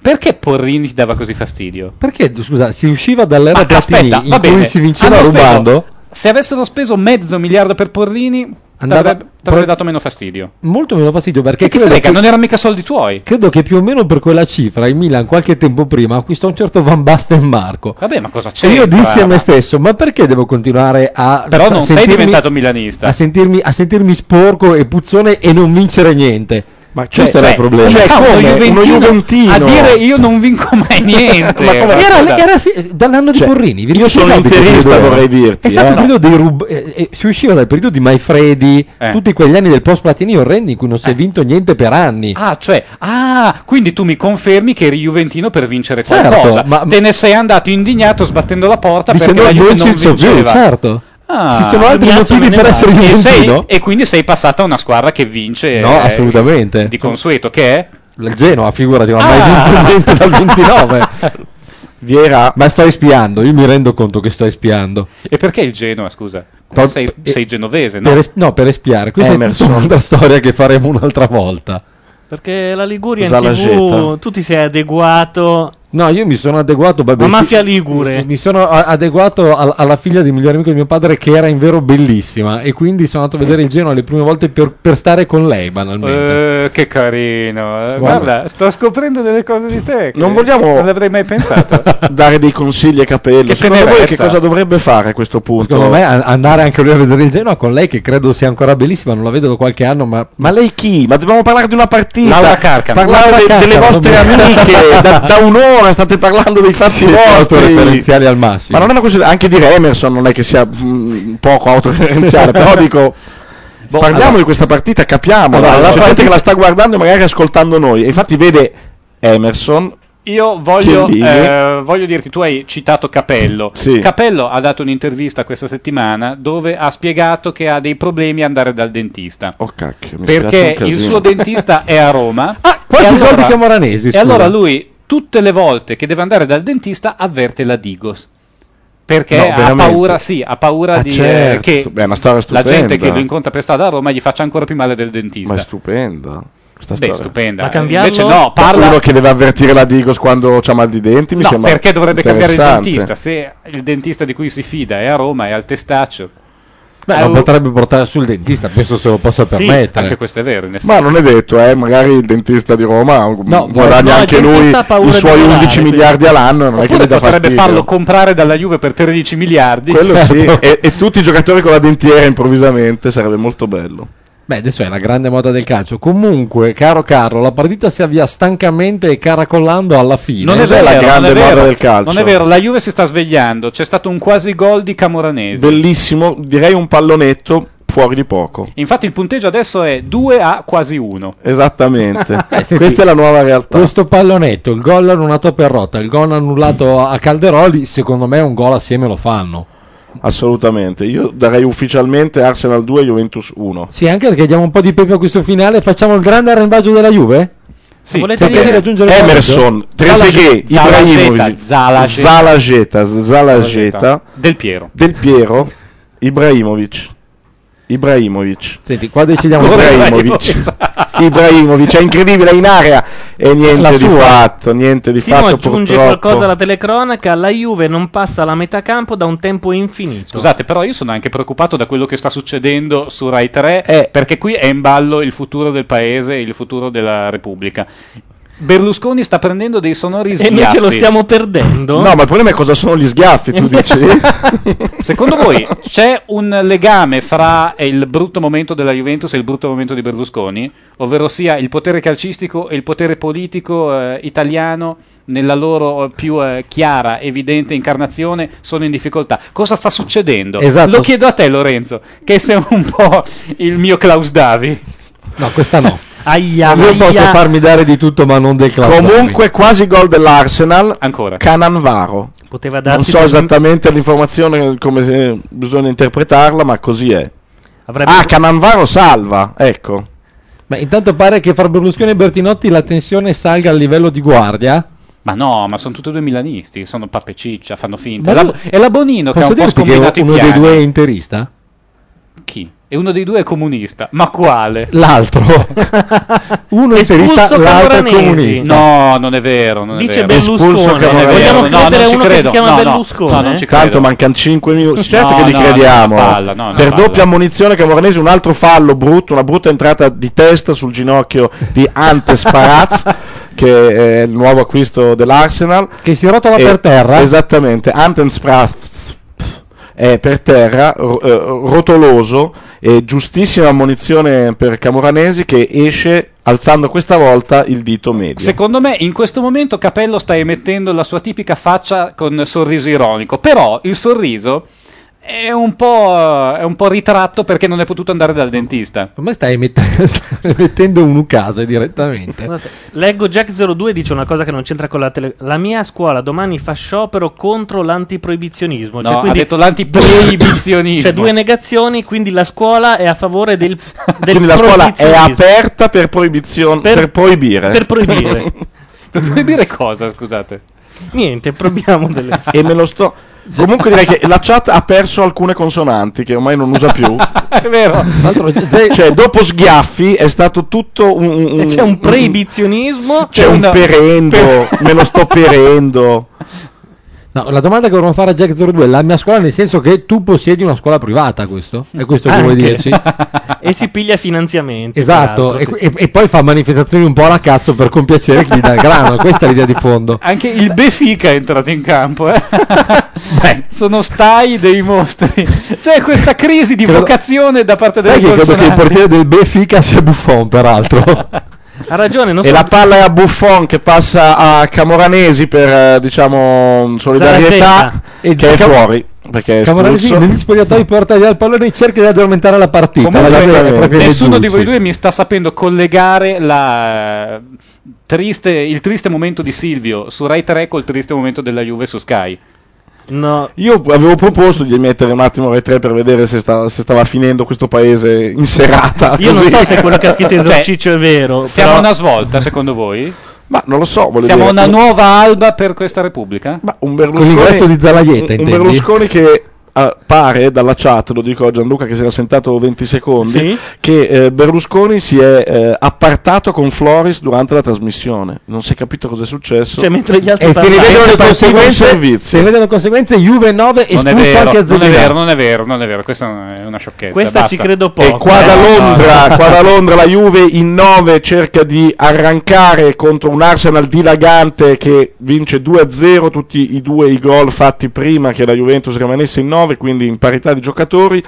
S3: Perché Porrini ti dava così fastidio?
S5: Perché, scusa, si usciva dall'era
S3: Ma
S5: Platini
S3: aspetta, va
S5: in cui
S3: bene.
S5: si
S4: Ah,
S5: vinceva
S3: Hanno speso-
S5: rubando?
S3: Se avessero speso mezzo miliardo per Porrini,
S5: Andava-
S3: t'avrebbe, t'avrebbe dato meno fastidio.
S5: Molto meno fastidio perché
S3: Che ti
S5: credo
S3: frega,
S5: che-
S3: non erano mica soldi tuoi.
S5: Credo che più o meno per quella cifra il Milan qualche tempo prima acquistò un certo Van Basten Marco.
S3: Vabbè, ma cosa c'è?
S5: E io dissi a me stesso, ma perché devo continuare a...
S3: Però
S5: a
S3: non sei
S5: sentirmi-
S3: diventato milanista.
S5: a sentirmi, a sentirmi sporco e puzzone e non vincere niente. Ma
S3: Cioè,
S5: questo era il
S3: cioè,
S5: problema. Diciamo,
S3: cioè, come uno juventino a dire io non vinco mai niente.
S5: Ma come- era,
S3: Guarda.
S5: era fi- dall'anno di
S3: Cioè,
S5: Porrini. vi
S3: io sono
S5: ricordate che
S4: interista,
S5: periodo era?
S4: vorrei dirti,
S5: È stato
S4: eh.
S5: il periodo dei rub- eh, eh, si usciva dal periodo di Maifredi,
S3: Eh.
S5: tutti quegli anni del post Platini orrendi in cui non si è vinto niente per anni.
S3: Ah, cioè, ah, quindi tu mi confermi che eri Juventino per vincere
S5: Certo,
S3: qualcosa.
S5: ma-
S3: Te ne sei andato indignato sbattendo la porta
S5: Dicendo
S3: perché la Juve
S5: non
S3: non
S5: ci so più,
S3: vinceva.
S5: certo.
S3: Ah,
S5: Ci sono altri
S3: cazzo,
S5: motivi
S3: me ne
S5: per
S3: vado.
S5: essere
S3: e, sei,
S5: Juventino?
S3: e quindi sei passata a una squadra che vince
S5: No,
S3: eh,
S5: assolutamente.
S3: di Ah. consueto, che è
S5: Il Genoa, figurati, non ha mai vinto niente dal 29. Ma sto espiando, io mi rendo conto che sto espiando.
S3: E perché il Genoa, scusa?
S5: Pro-
S3: sei, sei genovese, no?
S5: eh, Per es- no, per espiare. Questa
S3: Emerson.
S5: è tutta un'altra storia che faremo un'altra volta.
S2: Perché la Liguria in
S5: Zalageta.
S2: TV tu ti sei adeguato.
S5: No, io mi sono adeguato. Vabbè,
S2: Ma mafia
S5: sì,
S2: ligure.
S5: Mi sono a- adeguato al- alla figlia del migliore amico di mio padre, che era in vero bellissima. E quindi sono andato a vedere il Genoa le prime volte per, per stare con lei, banalmente.
S3: Eh, che carino. Eh, Guarda. sto scoprendo delle cose di te. che
S4: Non vogliamo-
S3: Non l'avrei mai pensato.
S4: Esatto. Dare dei consigli a Capello.
S3: Che
S4: Secondo
S3: tenerezza.
S4: voi che cosa dovrebbe fare a questo punto?
S5: Secondo me a- andare anche lui a vedere il Genoa con lei, che credo sia ancora bellissima, non la vedo da qualche anno, ma...
S4: Ma lei chi? Ma dobbiamo parlare di una partita.
S5: Laura Carcano.
S4: Parlare
S5: Laura
S4: de-
S5: Carcano,
S4: delle vostre
S5: vabbè.
S4: amiche. da, da un'ora state parlando dei fatti
S5: Sì,
S4: vostri.
S5: autoreferenziali al massimo.
S4: Ma non è una questione, anche dire Emerson non è che sia mh, poco autoreferenziale, però dico. parliamo
S5: Boh, allora.
S4: di questa partita, capiamo.
S5: Allora,
S4: la
S5: la
S4: gente
S5: partita-
S4: che la sta guardando e magari ascoltando noi. E infatti vede Emerson.
S3: Io voglio,
S4: Chiellini.
S3: eh, voglio dirti, tu hai citato Capello.
S4: Sì.
S3: Capello ha dato un'intervista questa settimana dove ha spiegato che ha dei problemi a andare dal dentista.
S4: Oh cacchio, mi spiace un
S3: perché
S4: casino.
S3: il suo dentista è a
S5: Ah,
S3: Roma.
S5: quanti
S3: e
S5: gol di Camoranesi,
S3: E
S5: scusa.
S3: allora lui, tutte le volte che deve andare dal dentista, avverte la Digos. Perché
S4: No,
S3: ha
S4: veramente?
S3: paura, sì, ha paura
S4: Ah,
S3: di, eh,
S4: certo.
S3: che
S4: Beh, è una storia
S3: la
S4: stupenda.
S3: gente che lo incontra per strada a Roma gli faccia ancora più male del dentista.
S4: Ma è stupenda. Questa
S3: Beh,
S4: storia.
S3: stupenda.
S2: Ma cambiarlo?
S3: Invece no, parla,
S4: Uno che deve avvertire la Digos quando c'ha mal di denti. Mi
S3: No,
S4: sembra
S3: perché dovrebbe cambiare il
S4: interessante.
S3: dentista? Se il dentista di cui si fida è a Roma, è al testaccio.
S5: Beh,
S3: Eh,
S5: lo potrebbe portare sul dentista, penso se lo possa
S3: Sì,
S5: permettere.
S3: anche questo è vero. in effetti.
S4: Ma non è detto, eh, magari il dentista di Roma
S5: No,
S4: guadagna
S5: Mm, no, il
S4: anche lui
S5: dentista ha paura
S4: i
S5: di
S4: suoi
S5: lavorare,
S4: 11
S5: quindi.
S4: miliardi all'anno, non è che
S3: Oppure
S4: gli dà
S3: potrebbe
S4: fastidio.
S3: farlo comprare dalla Juve per 13 miliardi.
S4: Quello sì,
S3: Certo.
S4: e, e tutti i giocatori con la dentiera improvvisamente sarebbe molto bello.
S5: Beh, adesso è la grande moda del calcio. Comunque, caro Carlo, la partita si avvia stancamente e caracollando alla fine.
S3: Non è vero,
S4: la grande
S3: non è
S4: moda
S3: vero,
S4: del calcio.
S3: Non è vero, la Juve si sta svegliando. C'è stato un quasi gol di Camoranesi.
S4: Bellissimo, direi un pallonetto fuori di poco.
S3: Infatti il punteggio adesso è 2 a quasi 1.
S4: Esattamente.
S5: Beh, Eh, senti,
S4: Questa è la nuova realtà.
S5: Questo pallonetto, il gol annullato a Perrotta, il gol annullato a Calderoli, secondo me un gol assieme lo fanno.
S4: Assolutamente. Io darei ufficialmente Arsenal 2 Juventus 1.
S5: Sì, anche perché diamo un po' di pepe a questo finale. Facciamo il grande arrembaggio della Juve?
S3: Sì,
S2: volete
S4: Potrei
S2: dire-
S4: aggiungere qualcosa? Emerson, Trezeguet,
S3: Zala-
S4: Ibrahimovic,
S3: Zala-
S4: Zala Geta, Zala Geta,
S3: Del Piero.
S4: Del Piero, Ibrahimovic. Ibrahimovic.
S5: Senti, qua decidiamo
S4: Ibrahimovic. Ibrahimovic è incredibile è in area e
S5: La
S4: niente di
S5: sua.
S4: fatto, niente di
S2: Simo
S4: fatto
S2: aggiunge qualcosa
S4: purtroppo.
S2: alla telecronaca, la Juve non passa la metà campo da un tempo infinito.
S3: Scusate, però io sono anche preoccupato da quello che sta succedendo su Rai 3,
S4: Eh.
S3: perché qui è in ballo il futuro del paese e il futuro della Repubblica. Berlusconi sta prendendo dei sonori schiaffi.
S2: perdendo.
S4: No, ma il problema è cosa sono gli schiaffi, tu dici?
S3: Secondo voi c'è un legame fra il brutto momento della Juventus e il brutto momento di Berlusconi? Ovvero sia il potere calcistico e il potere politico eh, italiano nella loro eh, più eh, chiara, evidente incarnazione sono in difficoltà. Cosa sta succedendo?
S5: Esatto.
S3: Lo chiedo a te Lorenzo, che sei un po' il mio Klaus Davi.
S5: No, questa no.
S2: Aia,
S5: Io posso farmi dare di tutto, ma non del classico.
S4: Comunque quasi gol dell'Arsenal. Cananvaro.
S2: Poteva
S4: Non
S2: darti
S4: so
S2: del-
S4: esattamente l'informazione come se- bisogna interpretarla, ma così è.
S2: Avrebbe-
S4: Ah, Cananvaro salva, ecco.
S5: Ma intanto pare che fra Berlusconi e Bertinotti la tensione salga al livello di guardia.
S3: Ma no, ma sono tutti due milanisti, sono pappe ciccia, fanno finta. È
S5: Ma
S3: la,
S5: tu-
S3: è la Bonino che ha un po'
S5: dirti che
S3: scombinato i
S5: uno
S3: piani.
S5: dei due è interista?
S3: Chi? E uno dei due è comunista. Ma quale?
S5: L'altro. uno è interista, l'altro è comunista.
S3: No, non è vero. Non
S5: Dice
S3: è vero.
S5: Berlusconi.
S3: Non è
S5: Vogliamo
S3: vero.
S5: credere
S3: no, non
S5: a
S3: ci
S5: uno che
S3: credo.
S5: si chiama
S3: No, no,
S5: Berlusconi? eh?
S3: No, non ci credo.
S4: Tanto mancano 5 minuti. Certo
S3: No,
S4: che li
S3: no,
S4: crediamo.
S3: no, è una palla, no, è una
S4: per
S3: palla.
S4: doppia munizione Camoranesi, un altro fallo brutto, una brutta entrata di testa sul ginocchio di Ante Sparaz, che è il nuovo acquisto dell'Arsenal.
S5: Che si rotola per terra.
S4: Esattamente, Ante Sparaz è per terra, ro- eh, rotoloso, e giustissima munizione per Camoranesi che esce alzando questa volta il dito medio.
S3: Secondo me in questo momento Capello sta emettendo la sua tipica faccia con sorriso ironico, però il sorriso è un po', è un po' ritratto perché non è potuto andare dal dentista.
S5: Ma stai, mette- stai mettendo un ucase direttamente.
S2: Guardate, Leggo Jack02 dice una cosa che non c'entra con la tele. La mia scuola domani fa sciopero contro l'antiproibizionismo.
S3: No,
S2: cioè,
S3: ha
S2: quindi
S3: detto l'antiproibizionismo.
S2: C'è due negazioni, quindi la scuola è a favore del, del
S4: Quindi la scuola è
S2: proibizionismo.
S4: aperta per, proibizio-
S2: Per-
S4: per proibire.
S2: per proibire.
S3: Per dire cosa, scusate?
S2: Niente, proviamo delle...
S4: e me lo sto. Comunque direi che la chat ha perso alcune consonanti che ormai non usa più.
S3: è vero.
S4: cioè, dopo schiaffi è stato tutto un. un-
S2: E c'è un
S4: un-
S2: proibizionismo.
S4: Mm. c'è un perendo. me lo sto perendo.
S5: No, la domanda che vorremmo fare a Jack02 la mia scuola, nel senso che tu possiedi una scuola privata, questo? È questo che
S2: Ah,
S5: vuoi
S2: Anche.
S5: dirci?
S2: e si piglia finanziamenti.
S5: Esatto,
S2: peraltro, sì.
S5: e, e- e poi fa manifestazioni un po' alla cazzo per compiacere chi gli dà il grano, questa è l'idea di fondo.
S3: Anche il Befica è entrato in campo. eh. Sono stai dei mostri. Cioè questa crisi di
S5: Credo-
S3: vocazione da parte delle
S5: Sai che credo che il
S3: consonanti.
S5: portiere del Benfica sia Buffon, peraltro.
S2: Ha ragione, non
S4: e
S2: so-
S4: la palla è a Buffon che passa a Camoranesi per eh, diciamo solidarietà
S5: Zalazetta.
S4: e
S5: E
S4: che è
S5: Cam-
S4: fuori perché è
S5: Camoranesi
S4: espulso.
S5: Eh, negli spogliatoi porta via il pallone e cerca di addormentare la partita.
S3: Comunque, eh,
S5: La guardia è proprio
S3: nessuno di
S5: Guzzzi.
S3: voi due mi sta sapendo collegare la eh, triste- il triste momento di Silvio su Rai 3 col triste momento della Juve su Sky.
S4: Io avevo proposto di mettere un attimo Rai 3 per vedere se, sta- se stava finendo questo paese in serata.
S2: Io non
S4: così.
S2: so se quello che ha scritto
S4: Cioè,
S2: Esorciccio è vero.
S3: Siamo
S2: però-
S3: una svolta, secondo voi?
S4: Ma non lo so, voglio
S3: Siamo
S4: dire-
S3: una nuova alba per questa Repubblica?
S4: Ma un Berlusconi- un- un Berlusconi che eh, pare dalla chat, lo dico a Gianluca che si era sentato 20 secondi,
S2: Sì.
S4: che eh, Berlusconi si è eh, appartato con Floris durante la trasmissione. Non si è capito cosa è successo.
S2: Cioè, mentre gli altri
S4: e si
S2: parlavano.
S4: rivedono le
S2: Mentre partivo in
S4: conseguenze.
S5: Se vedono le conseguenze, Juve 9 e
S3: Non è,
S5: anche
S3: vero,
S5: a
S3: non è
S5: Zolina.
S3: vero, non è vero, non è vero, questa è una sciocchezza.
S4: Questa
S3: basta. Eh,
S4: ci credo poco. E qua da Londra, qua da Londra la Juve in 9 cerca di arrancare contro un Arsenal dilagante che vince 2-0 tutti i due i gol fatti prima che la Juventus rimanesse in 9, quindi in parità di giocatori.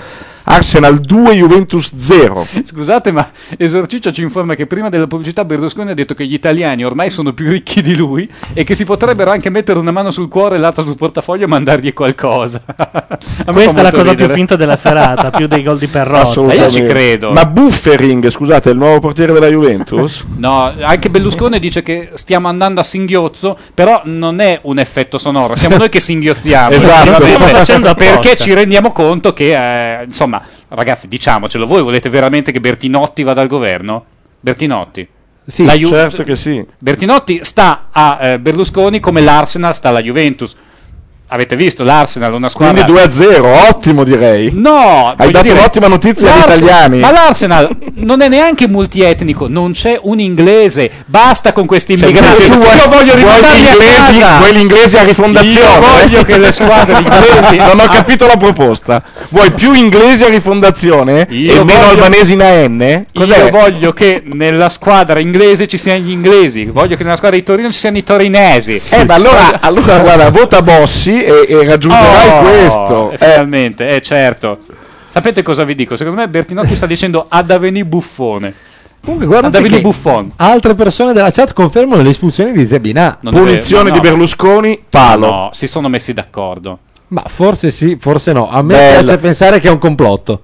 S4: Arsenal 2 Juventus 0.
S3: Scusate, ma Esorciccio ci informa che prima della pubblicità Berlusconi ha detto che gli italiani ormai sono più ricchi di lui e che si potrebbero anche mettere una mano sul cuore e l'altra sul portafoglio e mandargli qualcosa. A me fa
S2: Questa è la
S3: molto
S2: cosa più
S3: ridere.
S2: finta della serata, più dei gol di Perrotta.
S3: Ma Eh, io ci credo.
S4: Ma Buffering, scusate, è il nuovo portiere della Juventus?
S3: No, anche Berlusconi dice che stiamo andando a singhiozzo, però non è un effetto sonoro, siamo noi che singhiozziamo.
S4: Esatto.
S3: Perché-
S4: Stiamo facendo apposta.
S3: perché ci rendiamo conto che, eh, insomma, ragazzi, diciamocelo, voi volete veramente che Bertinotti vada al governo? Bertinotti.
S5: Sì,
S3: La Ju-
S4: certo che sì.
S3: Bertinotti sta a eh, Berlusconi come l'Arsenal sta alla Juventus. Avete visto l'Arsenal, una squadra
S4: Quindi 2-0, ottimo direi.
S3: No,
S4: hai
S3: Ah, voglio
S4: dato
S3: dire,
S4: un'ottima notizia agli
S3: l'Arsenal-
S4: italiani.
S3: Ma l'Arsenal non è neanche multietnico, non c'è un inglese. Basta con questi immigrati.
S4: Cioè, tu vuoi-
S3: Io voglio
S4: vuoi
S3: rimandarli
S4: gli inglesi-
S3: a casa.
S4: vuoi gli inglesi a rifondazione?
S3: Io voglio che le squadre inglesi
S4: Non ho capito la proposta. Vuoi più inglesi a rifondazione e
S3: Io
S4: meno
S3: voglio-
S4: albanesi in AN? Cos'è?
S3: Io voglio che nella squadra inglese ci siano gli inglesi, voglio che nella squadra di Torino ci siano i torinesi.
S4: Eh, ma allora, allora guarda, vota Bossi e, e raggiungerai
S3: Oh,
S4: questo.
S3: eh, Finalmente, eh certo. Sapete cosa vi dico? Secondo me Bertinotti sta dicendo ad avvenì buffone.
S5: Comunque, guardate
S3: Davide
S5: che
S3: Buffon.
S5: Altre persone della chat confermano le espulsioni di Zebinà.
S3: Non è vero, no, no.
S4: Berlusconi,
S5: palo.
S3: No, si sono messi d'accordo.
S5: Ma forse sì, forse no. A me
S4: Bella.
S5: piace pensare che è un complotto.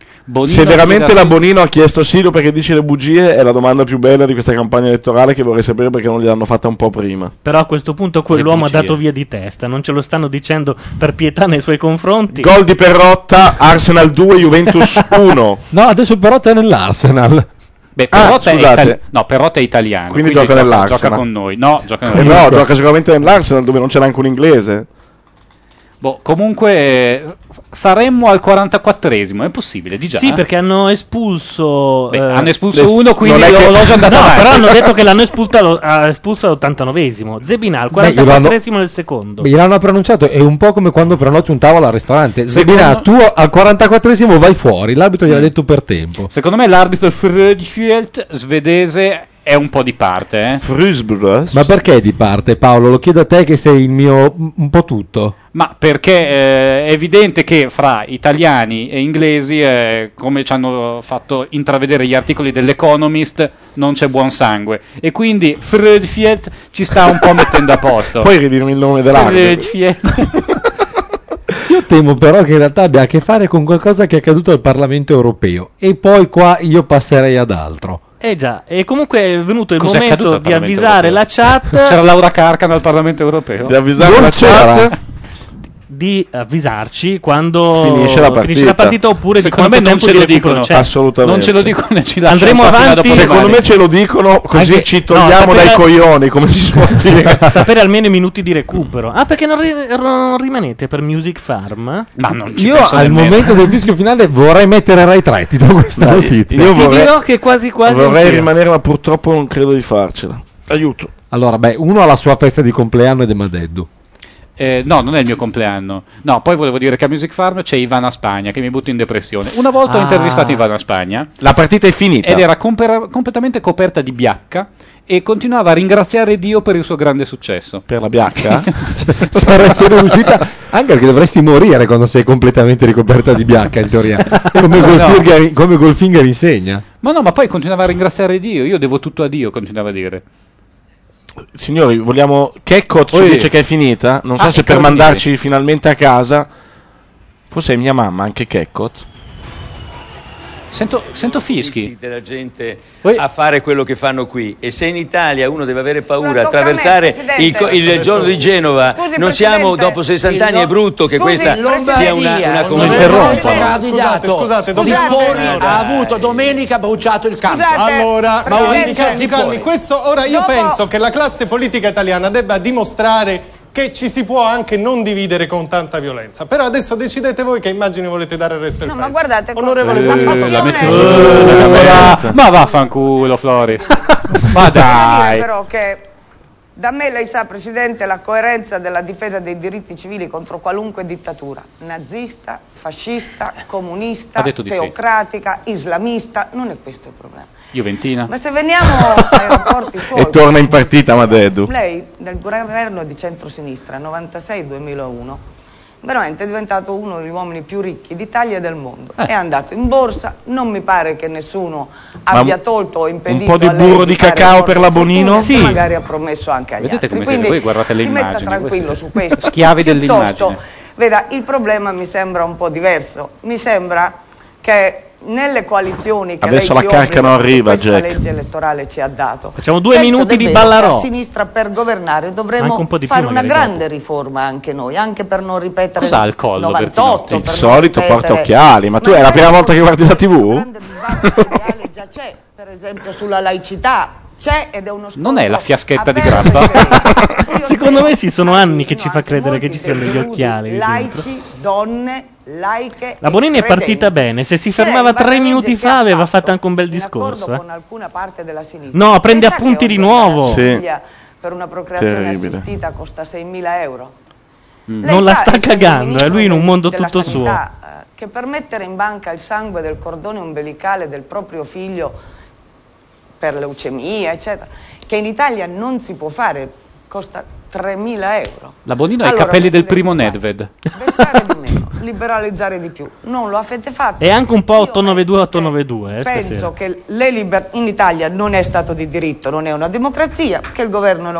S3: Eh, Bonino
S4: Se veramente
S3: chiede
S4: la
S3: a-
S4: Bonino ha chiesto Silo perché dice le bugie, è la domanda più bella di questa campagna elettorale che vorrei sapere perché non gliel'hanno fatta un po' prima.
S2: Però a questo punto quell'uomo ha
S4: bugie.
S2: dato via di testa, non ce lo stanno dicendo per pietà nei suoi confronti.
S4: Gol di Perrotta, Arsenal 2, Juventus 1.
S5: No, adesso però te nell'Arsenal.
S3: Beh,
S4: Ah,
S3: Perotta,
S4: scusate.
S3: è itali- no, Perotta è italiano.
S4: Quindi
S3: quindi
S4: gioca
S3: gioca,
S4: nell'Arsenal.
S3: gioca con noi. No, gioca
S4: Eh no,
S3: noi.
S4: gioca sicuramente nell'Arsenal dove non c'è neanche un inglese.
S3: Boh, comunque eh, s- saremmo al 44esimo, è possibile, eh? di già.
S2: Sì, perché hanno espulso. eh,
S3: hanno espulso le- uno, quindi non è che- l'orologio è andato
S2: No,
S3: avanti.
S2: però hanno detto che l'hanno espultato- ha espulso all'89esimo. Zebina al
S5: Beh, glielo hanno-
S2: 44esimo del secondo.
S5: Gliel'hanno pronunciato, è un po' come quando prenoti un tavolo al ristorante.
S2: Secondo-
S5: Zebinà, tu al 44esimo vai fuori, l'arbitro
S3: Mm.
S5: gliel'ha detto per tempo.
S3: Secondo me l'arbitro Frödfjeld svedese è un po' di parte. Eh?
S5: Ma perché di parte Paolo? Lo chiedo a te che sei il mio un po' tutto.
S3: Ma perché eh, è evidente che fra italiani e inglesi, eh, come ci hanno fatto intravedere gli articoli dell'Economist, non c'è buon sangue. E quindi Frödfjeld ci sta un po' mettendo a posto.
S4: Puoi ridirmi il nome dell'arbitro?
S3: eh, Frödfjeld.
S5: Io temo però che in realtà abbia a che fare con qualcosa che è accaduto al Parlamento europeo e poi qua io passerei ad altro.
S2: Eh già, e comunque è venuto il
S5: Cos'è accaduto
S2: momento
S5: al
S2: di
S5: Parlamento
S2: avvisare
S5: europeo?
S2: la chat.
S3: C'era Laura Carcano al Parlamento europeo.
S4: Di avvisare Non la c'era. chat?
S2: Di avvisarci quando
S4: Finisce la partita.
S2: partita, oppure
S4: Secondo
S2: di
S4: me
S2: quanto
S4: non
S2: tempo
S4: ce lo
S2: di recupero
S4: dicono,
S2: c'è.
S4: assolutamente. Non ce lo
S3: dicono e ci
S2: Andremo avanti.
S4: Secondo me ce lo dicono così
S2: Anche-
S4: ci togliamo
S2: no, sapere-
S4: dai coglioni, come si suol dire.
S2: Sapere almeno i minuti di recupero. Ah, perché non, ri- non rimanete per Music Farm?
S3: Ma non
S5: Io al momento del rischio finale vorrei mettere Rai 3, ti do questa notizia.
S4: Io
S2: Ti dirò che quasi quasi
S4: vorrei
S2: anch'io.
S4: rimanere, ma purtroppo non credo di farcela. Aiuto.
S5: Allora, beh, uno ha la sua festa di compleanno ed è Madeddu.
S3: Eh, no, non è il mio compleanno. No, poi volevo dire che a Music Farm c'è Ivana Spagna che mi butta in depressione. Una volta ho
S4: Ah.
S3: intervistato Ivana Spagna
S4: La partita è finita.
S3: ed era compera- completamente coperta di biacca e continuava a ringraziare Dio per il suo grande successo.
S4: Per la biacca?
S5: Per essere riuscita, anche perché dovresti morire quando sei completamente ricoperta di bianca, in teoria. Come,
S3: No.
S5: Goldfinger, come Goldfinger insegna.
S3: ma no, ma poi continuava a ringraziare Dio. Io devo tutto a Dio, continuava a dire.
S4: Signori, vogliamo. Checco ci
S3: Oi.
S4: dice che è finita. Non so
S3: Ah,
S4: se
S3: e
S4: per
S3: che
S4: mandarci finalmente a casa. Forse è mia mamma, anche Kekkot.
S3: Sento, sento fischi.
S15: della gente a fare quello che fanno qui e se in Italia uno deve avere paura attraversare
S16: Presidente.
S15: il, co- il giorno di Genova
S16: Scusi,
S15: non siamo
S16: Presidente.
S15: dopo 60 anni
S16: Il
S15: è brutto che
S16: scusi,
S15: questa
S16: Lombardia,
S15: sia una, una
S16: non
S15: comunità
S16: è
S15: interrotta.
S16: possibile. Scusate, scusate, Zipponi
S17: Eh,
S16: ha avuto domenica bruciato il campo.
S18: Allora, Maurizio
S16: Presidente
S18: Zicalli,
S16: Zipponi.
S18: questo ora io
S16: Dopo-
S18: penso che la classe politica italiana debba dimostrare che ci si può anche non dividere con tanta violenza. Però adesso decidete voi che immagini volete dare al resto del paese. Ma guardate, onorevole Guardi-
S3: Eh, la metti giù, la
S4: Esatto.
S3: cameretta. ma vaffanculo, Floris. ma dai.
S19: però che da me lei sa presidente la coerenza della difesa dei diritti civili contro qualunque dittatura nazista, fascista, comunista,
S3: Ha detto di sì.
S19: teocratica, islamista, non è questo il problema.
S3: Juventina.
S19: Ma se veniamo ai rapporti suoi
S4: E torna in partita, Madedu.
S19: diciamo, lei nel governo di centrosinistra 96-2001 veramente è diventato uno degli uomini più ricchi d'Italia e del mondo.
S4: Eh.
S19: È andato in borsa, non mi pare che nessuno
S4: Ma
S19: abbia
S4: un-
S19: tolto o impedito
S4: po' di
S19: a lei
S4: burro di
S19: fare
S4: cacao per la
S19: fortune,
S4: Bonino?
S19: ma
S4: Sì.
S19: magari ha promesso anche agli
S3: Vedete
S19: altri.
S3: come siete
S19: Quindi
S3: voi, guardate le
S19: si metta
S3: immagini, voi
S19: tranquillo
S3: siete
S19: su questo.
S3: schiavi
S19: Piuttosto,
S3: dell'immagine.
S19: Veda, il problema mi sembra un po' diverso. Mi sembra che nelle coalizioni che
S4: Adesso
S19: lei
S4: la
S19: ci
S4: carca
S19: obbliga,
S4: non
S19: che
S4: arriva,
S19: questa
S4: Jack.
S19: legge elettorale ci ha dato.
S2: Facciamo due
S19: Penso
S2: minuti di
S19: davvero
S2: Ballarò.
S19: che A sinistra per governare dovremmo
S2: Manca un po' di più,
S19: fare una
S2: magari,
S19: grande riforma anche noi, anche per non ripetere
S4: Cosa ha al collo,
S19: 98,
S4: Il
S19: per non
S4: solito
S19: ripetere-
S4: porta occhiali. Ma tu è la prima volta che guardi la TV?
S19: già c'è, per esempio sulla laicità, c'è ed è uno scontro.
S3: Non è la fiaschetta di
S19: aperto
S3: grappa.
S2: Secondo me sì, sono anni che ci fa credere che ci siano degli occhiali. lì dentro.
S19: Laici, donne, laiche.
S2: La
S19: e
S2: Bonini è
S19: credenti.
S2: partita bene, se si
S19: Cioè,
S2: fermava
S19: guarda
S2: tre
S19: Luigi,
S2: minuti
S19: che
S2: fa
S19: ha
S2: aveva
S19: fatto
S2: fatto anche un bel
S19: d'accordo
S2: discorso. eh.
S19: con alcuna parte della sinistra.
S2: No, prende
S19: Pensate
S2: appunti
S19: oggi
S2: di nuovo.
S19: una
S2: Sì.
S19: famiglia Per una procreazione
S2: Terribile.
S19: assistita costa 6.000 euro.
S2: eh.
S3: Mm.
S19: Lei
S2: Non la
S19: sa,
S2: sta
S19: essendo
S2: cagando, è
S19: ministro
S2: lui in un mondo
S19: della
S2: tutto suo.
S19: sanità, eh, Che per mettere in banca il sangue del cordone umbilicale del proprio figlio per leucemia, eccetera, che in Italia non si può fare, costa 3.000 euro.
S3: La Bonino ha
S19: Allora,
S3: i capelli del
S19: Presidente,
S3: primo Nedved.
S19: Liberalizzare di più, non lo avete fatto.
S2: È anche un po' 892-892. Eh,
S19: Penso
S2: stasera.
S19: che le liber- in Italia non è stato di diritto, non è una democrazia, che il governo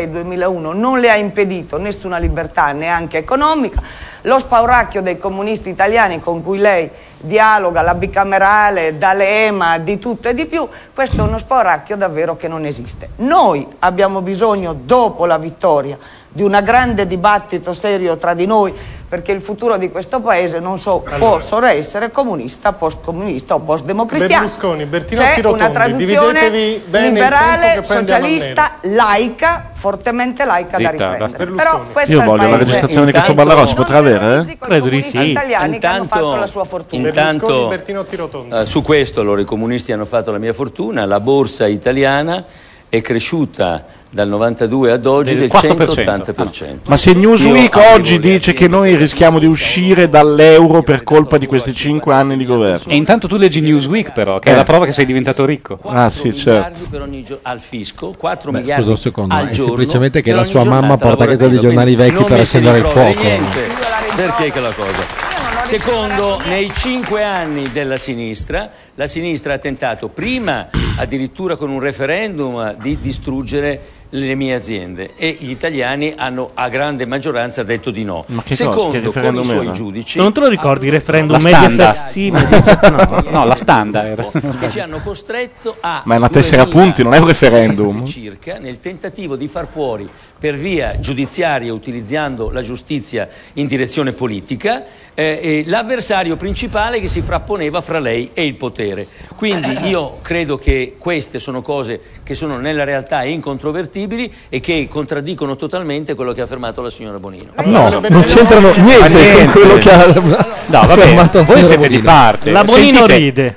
S19: 96-2001 non le ha impedito nessuna libertà, neanche economica. Lo spauracchio dei comunisti italiani con cui lei dialoga, la bicamerale, D'Alema, di tutto e di più, questo è uno spauracchio davvero che non esiste. Noi abbiamo bisogno, dopo la vittoria, di un grande dibattito serio tra di noi, perché il futuro di questo paese non so, può solo essere comunista, post-comunista o post-democristiano.
S18: Berlusconi, Bertinotti,
S19: C'è una
S18: Rotondi,
S19: traduzione
S18: dividetevi bene il tempo
S19: liberale,
S18: che poi andiamo al
S19: socialista, laica, fortemente laica
S4: Zitta,
S19: da
S4: basta.
S19: riprendere. Però questo
S4: Io
S19: è il
S4: voglio la
S19: paese
S4: registrazione di questo
S15: Intanto-
S4: Ballarò, potrà avere? Eh?
S19: Credo di
S15: sì.
S19: italiani che hanno
S15: Intanto-
S19: fatto la sua fortuna.
S15: intanto-
S18: Bertinotti Rotondi.
S15: Eh, su questo allora i comunisti hanno fatto la mia fortuna, la borsa italiana è cresciuta dal 92 ad oggi del
S4: Del 4%.
S15: 180%.
S4: Ma se Newsweek
S15: Io-
S4: oggi dice che noi rischiamo di uscire dall'euro per colpa di questi 5 anni di governo.
S3: E intanto tu leggi Newsweek, però, che è
S4: Eh.
S3: la prova che sei diventato ricco.
S4: Ah sì, certo.
S15: miliardi per ogni gio- al fisco, 4
S4: Beh,
S15: miliardi
S4: scusa un secondo,
S15: al
S4: è
S15: giorno
S4: semplicemente che
S15: per
S4: la
S15: ogni
S4: sua mamma
S15: giornata
S4: porta a casa dei
S15: lavorativa,
S4: giornali
S15: quindi
S4: vecchi
S15: non
S4: per
S15: mi si
S4: accendere il
S15: rimproveri
S4: fuoco.
S15: niente. Perché che la cosa? Secondo, nei cinque anni della sinistra, la sinistra ha tentato prima, addirittura con un referendum, di distruggere le mie aziende e gli italiani hanno a grande maggioranza detto di no.
S2: Ma che cosa? Che
S15: Secondo, con
S2: referendum
S15: i suoi
S2: era?
S15: giudici,
S2: Non te lo ricordi
S19: Ah,
S2: il referendum
S3: La standa.
S2: Mediaset? Sì, Mediaset no.
S3: No, la standa era.
S15: che ci hanno costretto a
S4: Ma è una tessera a punti, non è un referendum.
S15: circa nel tentativo di far fuori per via giudiziaria utilizzando la giustizia in direzione politica eh, eh, l'avversario principale che si frapponeva fra lei e il potere. Quindi io credo che queste sono cose che sono nella realtà incontrovertibili e che contraddicono totalmente quello che ha affermato la signora Bonino.
S5: No, non c'entrano niente, con quello che ha
S3: No, vabbè, voi
S5: fermato Sandro
S3: siete di
S5: Bonino.
S3: parte. Sentite-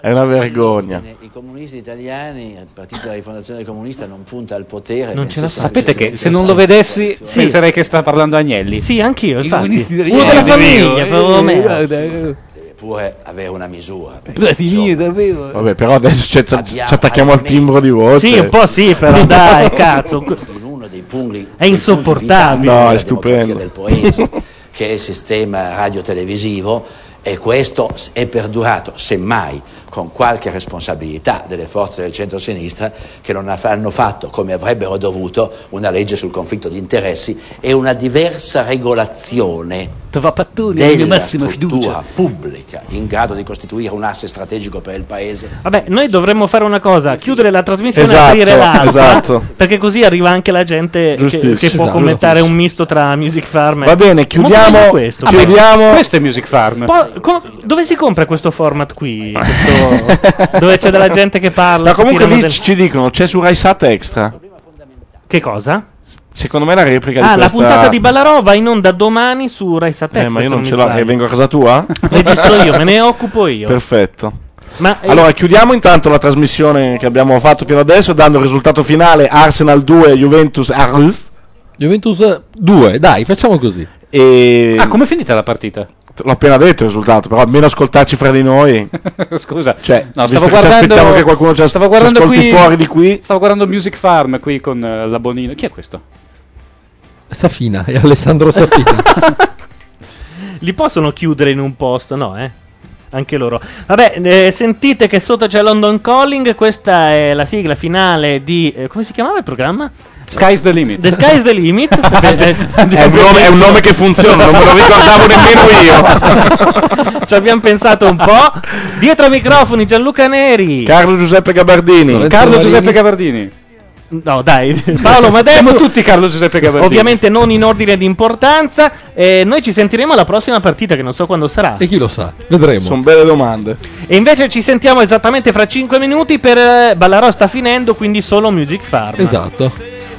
S4: È una vergogna.
S17: I comunisti italiani, il partito della rifondazione comunista, non punta al potere.
S3: Non
S17: nel
S3: ce la
S17: senso
S3: Sapete
S17: che
S3: che se non lo vedessi penserei che sta parlando Agnelli.
S2: Sì, anch'io,
S3: I
S2: infatti.
S3: comunisti
S2: Uno
S3: italiani.
S2: della
S3: Eh,
S2: famiglia,
S3: eh,
S2: proprio me.
S3: guarda,
S17: Eppure avere una misura. perché,
S3: Platini, davvero.
S4: Vabbè, però adesso ci, ci attacchiamo al timbro di voce.
S2: Sì, un po' sì, però dai, cazzo.
S17: In uno dei pungli
S2: È insopportabile.
S4: No, è
S17: sia
S4: stupendo.
S17: del Paese, che è il sistema radiotelevisivo, e questo s- è perdurato, semmai con qualche responsabilità delle forze del centro-sinistra che non af- hanno fatto, come avrebbero dovuto, una legge sul conflitto di interessi e una diversa regolazione
S3: Trovapattoni, la mia
S17: della
S3: massima
S17: struttura
S3: fiducia.
S17: pubblica in grado di costituire un asse strategico per il Paese.
S2: Vabbè, noi dovremmo fare una cosa, chiudere la trasmissione
S17: Esatto,
S2: e aprire l'altra,
S4: esatto.
S2: perché così arriva anche la gente che,
S4: Giustissimo,
S2: che può
S4: esatto.
S2: commentare un misto tra Music Farm e...
S4: Va bene,
S2: Molto
S4: chiudiamo-
S2: meglio questo,
S3: Ah,
S2: però.
S4: chiudiamo-
S3: Questo è Music Farm.
S2: Poi, com- dove si compra questo format
S4: Ah,
S2: qui? Questo- dove c'è della gente che parla?
S4: Ma
S2: si
S4: comunque
S2: tirano
S4: lì
S2: del-
S4: ci- ci dicono c'è su Raisat Extra.
S2: Che cosa?
S4: Secondo me la replica
S2: Ah,
S4: di
S2: la
S4: questa
S2: puntata di Ballarò va in onda domani su Rai
S4: Eh, ma io non ce l'ho,
S2: e
S4: e vengo a casa tua?
S2: Registro io, me ne occupo io.
S4: Perfetto.
S2: Ma-
S4: allora chiudiamo intanto la trasmissione che abbiamo fatto fino adesso dando il risultato finale Arsenal 2 Juventus Arles.
S5: Juventus 2, dai, facciamo così.
S4: E
S3: Ah, com'è finita la partita?
S4: l'ho appena detto il risultato, però almeno ascoltarci fra di noi.
S3: Scusa,
S4: Cioè,
S3: no,
S4: visto
S3: stavo
S4: che ci aspettiamo
S3: guardando,
S4: che qualcuno ci as-
S3: stavo
S4: ci
S3: guardando
S4: ascolti
S3: qui,
S4: fuori di qui.
S3: Stavo guardando Music Farm qui con eh, la Bonino. Chi è questo?
S5: Safina e Alessandro Safina.
S2: Li possono chiudere in un posto, no, eh? Anche loro. Vabbè, eh, sentite che sotto c'è London Calling, questa è la sigla finale di... eh, come si chiamava il programma?
S3: Sky's the Limit.
S2: The Sky's the Limit. Beh, eh,
S4: È un, nome, è un nome che funziona, non me lo ricordavo nemmeno io.
S2: Ci abbiamo pensato un po'. Dietro ai microfoni Gianluca Neri.
S4: Carlo Giuseppe Gabardini.
S2: Carlo Giuseppe
S3: Gabardini.
S2: No, dai, Paolo Madeddu.
S20: Siamo tutti Carlo Giuseppe Gabardini.
S2: Ovviamente non in ordine di importanza. Eh, noi ci sentiremo alla prossima partita, che non so quando sarà.
S5: E chi lo sa? Vedremo.
S4: Sono belle domande.
S2: E invece ci sentiamo esattamente fra 5 minuti per eh, Ballarò sta finendo, quindi solo Music Farm.
S5: Esatto.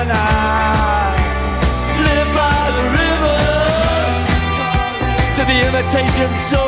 S8: and I live by the river to the imitation soul.